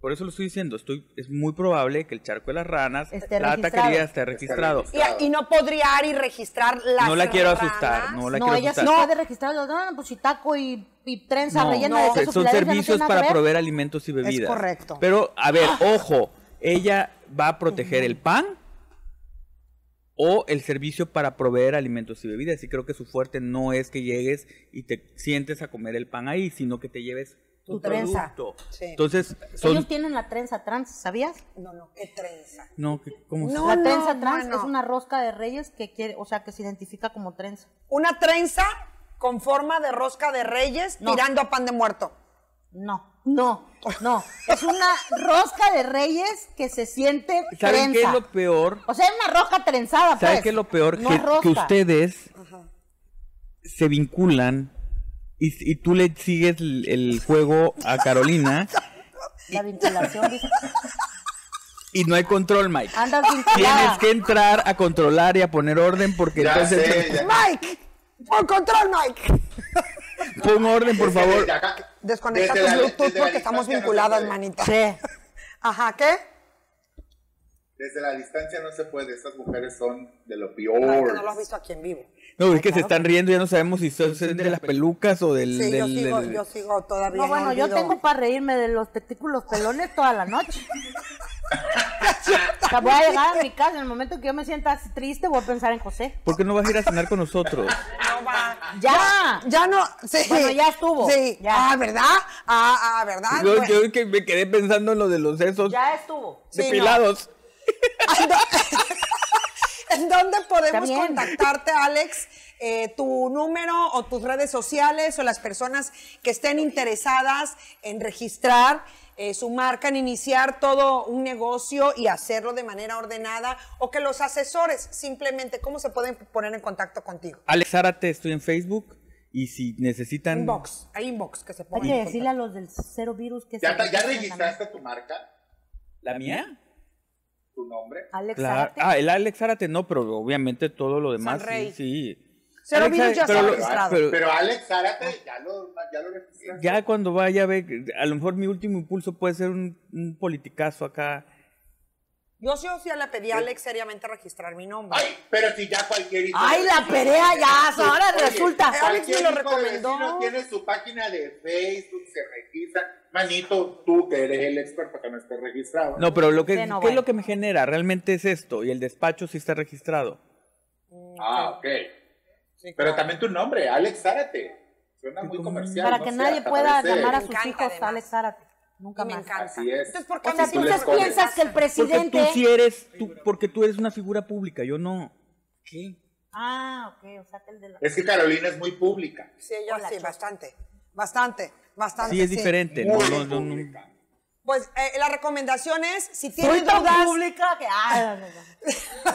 [SPEAKER 3] por eso lo estoy diciendo. Estoy, es muy probable que el charco de las ranas,
[SPEAKER 2] Esté
[SPEAKER 3] la
[SPEAKER 2] registrado.
[SPEAKER 3] taquería esté registrado.
[SPEAKER 4] registrado.
[SPEAKER 1] y, y no podría Ari registrar las
[SPEAKER 3] No la quiero
[SPEAKER 1] ranas.
[SPEAKER 3] asustar, no la
[SPEAKER 2] no,
[SPEAKER 3] quiero
[SPEAKER 2] ella sí
[SPEAKER 3] asustar.
[SPEAKER 2] puede registrar los no, pues y taco y, y trenza
[SPEAKER 3] No,
[SPEAKER 2] rellena
[SPEAKER 1] no,
[SPEAKER 2] de
[SPEAKER 3] o sea,
[SPEAKER 2] queso
[SPEAKER 3] son
[SPEAKER 2] Filadelfia, no
[SPEAKER 3] servicios
[SPEAKER 2] tiene nada
[SPEAKER 3] para
[SPEAKER 2] que ver. Ah.
[SPEAKER 3] proveer alimentos y bebidas.
[SPEAKER 1] correcto.
[SPEAKER 3] Pero, a ver, ojo, ella va a proteger el pan o el servicio para proveer alimentos y bebidas. Y creo que su fuerte no es que llegues y te sientes a comer el pan ahí, sino que te lleves
[SPEAKER 2] Tu
[SPEAKER 3] tu,
[SPEAKER 2] trenza.
[SPEAKER 3] producto.
[SPEAKER 1] Sí.
[SPEAKER 3] Entonces, son...
[SPEAKER 2] Ellos tienen la trenza trans, ¿sabías?
[SPEAKER 1] No, no, qué trenza.
[SPEAKER 3] No, que- ¿cómo se-
[SPEAKER 1] No,
[SPEAKER 2] la
[SPEAKER 1] no,
[SPEAKER 2] trenza trans
[SPEAKER 1] bueno.
[SPEAKER 2] es una rosca de reyes que quiere, o sea, que se identifica como trenza.
[SPEAKER 1] Una trenza con forma de rosca de reyes
[SPEAKER 2] No.
[SPEAKER 1] tirando a pan de muerto.
[SPEAKER 2] No,
[SPEAKER 1] Mm.
[SPEAKER 2] no, no. Es una rosca de reyes que se siente
[SPEAKER 3] ¿Saben qué es
[SPEAKER 2] trenza.
[SPEAKER 3] lo peor?
[SPEAKER 2] O sea, es una rosca trenzada,
[SPEAKER 3] ¿Sabes
[SPEAKER 2] pues.
[SPEAKER 3] qué es lo peor?
[SPEAKER 2] No
[SPEAKER 3] que,
[SPEAKER 2] es rosca.
[SPEAKER 3] que ustedes se vinculan y, y tú le sigues el, el juego a Carolina
[SPEAKER 2] La vinculación, dice.
[SPEAKER 3] Y no hay control, Mike.
[SPEAKER 1] Ah,
[SPEAKER 2] Andas sin
[SPEAKER 3] Tienes que entrar a controlar y a poner orden porque
[SPEAKER 4] Ya
[SPEAKER 3] entonces
[SPEAKER 4] sé, ya-
[SPEAKER 1] Mike, por control, Mike.
[SPEAKER 3] pon orden, por favor.
[SPEAKER 4] Desde acá-
[SPEAKER 1] Desconecta
[SPEAKER 4] desde
[SPEAKER 1] tu
[SPEAKER 4] la-
[SPEAKER 1] Bluetooth
[SPEAKER 4] desde la
[SPEAKER 1] porque estamos
[SPEAKER 4] distancia no se
[SPEAKER 1] vinculadas,
[SPEAKER 4] puede.
[SPEAKER 1] manita. Ajá, ¿qué?
[SPEAKER 4] Desde la distancia no se puede, estas mujeres son de lo
[SPEAKER 1] No,
[SPEAKER 4] peor.
[SPEAKER 1] no lo has visto aquí en vivo.
[SPEAKER 3] No, es que se están riendo, ya no sabemos si son son de las pelucas o del...
[SPEAKER 1] Sí, yo
[SPEAKER 3] del-
[SPEAKER 1] sigo,
[SPEAKER 3] del-
[SPEAKER 1] yo sigo todavía.
[SPEAKER 2] No,
[SPEAKER 1] en
[SPEAKER 2] bueno, yo
[SPEAKER 1] olvido.
[SPEAKER 2] tengo para reírme de los testículos pelones toda la noche. O sea, voy a llegar a mi casa en el momento que yo me sienta triste, voy a pensar en José.
[SPEAKER 3] ¿Por qué no vas a ir a cenar con nosotros?
[SPEAKER 1] No va.
[SPEAKER 2] ¡Ya!
[SPEAKER 1] Ya no, sí.
[SPEAKER 2] Bueno, ya estuvo.
[SPEAKER 1] Sí.
[SPEAKER 2] Ya.
[SPEAKER 1] Ah, ¿verdad? Ah, ah, ¿verdad?
[SPEAKER 3] Yo,
[SPEAKER 1] Bueno.
[SPEAKER 3] yo que me quedé pensando en lo de los sesos
[SPEAKER 2] Ya estuvo.
[SPEAKER 1] sí, no.
[SPEAKER 3] depilados.
[SPEAKER 1] ¿En dó- ¿En dónde podemos
[SPEAKER 2] bien.
[SPEAKER 1] contactarte, Alex? Eh, tu número o tus redes sociales o las personas que estén interesadas en registrar eh, su marca, en iniciar todo un negocio y hacerlo de manera ordenada o que los asesores simplemente, ¿cómo se pueden poner en contacto contigo?
[SPEAKER 3] Alex Zárate, estoy en Facebook y si necesitan...
[SPEAKER 1] Inbox, hay inbox que se
[SPEAKER 2] Hay
[SPEAKER 1] pongan.
[SPEAKER 2] que
[SPEAKER 1] en
[SPEAKER 2] decirle a los del cero virus que
[SPEAKER 4] ¿Ya,
[SPEAKER 2] se
[SPEAKER 4] ta- ya
[SPEAKER 2] registren
[SPEAKER 4] registraste tu marca?
[SPEAKER 3] ¿La mía?
[SPEAKER 4] ¿Tu nombre?
[SPEAKER 2] también. Alex
[SPEAKER 3] Claro.
[SPEAKER 2] Zárate.
[SPEAKER 3] Ah, el Alex Zárate no, pero obviamente todo lo demás
[SPEAKER 1] Rey.
[SPEAKER 3] sí. sí.
[SPEAKER 1] Cero
[SPEAKER 3] Alex
[SPEAKER 1] virus ya
[SPEAKER 3] Zárate-
[SPEAKER 1] está
[SPEAKER 3] pero-
[SPEAKER 1] registrado.
[SPEAKER 3] pero-
[SPEAKER 4] ah, Pero Alex Zárate ya lo, ya lo registraste.
[SPEAKER 3] ya cuando vaya a ver, a lo mejor mi último impulso puede ser un, un politicazo acá.
[SPEAKER 1] Yo sí, o sí le pedí a Alex seriamente registrar mi nombre.
[SPEAKER 4] Ay, pero si ya cualquier hijo
[SPEAKER 2] Ay,
[SPEAKER 4] de
[SPEAKER 2] la
[SPEAKER 4] vecino-
[SPEAKER 2] perea ya,
[SPEAKER 4] Sí,
[SPEAKER 2] ahora
[SPEAKER 4] oye,
[SPEAKER 2] resulta.
[SPEAKER 1] Alex me
[SPEAKER 4] cualquier
[SPEAKER 1] lo
[SPEAKER 4] hijo de vecino
[SPEAKER 1] recomendó.
[SPEAKER 4] Tiene su página de Facebook, se registra. Manito, tú que eres el experto que no esté registrado.
[SPEAKER 3] No, pero lo que,
[SPEAKER 2] Sí, no,
[SPEAKER 3] ¿qué es
[SPEAKER 2] bueno.
[SPEAKER 3] lo que me genera? Realmente es esto, y el despacho sí está registrado.
[SPEAKER 4] Ah, ok.
[SPEAKER 1] Mm, Sí,
[SPEAKER 4] Pero
[SPEAKER 1] claro.
[SPEAKER 4] también tu nombre, Alex Zárate. Suena muy comercial.
[SPEAKER 2] Para
[SPEAKER 4] no
[SPEAKER 2] que
[SPEAKER 4] sé,
[SPEAKER 2] nadie
[SPEAKER 4] hasta
[SPEAKER 2] pueda
[SPEAKER 4] parece-
[SPEAKER 2] llamar a
[SPEAKER 1] Me
[SPEAKER 2] sus
[SPEAKER 1] encanta,
[SPEAKER 2] hijos
[SPEAKER 1] además.
[SPEAKER 2] Alex Zárate. Nunca
[SPEAKER 1] Y me
[SPEAKER 2] más.
[SPEAKER 1] encanta.
[SPEAKER 4] Así es.
[SPEAKER 1] Entonces, ¿por qué
[SPEAKER 2] O sea,
[SPEAKER 1] andas
[SPEAKER 4] tú
[SPEAKER 2] ¿tú
[SPEAKER 1] sin
[SPEAKER 4] les
[SPEAKER 2] ustedes
[SPEAKER 1] escoger?
[SPEAKER 4] escoges.
[SPEAKER 2] piensas que el
[SPEAKER 3] Porque tú
[SPEAKER 2] presidente...
[SPEAKER 3] sí eres, tú- porque tú eres una figura pública, yo no. ¿Qué?
[SPEAKER 2] Ah, ok, o sea, que el de la...
[SPEAKER 4] Es que Carolina es muy pública.
[SPEAKER 1] Sí, ella
[SPEAKER 2] Hola,
[SPEAKER 1] sí,
[SPEAKER 2] Choco.
[SPEAKER 1] bastante, bastante, bastante.
[SPEAKER 3] Sí, es diferente. No,
[SPEAKER 4] Muy
[SPEAKER 3] no, no, no.
[SPEAKER 4] pública.
[SPEAKER 1] Pues eh, la recomendación es, si
[SPEAKER 2] Soy
[SPEAKER 1] tienes
[SPEAKER 2] tan
[SPEAKER 1] dudas,
[SPEAKER 2] pública que... Ah, no, no, no.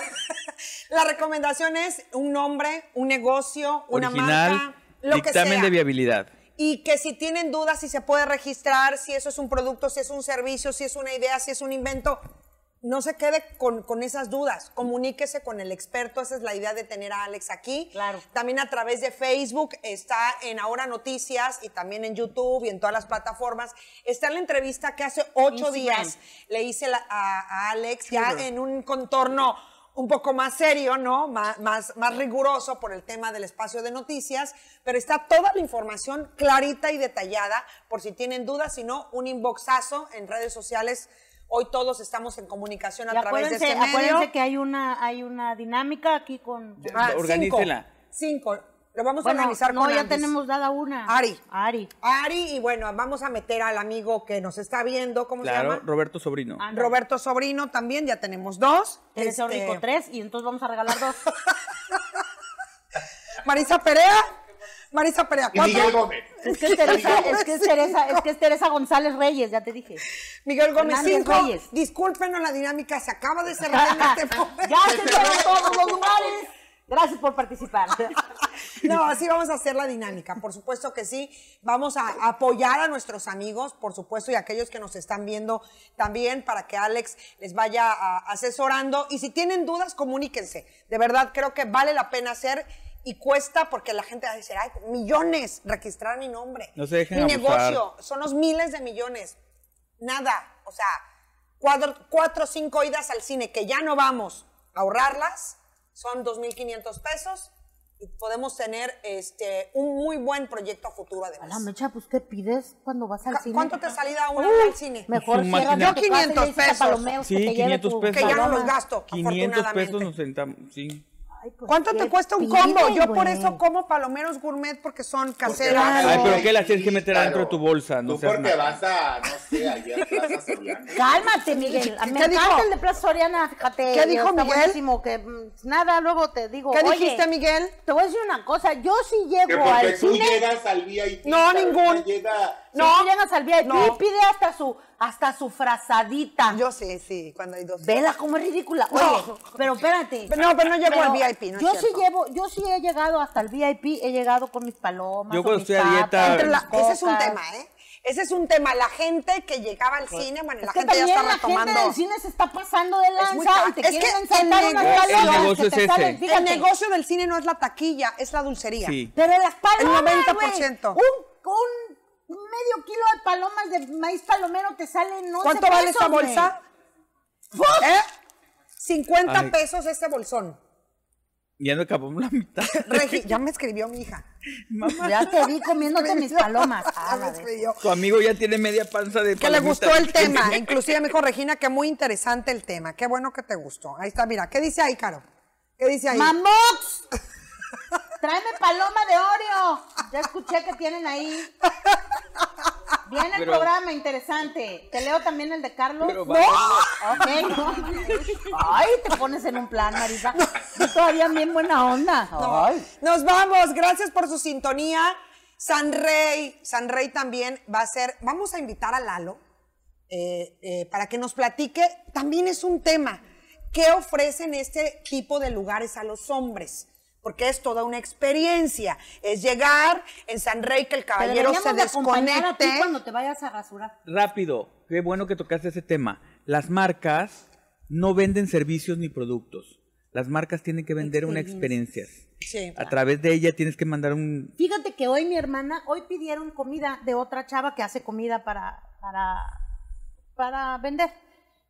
[SPEAKER 1] la recomendación es un nombre, un negocio, una
[SPEAKER 3] Original,
[SPEAKER 1] marca, lo que
[SPEAKER 3] dictamen
[SPEAKER 1] sea.
[SPEAKER 3] de viabilidad.
[SPEAKER 1] y que si tienen dudas si se puede registrar, si eso es un producto, si es un servicio, si es una idea, si es un invento, no se quede con, con esas dudas. Comuníquese con el experto. Esa es la idea de tener a Alex aquí.
[SPEAKER 2] Claro.
[SPEAKER 1] También a través de Facebook está en Ahora Noticias y también en YouTube y en todas las plataformas. Está la entrevista que hace ocho
[SPEAKER 2] Instagram.
[SPEAKER 1] días le hice la- a, a Alex ya en un contorno un poco más serio, ¿no? Má- Más, más riguroso por el tema del espacio de noticias, pero está toda la información clarita y detallada por si tienen dudas, si no, un inboxazo en redes sociales. Hoy todos estamos en comunicación a
[SPEAKER 2] Y
[SPEAKER 1] través de
[SPEAKER 2] acuérdense,
[SPEAKER 1] este
[SPEAKER 2] acuérdense
[SPEAKER 1] medio.
[SPEAKER 2] que hay una, hay una dinámica aquí con...
[SPEAKER 3] Ya.
[SPEAKER 1] Ah, cinco,
[SPEAKER 3] Organícela.
[SPEAKER 1] Cinco. Lo vamos a
[SPEAKER 2] Bueno,
[SPEAKER 1] organizar
[SPEAKER 2] no,
[SPEAKER 1] con
[SPEAKER 2] ya
[SPEAKER 1] Aldis.
[SPEAKER 2] tenemos dada una.
[SPEAKER 1] Ari.
[SPEAKER 2] Ari.
[SPEAKER 1] Ari, y bueno, vamos a meter al amigo que nos está viendo, ¿cómo se
[SPEAKER 3] Claro,
[SPEAKER 1] llama? Ah,
[SPEAKER 3] Roberto Sobrino.
[SPEAKER 2] Ándale.
[SPEAKER 1] Roberto Sobrino también, ya tenemos dos.
[SPEAKER 2] Teresa
[SPEAKER 1] Este,
[SPEAKER 2] Rico tres y entonces vamos a regalar dos.
[SPEAKER 1] Marisa Perea. Marisa Perea,
[SPEAKER 4] Y Miguel
[SPEAKER 1] cuatro.
[SPEAKER 4] Gómez.
[SPEAKER 2] Es que es Teresa, es que es Teresa, es que es Teresa González Reyes, ya te dije.
[SPEAKER 1] Miguel Gómez,
[SPEAKER 2] Hernández
[SPEAKER 1] cinco.
[SPEAKER 2] Reyes.
[SPEAKER 1] Discúlpenos la dinámica, se acaba de cerrar en
[SPEAKER 2] ya
[SPEAKER 1] este
[SPEAKER 2] se
[SPEAKER 1] momento.
[SPEAKER 2] fueron todos los lugares. Gracias por participar.
[SPEAKER 1] No, así vamos a hacer la dinámica, por supuesto que sí. Vamos a apoyar a nuestros amigos, por supuesto, y a aquellos que nos están viendo también, para que Alex les vaya a- asesorando. Y si tienen dudas, comuníquense. De verdad, creo que vale la pena hacer y cuesta porque la gente va a decir, ay, millones registrar mi nombre.
[SPEAKER 3] No se dejen
[SPEAKER 1] Mi
[SPEAKER 3] abusar.
[SPEAKER 1] negocio, son los miles de millones. Nada, o sea, cuatro, cuatro o cinco idas al cine que ya no vamos a ahorrarlas, son 2.500 pesos y podemos tener este, un muy buen proyecto a futuro
[SPEAKER 2] A la
[SPEAKER 1] además.
[SPEAKER 2] mecha, pues ¿qué pides cuando vas al
[SPEAKER 1] ¿Cu-
[SPEAKER 2] cine?
[SPEAKER 1] ¿Cuánto te salida una
[SPEAKER 2] Uy,
[SPEAKER 1] al cine?
[SPEAKER 2] Mejor
[SPEAKER 3] Su
[SPEAKER 2] cierra
[SPEAKER 3] máquina.
[SPEAKER 2] tu
[SPEAKER 1] Yo
[SPEAKER 2] casa y le
[SPEAKER 1] 500
[SPEAKER 2] dices a
[SPEAKER 1] pesos.
[SPEAKER 2] Palomeos que
[SPEAKER 3] Sí,
[SPEAKER 2] te lleve
[SPEAKER 3] 500
[SPEAKER 2] tu
[SPEAKER 3] pesos.
[SPEAKER 1] Que ya no los
[SPEAKER 2] paloma.
[SPEAKER 1] gasto,
[SPEAKER 3] 500 pesos
[SPEAKER 1] afortunadamente.
[SPEAKER 3] nos sentamos, sí.
[SPEAKER 2] Ay, pues,
[SPEAKER 1] ¿Cuánto
[SPEAKER 2] ¿qué
[SPEAKER 1] te cuesta un
[SPEAKER 2] piden,
[SPEAKER 1] combo? Yo por
[SPEAKER 2] güey?
[SPEAKER 1] eso como palomeros gourmet porque son
[SPEAKER 4] Ay,
[SPEAKER 1] caseras.
[SPEAKER 3] Ay, pero
[SPEAKER 4] ay,
[SPEAKER 3] ¿qué las tienes que meter
[SPEAKER 4] claro.
[SPEAKER 3] adentro de tu bolsa? No
[SPEAKER 4] Tú
[SPEAKER 3] seas
[SPEAKER 4] porque
[SPEAKER 3] naca.
[SPEAKER 4] vas a, no sé, allá a Plaza Soriana.
[SPEAKER 2] Cálmate, Miguel. A mí Me
[SPEAKER 1] ¿Qué dijo?
[SPEAKER 2] encanta el de Plaza Soriana, fíjate.
[SPEAKER 1] ¿Qué dijo
[SPEAKER 2] está
[SPEAKER 1] Miguel?
[SPEAKER 2] buenísimo, que mm, nada, luego te digo.
[SPEAKER 1] ¿Qué
[SPEAKER 2] oye,
[SPEAKER 1] dijiste, Miguel?
[SPEAKER 2] Te voy a decir una cosa, yo sí
[SPEAKER 4] Que
[SPEAKER 2] llego
[SPEAKER 4] porque
[SPEAKER 2] al
[SPEAKER 4] tú
[SPEAKER 2] cine.
[SPEAKER 4] llegas al VIP.
[SPEAKER 1] No,
[SPEAKER 4] Carolina
[SPEAKER 1] ningún.
[SPEAKER 4] Llega...
[SPEAKER 1] No.
[SPEAKER 2] No, si tú llegas al VIP,
[SPEAKER 1] No.
[SPEAKER 2] pide hasta su, hasta su frazadita.
[SPEAKER 1] Yo sí, sí, cuando hay dos.
[SPEAKER 2] Vela cómo es ridícula. Oye,
[SPEAKER 1] No.
[SPEAKER 2] pero espérate.
[SPEAKER 1] No, pero no llego al VIP, no es
[SPEAKER 2] Yo sí
[SPEAKER 1] cierto.
[SPEAKER 2] llevo, yo sí he llegado hasta el VIP, he llegado con mis palomas.
[SPEAKER 3] Yo
[SPEAKER 2] o
[SPEAKER 3] cuando
[SPEAKER 2] mis
[SPEAKER 3] estoy a dieta-
[SPEAKER 2] papas,
[SPEAKER 1] Entre la-
[SPEAKER 2] mis
[SPEAKER 1] ese es un
[SPEAKER 2] cocas.
[SPEAKER 1] tema, ¿eh? Ese es un tema. La gente que llegaba al cine, bueno, la
[SPEAKER 2] Pues, que
[SPEAKER 1] gente ya
[SPEAKER 2] también
[SPEAKER 1] está
[SPEAKER 2] la
[SPEAKER 1] retomando.
[SPEAKER 2] gente del cine se está pasando de
[SPEAKER 1] muy
[SPEAKER 2] lanza
[SPEAKER 1] ca-
[SPEAKER 2] y te
[SPEAKER 1] es que
[SPEAKER 2] quieren saltar
[SPEAKER 1] el
[SPEAKER 2] unas
[SPEAKER 1] negocio-
[SPEAKER 2] palomas
[SPEAKER 3] El
[SPEAKER 2] que
[SPEAKER 3] negocio
[SPEAKER 2] te
[SPEAKER 3] es
[SPEAKER 2] salen.
[SPEAKER 3] ese. El
[SPEAKER 1] El
[SPEAKER 2] Fíjate.
[SPEAKER 1] negocio del cine no es la taquilla, es la dulcería.
[SPEAKER 3] Sí.
[SPEAKER 2] Pero las palomas,
[SPEAKER 1] El 90%.
[SPEAKER 2] 90%. Un, un medio kilo de palomas de maíz palomero te salen no
[SPEAKER 1] ¿Cuánto vale esta bolsa? ¿Eh? 50
[SPEAKER 3] Ay.
[SPEAKER 1] pesos este bolsón.
[SPEAKER 3] Ya no acabamos la mitad.
[SPEAKER 1] Regi, ya me escribió mi hija.
[SPEAKER 3] Mamá,
[SPEAKER 2] Ya te vi comiéndote mis palomas. Ah,
[SPEAKER 1] Ya me escribió.
[SPEAKER 3] tu amigo ya tiene media panza de
[SPEAKER 1] Que le
[SPEAKER 3] palomitas.
[SPEAKER 1] gustó el tema. Inclusive me dijo Regina que muy interesante el tema. Qué bueno que te gustó. Ahí está, mira. ¿Qué dice ahí, Caro? ¿Qué dice ahí?
[SPEAKER 2] ¡Mamox! ¡Tráeme paloma de Oreo! Ya escuché que tienen ahí. Viene el
[SPEAKER 3] Pero-
[SPEAKER 2] programa, interesante. Te leo también el de Carlos.
[SPEAKER 3] Pero
[SPEAKER 2] ¡No!
[SPEAKER 3] va-
[SPEAKER 2] Ok, no. Ay, te pones en un plan, Marisa. Tú todavía bien buena onda. Ay.
[SPEAKER 1] Nos vamos. Gracias por su sintonía. San Rey. San Rey también va a ser. Vamos a invitar a Lalo eh, eh, para que nos platique. También es un tema. ¿Qué ofrecen este tipo de lugares a los hombres? Porque es toda una experiencia. Es llegar en San Rey que el
[SPEAKER 2] Te
[SPEAKER 1] caballero se
[SPEAKER 2] deberíamos de acompañar a ti
[SPEAKER 1] desconecte.
[SPEAKER 2] cuando te vayas a rasurar.
[SPEAKER 3] Rápido, qué bueno que tocaste ese tema. Las marcas no venden servicios ni productos. Las marcas tienen que vender una experiencia.
[SPEAKER 1] Sí.
[SPEAKER 3] A través de ella tienes que mandar un...
[SPEAKER 2] Fíjate que hoy mi hermana, hoy pidieron comida de otra chava que hace comida para, para, para vender.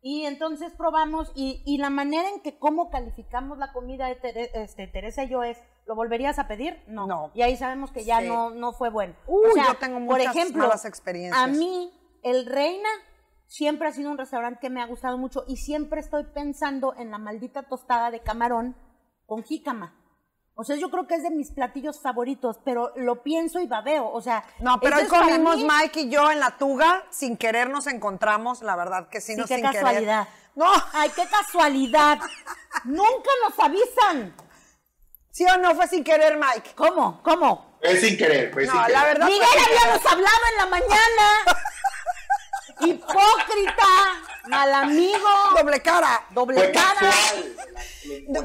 [SPEAKER 2] Y entonces probamos y, y la manera en que cómo calificamos la comida de Tere- este, Teresa y yo es, ¿lo volverías a pedir? No.
[SPEAKER 1] No.
[SPEAKER 2] Y ahí sabemos que ya
[SPEAKER 1] Sí.
[SPEAKER 2] no, no fue bueno.
[SPEAKER 1] Uy, yo tengo muchas malas experiencias.
[SPEAKER 2] A mí, el Reina siempre ha sido un restaurante que me ha gustado mucho y siempre estoy pensando en la maldita tostada de camarón con jícama. O sea, yo creo que es de mis platillos favoritos, pero lo pienso y babeo. O sea,
[SPEAKER 1] No, pero
[SPEAKER 2] eso
[SPEAKER 1] hoy
[SPEAKER 2] es para
[SPEAKER 1] comimos
[SPEAKER 2] mí.
[SPEAKER 1] Mike y yo en la Tuga, sin querer nos encontramos, la verdad que sí,
[SPEAKER 2] Sí,
[SPEAKER 1] no
[SPEAKER 2] qué
[SPEAKER 1] sin
[SPEAKER 2] casualidad.
[SPEAKER 1] querer. No,
[SPEAKER 2] Ay, qué casualidad. Nunca nos avisan.
[SPEAKER 1] sí o no fue sin querer Mike.
[SPEAKER 2] ¿Cómo? ¿Cómo?
[SPEAKER 4] Fue sin querer, fue sin
[SPEAKER 1] No,
[SPEAKER 4] querer.
[SPEAKER 1] la verdad.
[SPEAKER 2] Miguel
[SPEAKER 1] fue sin
[SPEAKER 2] habíamos hablado en la mañana. Hipócrita, mal
[SPEAKER 1] querer.
[SPEAKER 2] amigo,
[SPEAKER 1] Doble cara.
[SPEAKER 2] doble cara.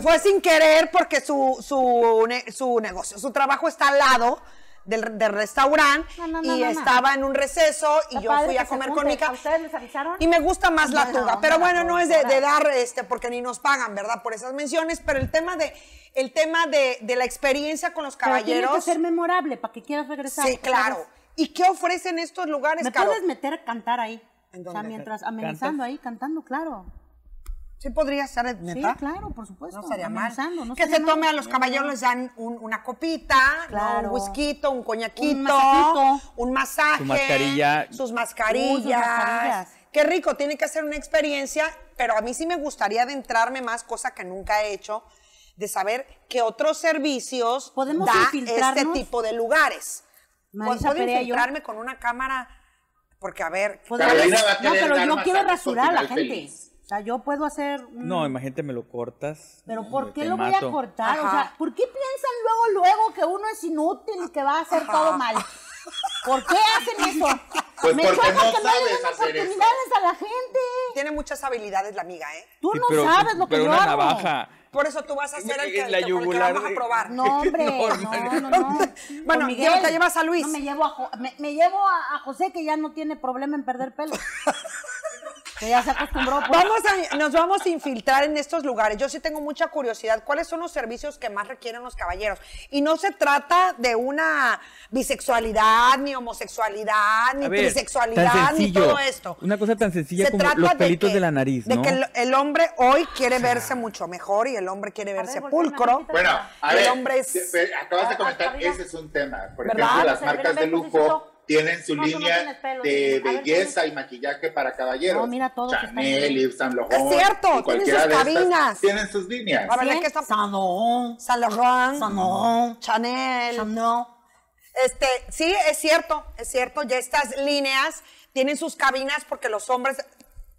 [SPEAKER 1] Fue sin querer porque su, su, ne- su negocio, su trabajo está al lado del, del restaurante
[SPEAKER 2] No, no, no,
[SPEAKER 1] y
[SPEAKER 2] no, no.
[SPEAKER 1] estaba en un receso y
[SPEAKER 2] Está
[SPEAKER 1] yo
[SPEAKER 2] padre
[SPEAKER 1] fui
[SPEAKER 2] que
[SPEAKER 1] a
[SPEAKER 2] se
[SPEAKER 1] comer con
[SPEAKER 2] junten.
[SPEAKER 1] mi
[SPEAKER 2] ¿A
[SPEAKER 1] hija.
[SPEAKER 2] ustedes les avisaron?
[SPEAKER 1] Y me gusta más la
[SPEAKER 2] Buena
[SPEAKER 1] tuga,
[SPEAKER 2] onda,
[SPEAKER 1] pero bueno, no es de, de
[SPEAKER 2] ahora.
[SPEAKER 1] dar, este, porque ni nos pagan, ¿verdad? Por esas menciones, pero el tema de, el tema de, de la experiencia con los
[SPEAKER 2] Pero tiene que
[SPEAKER 1] caballeros.
[SPEAKER 2] ser memorable para que quieras regresar.
[SPEAKER 1] Sí, claro. ¿Y qué ofrecen estos lugares,
[SPEAKER 2] ¿Me
[SPEAKER 1] Caro?
[SPEAKER 2] puedes meter a cantar ahí?
[SPEAKER 1] ¿En
[SPEAKER 2] O sea,
[SPEAKER 1] dónde?
[SPEAKER 2] mientras amenizando ahí, cantando, claro.
[SPEAKER 1] Sí, podría ser, neta.
[SPEAKER 2] Sí, claro, por supuesto.
[SPEAKER 1] No sería mal.
[SPEAKER 2] amenizando, pues, no
[SPEAKER 1] que
[SPEAKER 2] sería
[SPEAKER 1] se
[SPEAKER 2] mal.
[SPEAKER 1] tome a los caballeros, les dan un- una copita, ¿no?
[SPEAKER 2] Claro.
[SPEAKER 1] un whisky, un coñaquito,
[SPEAKER 2] Un masajito.
[SPEAKER 1] un masaje,
[SPEAKER 3] Su mascarilla.
[SPEAKER 1] sus
[SPEAKER 2] Uy, sus mascarillas.
[SPEAKER 1] mascarillas. Qué rico, tiene que ser una experiencia, pero a mí sí me gustaría adentrarme más, cosa que nunca he hecho, de saber qué otros servicios
[SPEAKER 2] ¿Podemos
[SPEAKER 1] da
[SPEAKER 2] infiltrarnos?
[SPEAKER 1] este tipo de lugares.
[SPEAKER 2] Marisa
[SPEAKER 1] Pues, ¿Puedo
[SPEAKER 2] Perea y yo.
[SPEAKER 1] infiltrarme con una cámara? Porque, a ver,
[SPEAKER 2] Podría-
[SPEAKER 4] Carolina va a
[SPEAKER 2] no,
[SPEAKER 4] querer
[SPEAKER 2] pero
[SPEAKER 4] dar
[SPEAKER 2] yo
[SPEAKER 4] masajes
[SPEAKER 2] quiero
[SPEAKER 4] por
[SPEAKER 2] rasurar a la
[SPEAKER 4] final
[SPEAKER 2] gente.
[SPEAKER 4] feliz.
[SPEAKER 2] O sea, yo puedo hacer. un-
[SPEAKER 3] No, imagínate, me lo cortas.
[SPEAKER 2] Mm. Pero
[SPEAKER 3] No,
[SPEAKER 2] ¿por qué
[SPEAKER 3] te
[SPEAKER 2] lo voy a
[SPEAKER 3] mato.
[SPEAKER 2] cortar?
[SPEAKER 1] Ajá.
[SPEAKER 2] O sea, ¿por qué piensan luego, luego que uno es inútil y que va a hacer
[SPEAKER 1] Ajá.
[SPEAKER 2] todo mal? ¿Por qué hacen eso?
[SPEAKER 4] Pues
[SPEAKER 2] Me
[SPEAKER 4] porque
[SPEAKER 2] choca
[SPEAKER 4] no
[SPEAKER 2] que no le
[SPEAKER 4] sabes
[SPEAKER 2] den
[SPEAKER 4] hacer eso.
[SPEAKER 2] oportunidades a la gente.
[SPEAKER 1] tiene muchas habilidades la amiga, ¿eh?
[SPEAKER 2] Tú
[SPEAKER 3] Sí,
[SPEAKER 2] no
[SPEAKER 3] pero-
[SPEAKER 2] sabes lo que
[SPEAKER 3] pero
[SPEAKER 2] yo
[SPEAKER 3] una
[SPEAKER 2] hago.
[SPEAKER 3] navaja.
[SPEAKER 1] Por eso tú vas a ser el que,
[SPEAKER 3] La
[SPEAKER 1] el que- con el que
[SPEAKER 3] yugular
[SPEAKER 1] vamos a
[SPEAKER 3] de-
[SPEAKER 1] probar.
[SPEAKER 2] No, hombre, no, no, no.
[SPEAKER 1] Bueno,
[SPEAKER 2] Con
[SPEAKER 1] ya te llevas a Luis.
[SPEAKER 2] No, me llevo a, Jo- me, me llevo a, a José, que ya no tiene problema en perder pelo. que ya se acostumbró. pues.
[SPEAKER 1] Vamos a- nos vamos a infiltrar en estos lugares. Yo sí tengo mucha curiosidad. ¿Cuáles son los servicios que más requieren los caballeros? Y no se trata de una bisexualidad, ni homosexualidad, ni
[SPEAKER 3] A ver,
[SPEAKER 1] trisexualidad,
[SPEAKER 3] tan
[SPEAKER 1] ni
[SPEAKER 3] sencillo.
[SPEAKER 1] todo esto.
[SPEAKER 3] Una cosa tan sencilla
[SPEAKER 1] Se
[SPEAKER 3] como
[SPEAKER 1] trata
[SPEAKER 3] los
[SPEAKER 1] de
[SPEAKER 3] pelitos
[SPEAKER 1] que-
[SPEAKER 3] de la nariz,
[SPEAKER 1] De
[SPEAKER 3] ¿no?
[SPEAKER 1] que el, el hombre hoy quiere verse mucho mejor y el hombre quiere
[SPEAKER 2] ver,
[SPEAKER 1] verse
[SPEAKER 2] volteame,
[SPEAKER 1] pulcro.
[SPEAKER 2] Lupita.
[SPEAKER 4] Bueno, a
[SPEAKER 1] El
[SPEAKER 4] ver,
[SPEAKER 1] hombre es-
[SPEAKER 4] de- de- acabas
[SPEAKER 2] Ah,
[SPEAKER 4] de comentar,
[SPEAKER 2] arriba.
[SPEAKER 4] ese es un tema. Por
[SPEAKER 1] ¿Verdad?
[SPEAKER 4] ejemplo,
[SPEAKER 2] O
[SPEAKER 4] las
[SPEAKER 2] sea, ven,
[SPEAKER 4] marcas de
[SPEAKER 2] ven,
[SPEAKER 4] lujo
[SPEAKER 2] Josecito.
[SPEAKER 4] tienen su
[SPEAKER 2] No, tú no tienes
[SPEAKER 4] línea
[SPEAKER 2] pelo,
[SPEAKER 4] de
[SPEAKER 2] sí. A ver,
[SPEAKER 4] belleza
[SPEAKER 2] tú-
[SPEAKER 4] y maquillaje para caballeros.
[SPEAKER 2] No, mira, todos están
[SPEAKER 4] Chanel,
[SPEAKER 2] bien.
[SPEAKER 4] Yves Saint Laurent.
[SPEAKER 1] Es cierto,
[SPEAKER 4] y
[SPEAKER 1] tienen
[SPEAKER 4] cualquiera
[SPEAKER 1] sus
[SPEAKER 4] de estas
[SPEAKER 1] cabinas.
[SPEAKER 4] Tienen sus líneas.
[SPEAKER 1] A ver,
[SPEAKER 2] ¿Sí?
[SPEAKER 1] ¿qué está-
[SPEAKER 2] San Laurent,
[SPEAKER 1] Saint Laurent,
[SPEAKER 2] San Laurent,
[SPEAKER 1] Chanel.
[SPEAKER 2] Chanel.
[SPEAKER 1] Este, sí, es cierto, es cierto. Ya estas líneas tienen sus cabinas porque los hombres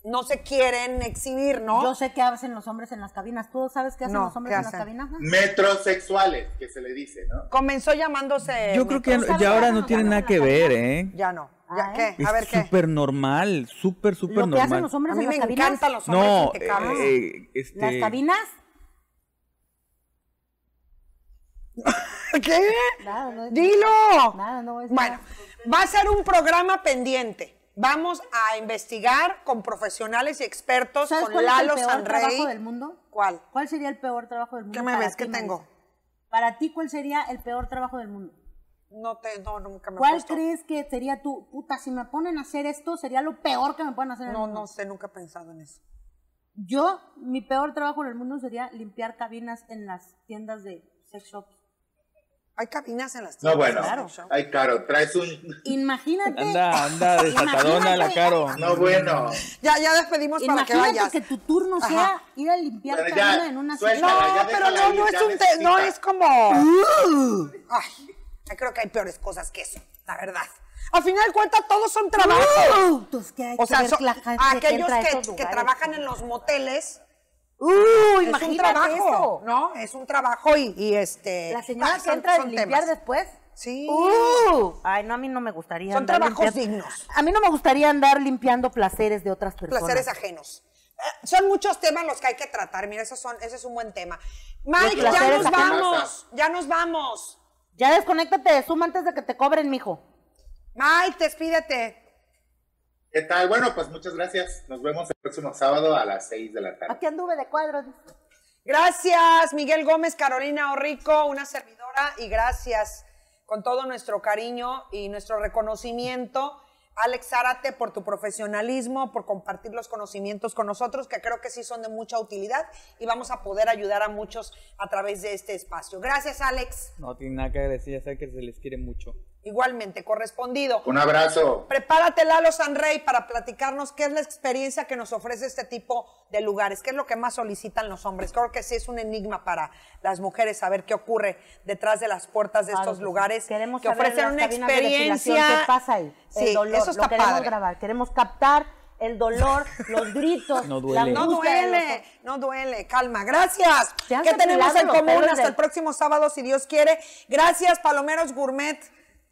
[SPEAKER 1] no se quieren exhibir, ¿no?
[SPEAKER 2] Yo sé qué hacen los hombres en las cabinas. ¿Tú sabes qué hacen
[SPEAKER 1] No,
[SPEAKER 2] los hombres
[SPEAKER 1] ¿qué
[SPEAKER 2] en las
[SPEAKER 1] hacen?
[SPEAKER 2] cabinas?
[SPEAKER 4] Metrosexuales, que se le dice, ¿no?
[SPEAKER 1] Comenzó llamándose.
[SPEAKER 3] Yo creo que ya,
[SPEAKER 2] Eh, no
[SPEAKER 3] no-
[SPEAKER 2] sabes
[SPEAKER 3] ya ahora
[SPEAKER 2] nada,
[SPEAKER 3] no
[SPEAKER 2] no
[SPEAKER 3] tiene
[SPEAKER 2] sabes
[SPEAKER 3] nada
[SPEAKER 2] nada.
[SPEAKER 3] que ver, ¿eh?
[SPEAKER 1] Ya no. ¿Ya
[SPEAKER 2] Ah,
[SPEAKER 1] qué?
[SPEAKER 3] Es
[SPEAKER 1] A ver qué.
[SPEAKER 3] súper normal, súper,
[SPEAKER 2] Lo
[SPEAKER 3] súper
[SPEAKER 2] que hacen
[SPEAKER 3] pues normal.
[SPEAKER 2] los hombres
[SPEAKER 1] A mí
[SPEAKER 2] en
[SPEAKER 1] me
[SPEAKER 2] las cabinas.
[SPEAKER 1] encantan los hombres
[SPEAKER 3] No,
[SPEAKER 1] impecables.
[SPEAKER 3] eh, eh, este,
[SPEAKER 2] Las cabinas.
[SPEAKER 3] eh.
[SPEAKER 1] ¿Qué?
[SPEAKER 2] Nada, no es-
[SPEAKER 1] Dilo.
[SPEAKER 2] Nada, no es
[SPEAKER 1] Bueno, va a ser un programa pendiente. Vamos a investigar con profesionales y expertos,
[SPEAKER 2] ¿Sabes
[SPEAKER 1] con
[SPEAKER 2] cuál
[SPEAKER 1] Lalo
[SPEAKER 2] es el peor
[SPEAKER 1] Sanrey.
[SPEAKER 2] trabajo del mundo?
[SPEAKER 1] ¿Cuál?
[SPEAKER 2] ¿Cuál sería el peor trabajo del mundo?
[SPEAKER 1] ¿Qué me
[SPEAKER 2] para
[SPEAKER 1] ves?
[SPEAKER 2] ti,
[SPEAKER 1] ¿Qué tengo?
[SPEAKER 2] Marisa? Para ti, ¿cuál sería el peor trabajo del mundo?
[SPEAKER 1] No, te, no, nunca me he
[SPEAKER 2] ¿Cuál
[SPEAKER 1] puesto.
[SPEAKER 2] crees que sería tu puta? Si me ponen a hacer esto, sería lo peor que me pueden hacer. en el
[SPEAKER 1] No,
[SPEAKER 2] mundo"?
[SPEAKER 1] no sé, nunca he pensado en eso.
[SPEAKER 2] Yo, mi peor trabajo en el mundo sería limpiar cabinas en las tiendas de sex shops.
[SPEAKER 1] Hay cabinas en las
[SPEAKER 4] No,
[SPEAKER 1] tiendas.
[SPEAKER 4] bueno.
[SPEAKER 1] Pues claro.
[SPEAKER 4] Ay, Caro, traes un...
[SPEAKER 2] Imagínate.
[SPEAKER 3] Anda, anda, desatadona la
[SPEAKER 2] imagínate-
[SPEAKER 3] caro.
[SPEAKER 4] No, bueno.
[SPEAKER 1] Ya, ya despedimos para que
[SPEAKER 2] Imagínate
[SPEAKER 1] vayas.
[SPEAKER 2] que tu turno
[SPEAKER 1] Ajá.
[SPEAKER 2] sea ir a limpiar
[SPEAKER 4] Bueno, ya,
[SPEAKER 2] cabina en una sex
[SPEAKER 4] suelta.
[SPEAKER 2] shop.
[SPEAKER 1] No,
[SPEAKER 4] Déjala, ya
[SPEAKER 1] pero
[SPEAKER 4] déjala
[SPEAKER 1] no,
[SPEAKER 4] ir,
[SPEAKER 1] no
[SPEAKER 4] ya
[SPEAKER 1] es un te-
[SPEAKER 4] necesita.
[SPEAKER 1] no es como.
[SPEAKER 2] Uh.
[SPEAKER 1] Ay, yo creo que hay peores cosas que eso, la verdad. Al final de cuentas, todos son trabajos.
[SPEAKER 2] Entonces, ¿qué Uh. hay
[SPEAKER 1] O
[SPEAKER 2] que
[SPEAKER 1] sea,
[SPEAKER 2] ver
[SPEAKER 1] son-
[SPEAKER 2] la gente que
[SPEAKER 1] aquellos
[SPEAKER 2] entra a
[SPEAKER 1] que,
[SPEAKER 2] esos
[SPEAKER 1] que
[SPEAKER 2] lugares? Uh,
[SPEAKER 1] trabajan en los moteles. es un
[SPEAKER 2] imagínate
[SPEAKER 1] trabajo,
[SPEAKER 2] eso.
[SPEAKER 1] ¿no? Es un trabajo y, y este.
[SPEAKER 2] La señora
[SPEAKER 1] ay,
[SPEAKER 2] que
[SPEAKER 1] son-
[SPEAKER 2] entra a
[SPEAKER 1] son
[SPEAKER 2] limpiar
[SPEAKER 1] temas.
[SPEAKER 2] después.
[SPEAKER 1] Sí.
[SPEAKER 2] ¡Uh! Ay, no, a mí no me gustaría.
[SPEAKER 1] Son
[SPEAKER 2] andar
[SPEAKER 1] trabajos
[SPEAKER 2] limpiando-
[SPEAKER 1] dignos.
[SPEAKER 2] A mí no me gustaría andar limpiando placeres de otras personas.
[SPEAKER 1] placeres ajenos. Eh, Son muchos temas los que hay que tratar. Mira, esos son, ese es un buen tema. Mike, ya
[SPEAKER 2] placeres
[SPEAKER 1] nos
[SPEAKER 4] ajenos.
[SPEAKER 1] vamos. Ya nos vamos.
[SPEAKER 2] Ya desconéctate de Zoom antes de que te cobren, mijo.
[SPEAKER 1] Mike, despídete.
[SPEAKER 4] ¿Qué tal? Bueno, pues muchas gracias. Nos vemos el próximo sábado a las 6 de la tarde.
[SPEAKER 2] Aquí anduve de cuadros.
[SPEAKER 1] Gracias, Miguel Gómez, Carolina Orrico, una servidora, y gracias con todo nuestro cariño y nuestro reconocimiento. Alex Zárate, por tu profesionalismo, por compartir los conocimientos con nosotros, que creo que sí son de mucha utilidad y vamos a poder ayudar a muchos a través de este espacio. Gracias, Alex.
[SPEAKER 3] No tiene nada que agradecer, ya saben que se les quiere mucho.
[SPEAKER 1] Igualmente, correspondido.
[SPEAKER 4] Un abrazo.
[SPEAKER 1] Prepárate, Lalo Sanrey, para platicarnos qué es la experiencia que nos ofrece este tipo de lugares, qué es lo que más solicitan los hombres. Creo que sí es un enigma para las mujeres saber qué ocurre detrás de las puertas de
[SPEAKER 2] Claro
[SPEAKER 1] estos
[SPEAKER 2] que sí.
[SPEAKER 1] lugares
[SPEAKER 2] Queremos
[SPEAKER 1] que
[SPEAKER 2] saber
[SPEAKER 1] ofrecen
[SPEAKER 2] las
[SPEAKER 1] una
[SPEAKER 2] cabinas de
[SPEAKER 1] experiencia.
[SPEAKER 2] depilación, ¿Qué pasa ahí?
[SPEAKER 1] Sí,
[SPEAKER 2] el dolor.
[SPEAKER 1] eso
[SPEAKER 2] lo
[SPEAKER 1] está
[SPEAKER 2] queremos
[SPEAKER 1] padre.
[SPEAKER 2] grabar. Queremos captar el dolor, los gritos.
[SPEAKER 3] No
[SPEAKER 2] la
[SPEAKER 3] duele.
[SPEAKER 1] No
[SPEAKER 2] angustia de los
[SPEAKER 1] duele,
[SPEAKER 2] ojos.
[SPEAKER 1] no duele, calma, gracias.
[SPEAKER 2] Te has
[SPEAKER 1] ¿Qué tenemos
[SPEAKER 2] depilado
[SPEAKER 1] en
[SPEAKER 2] los
[SPEAKER 1] común
[SPEAKER 2] pelos
[SPEAKER 1] hasta
[SPEAKER 2] de-
[SPEAKER 1] el próximo sábado, si Dios quiere? Gracias, Palomeros Gourmet.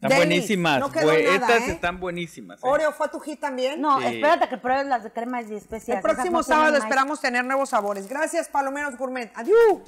[SPEAKER 3] Están
[SPEAKER 1] Deli,
[SPEAKER 3] buenísimas.
[SPEAKER 1] No quedó
[SPEAKER 3] güey,
[SPEAKER 1] nada,
[SPEAKER 3] estas
[SPEAKER 1] ¿eh?
[SPEAKER 3] están buenísimas. ¿eh?
[SPEAKER 1] Oreo, ¿fue a tu hit también?
[SPEAKER 2] No,
[SPEAKER 3] Sí.
[SPEAKER 2] espérate que pruebes las de cremas y especias.
[SPEAKER 1] El próximo sábado esperamos tener nuevos sabores. Gracias, Palomeros Gourmet. Adiós.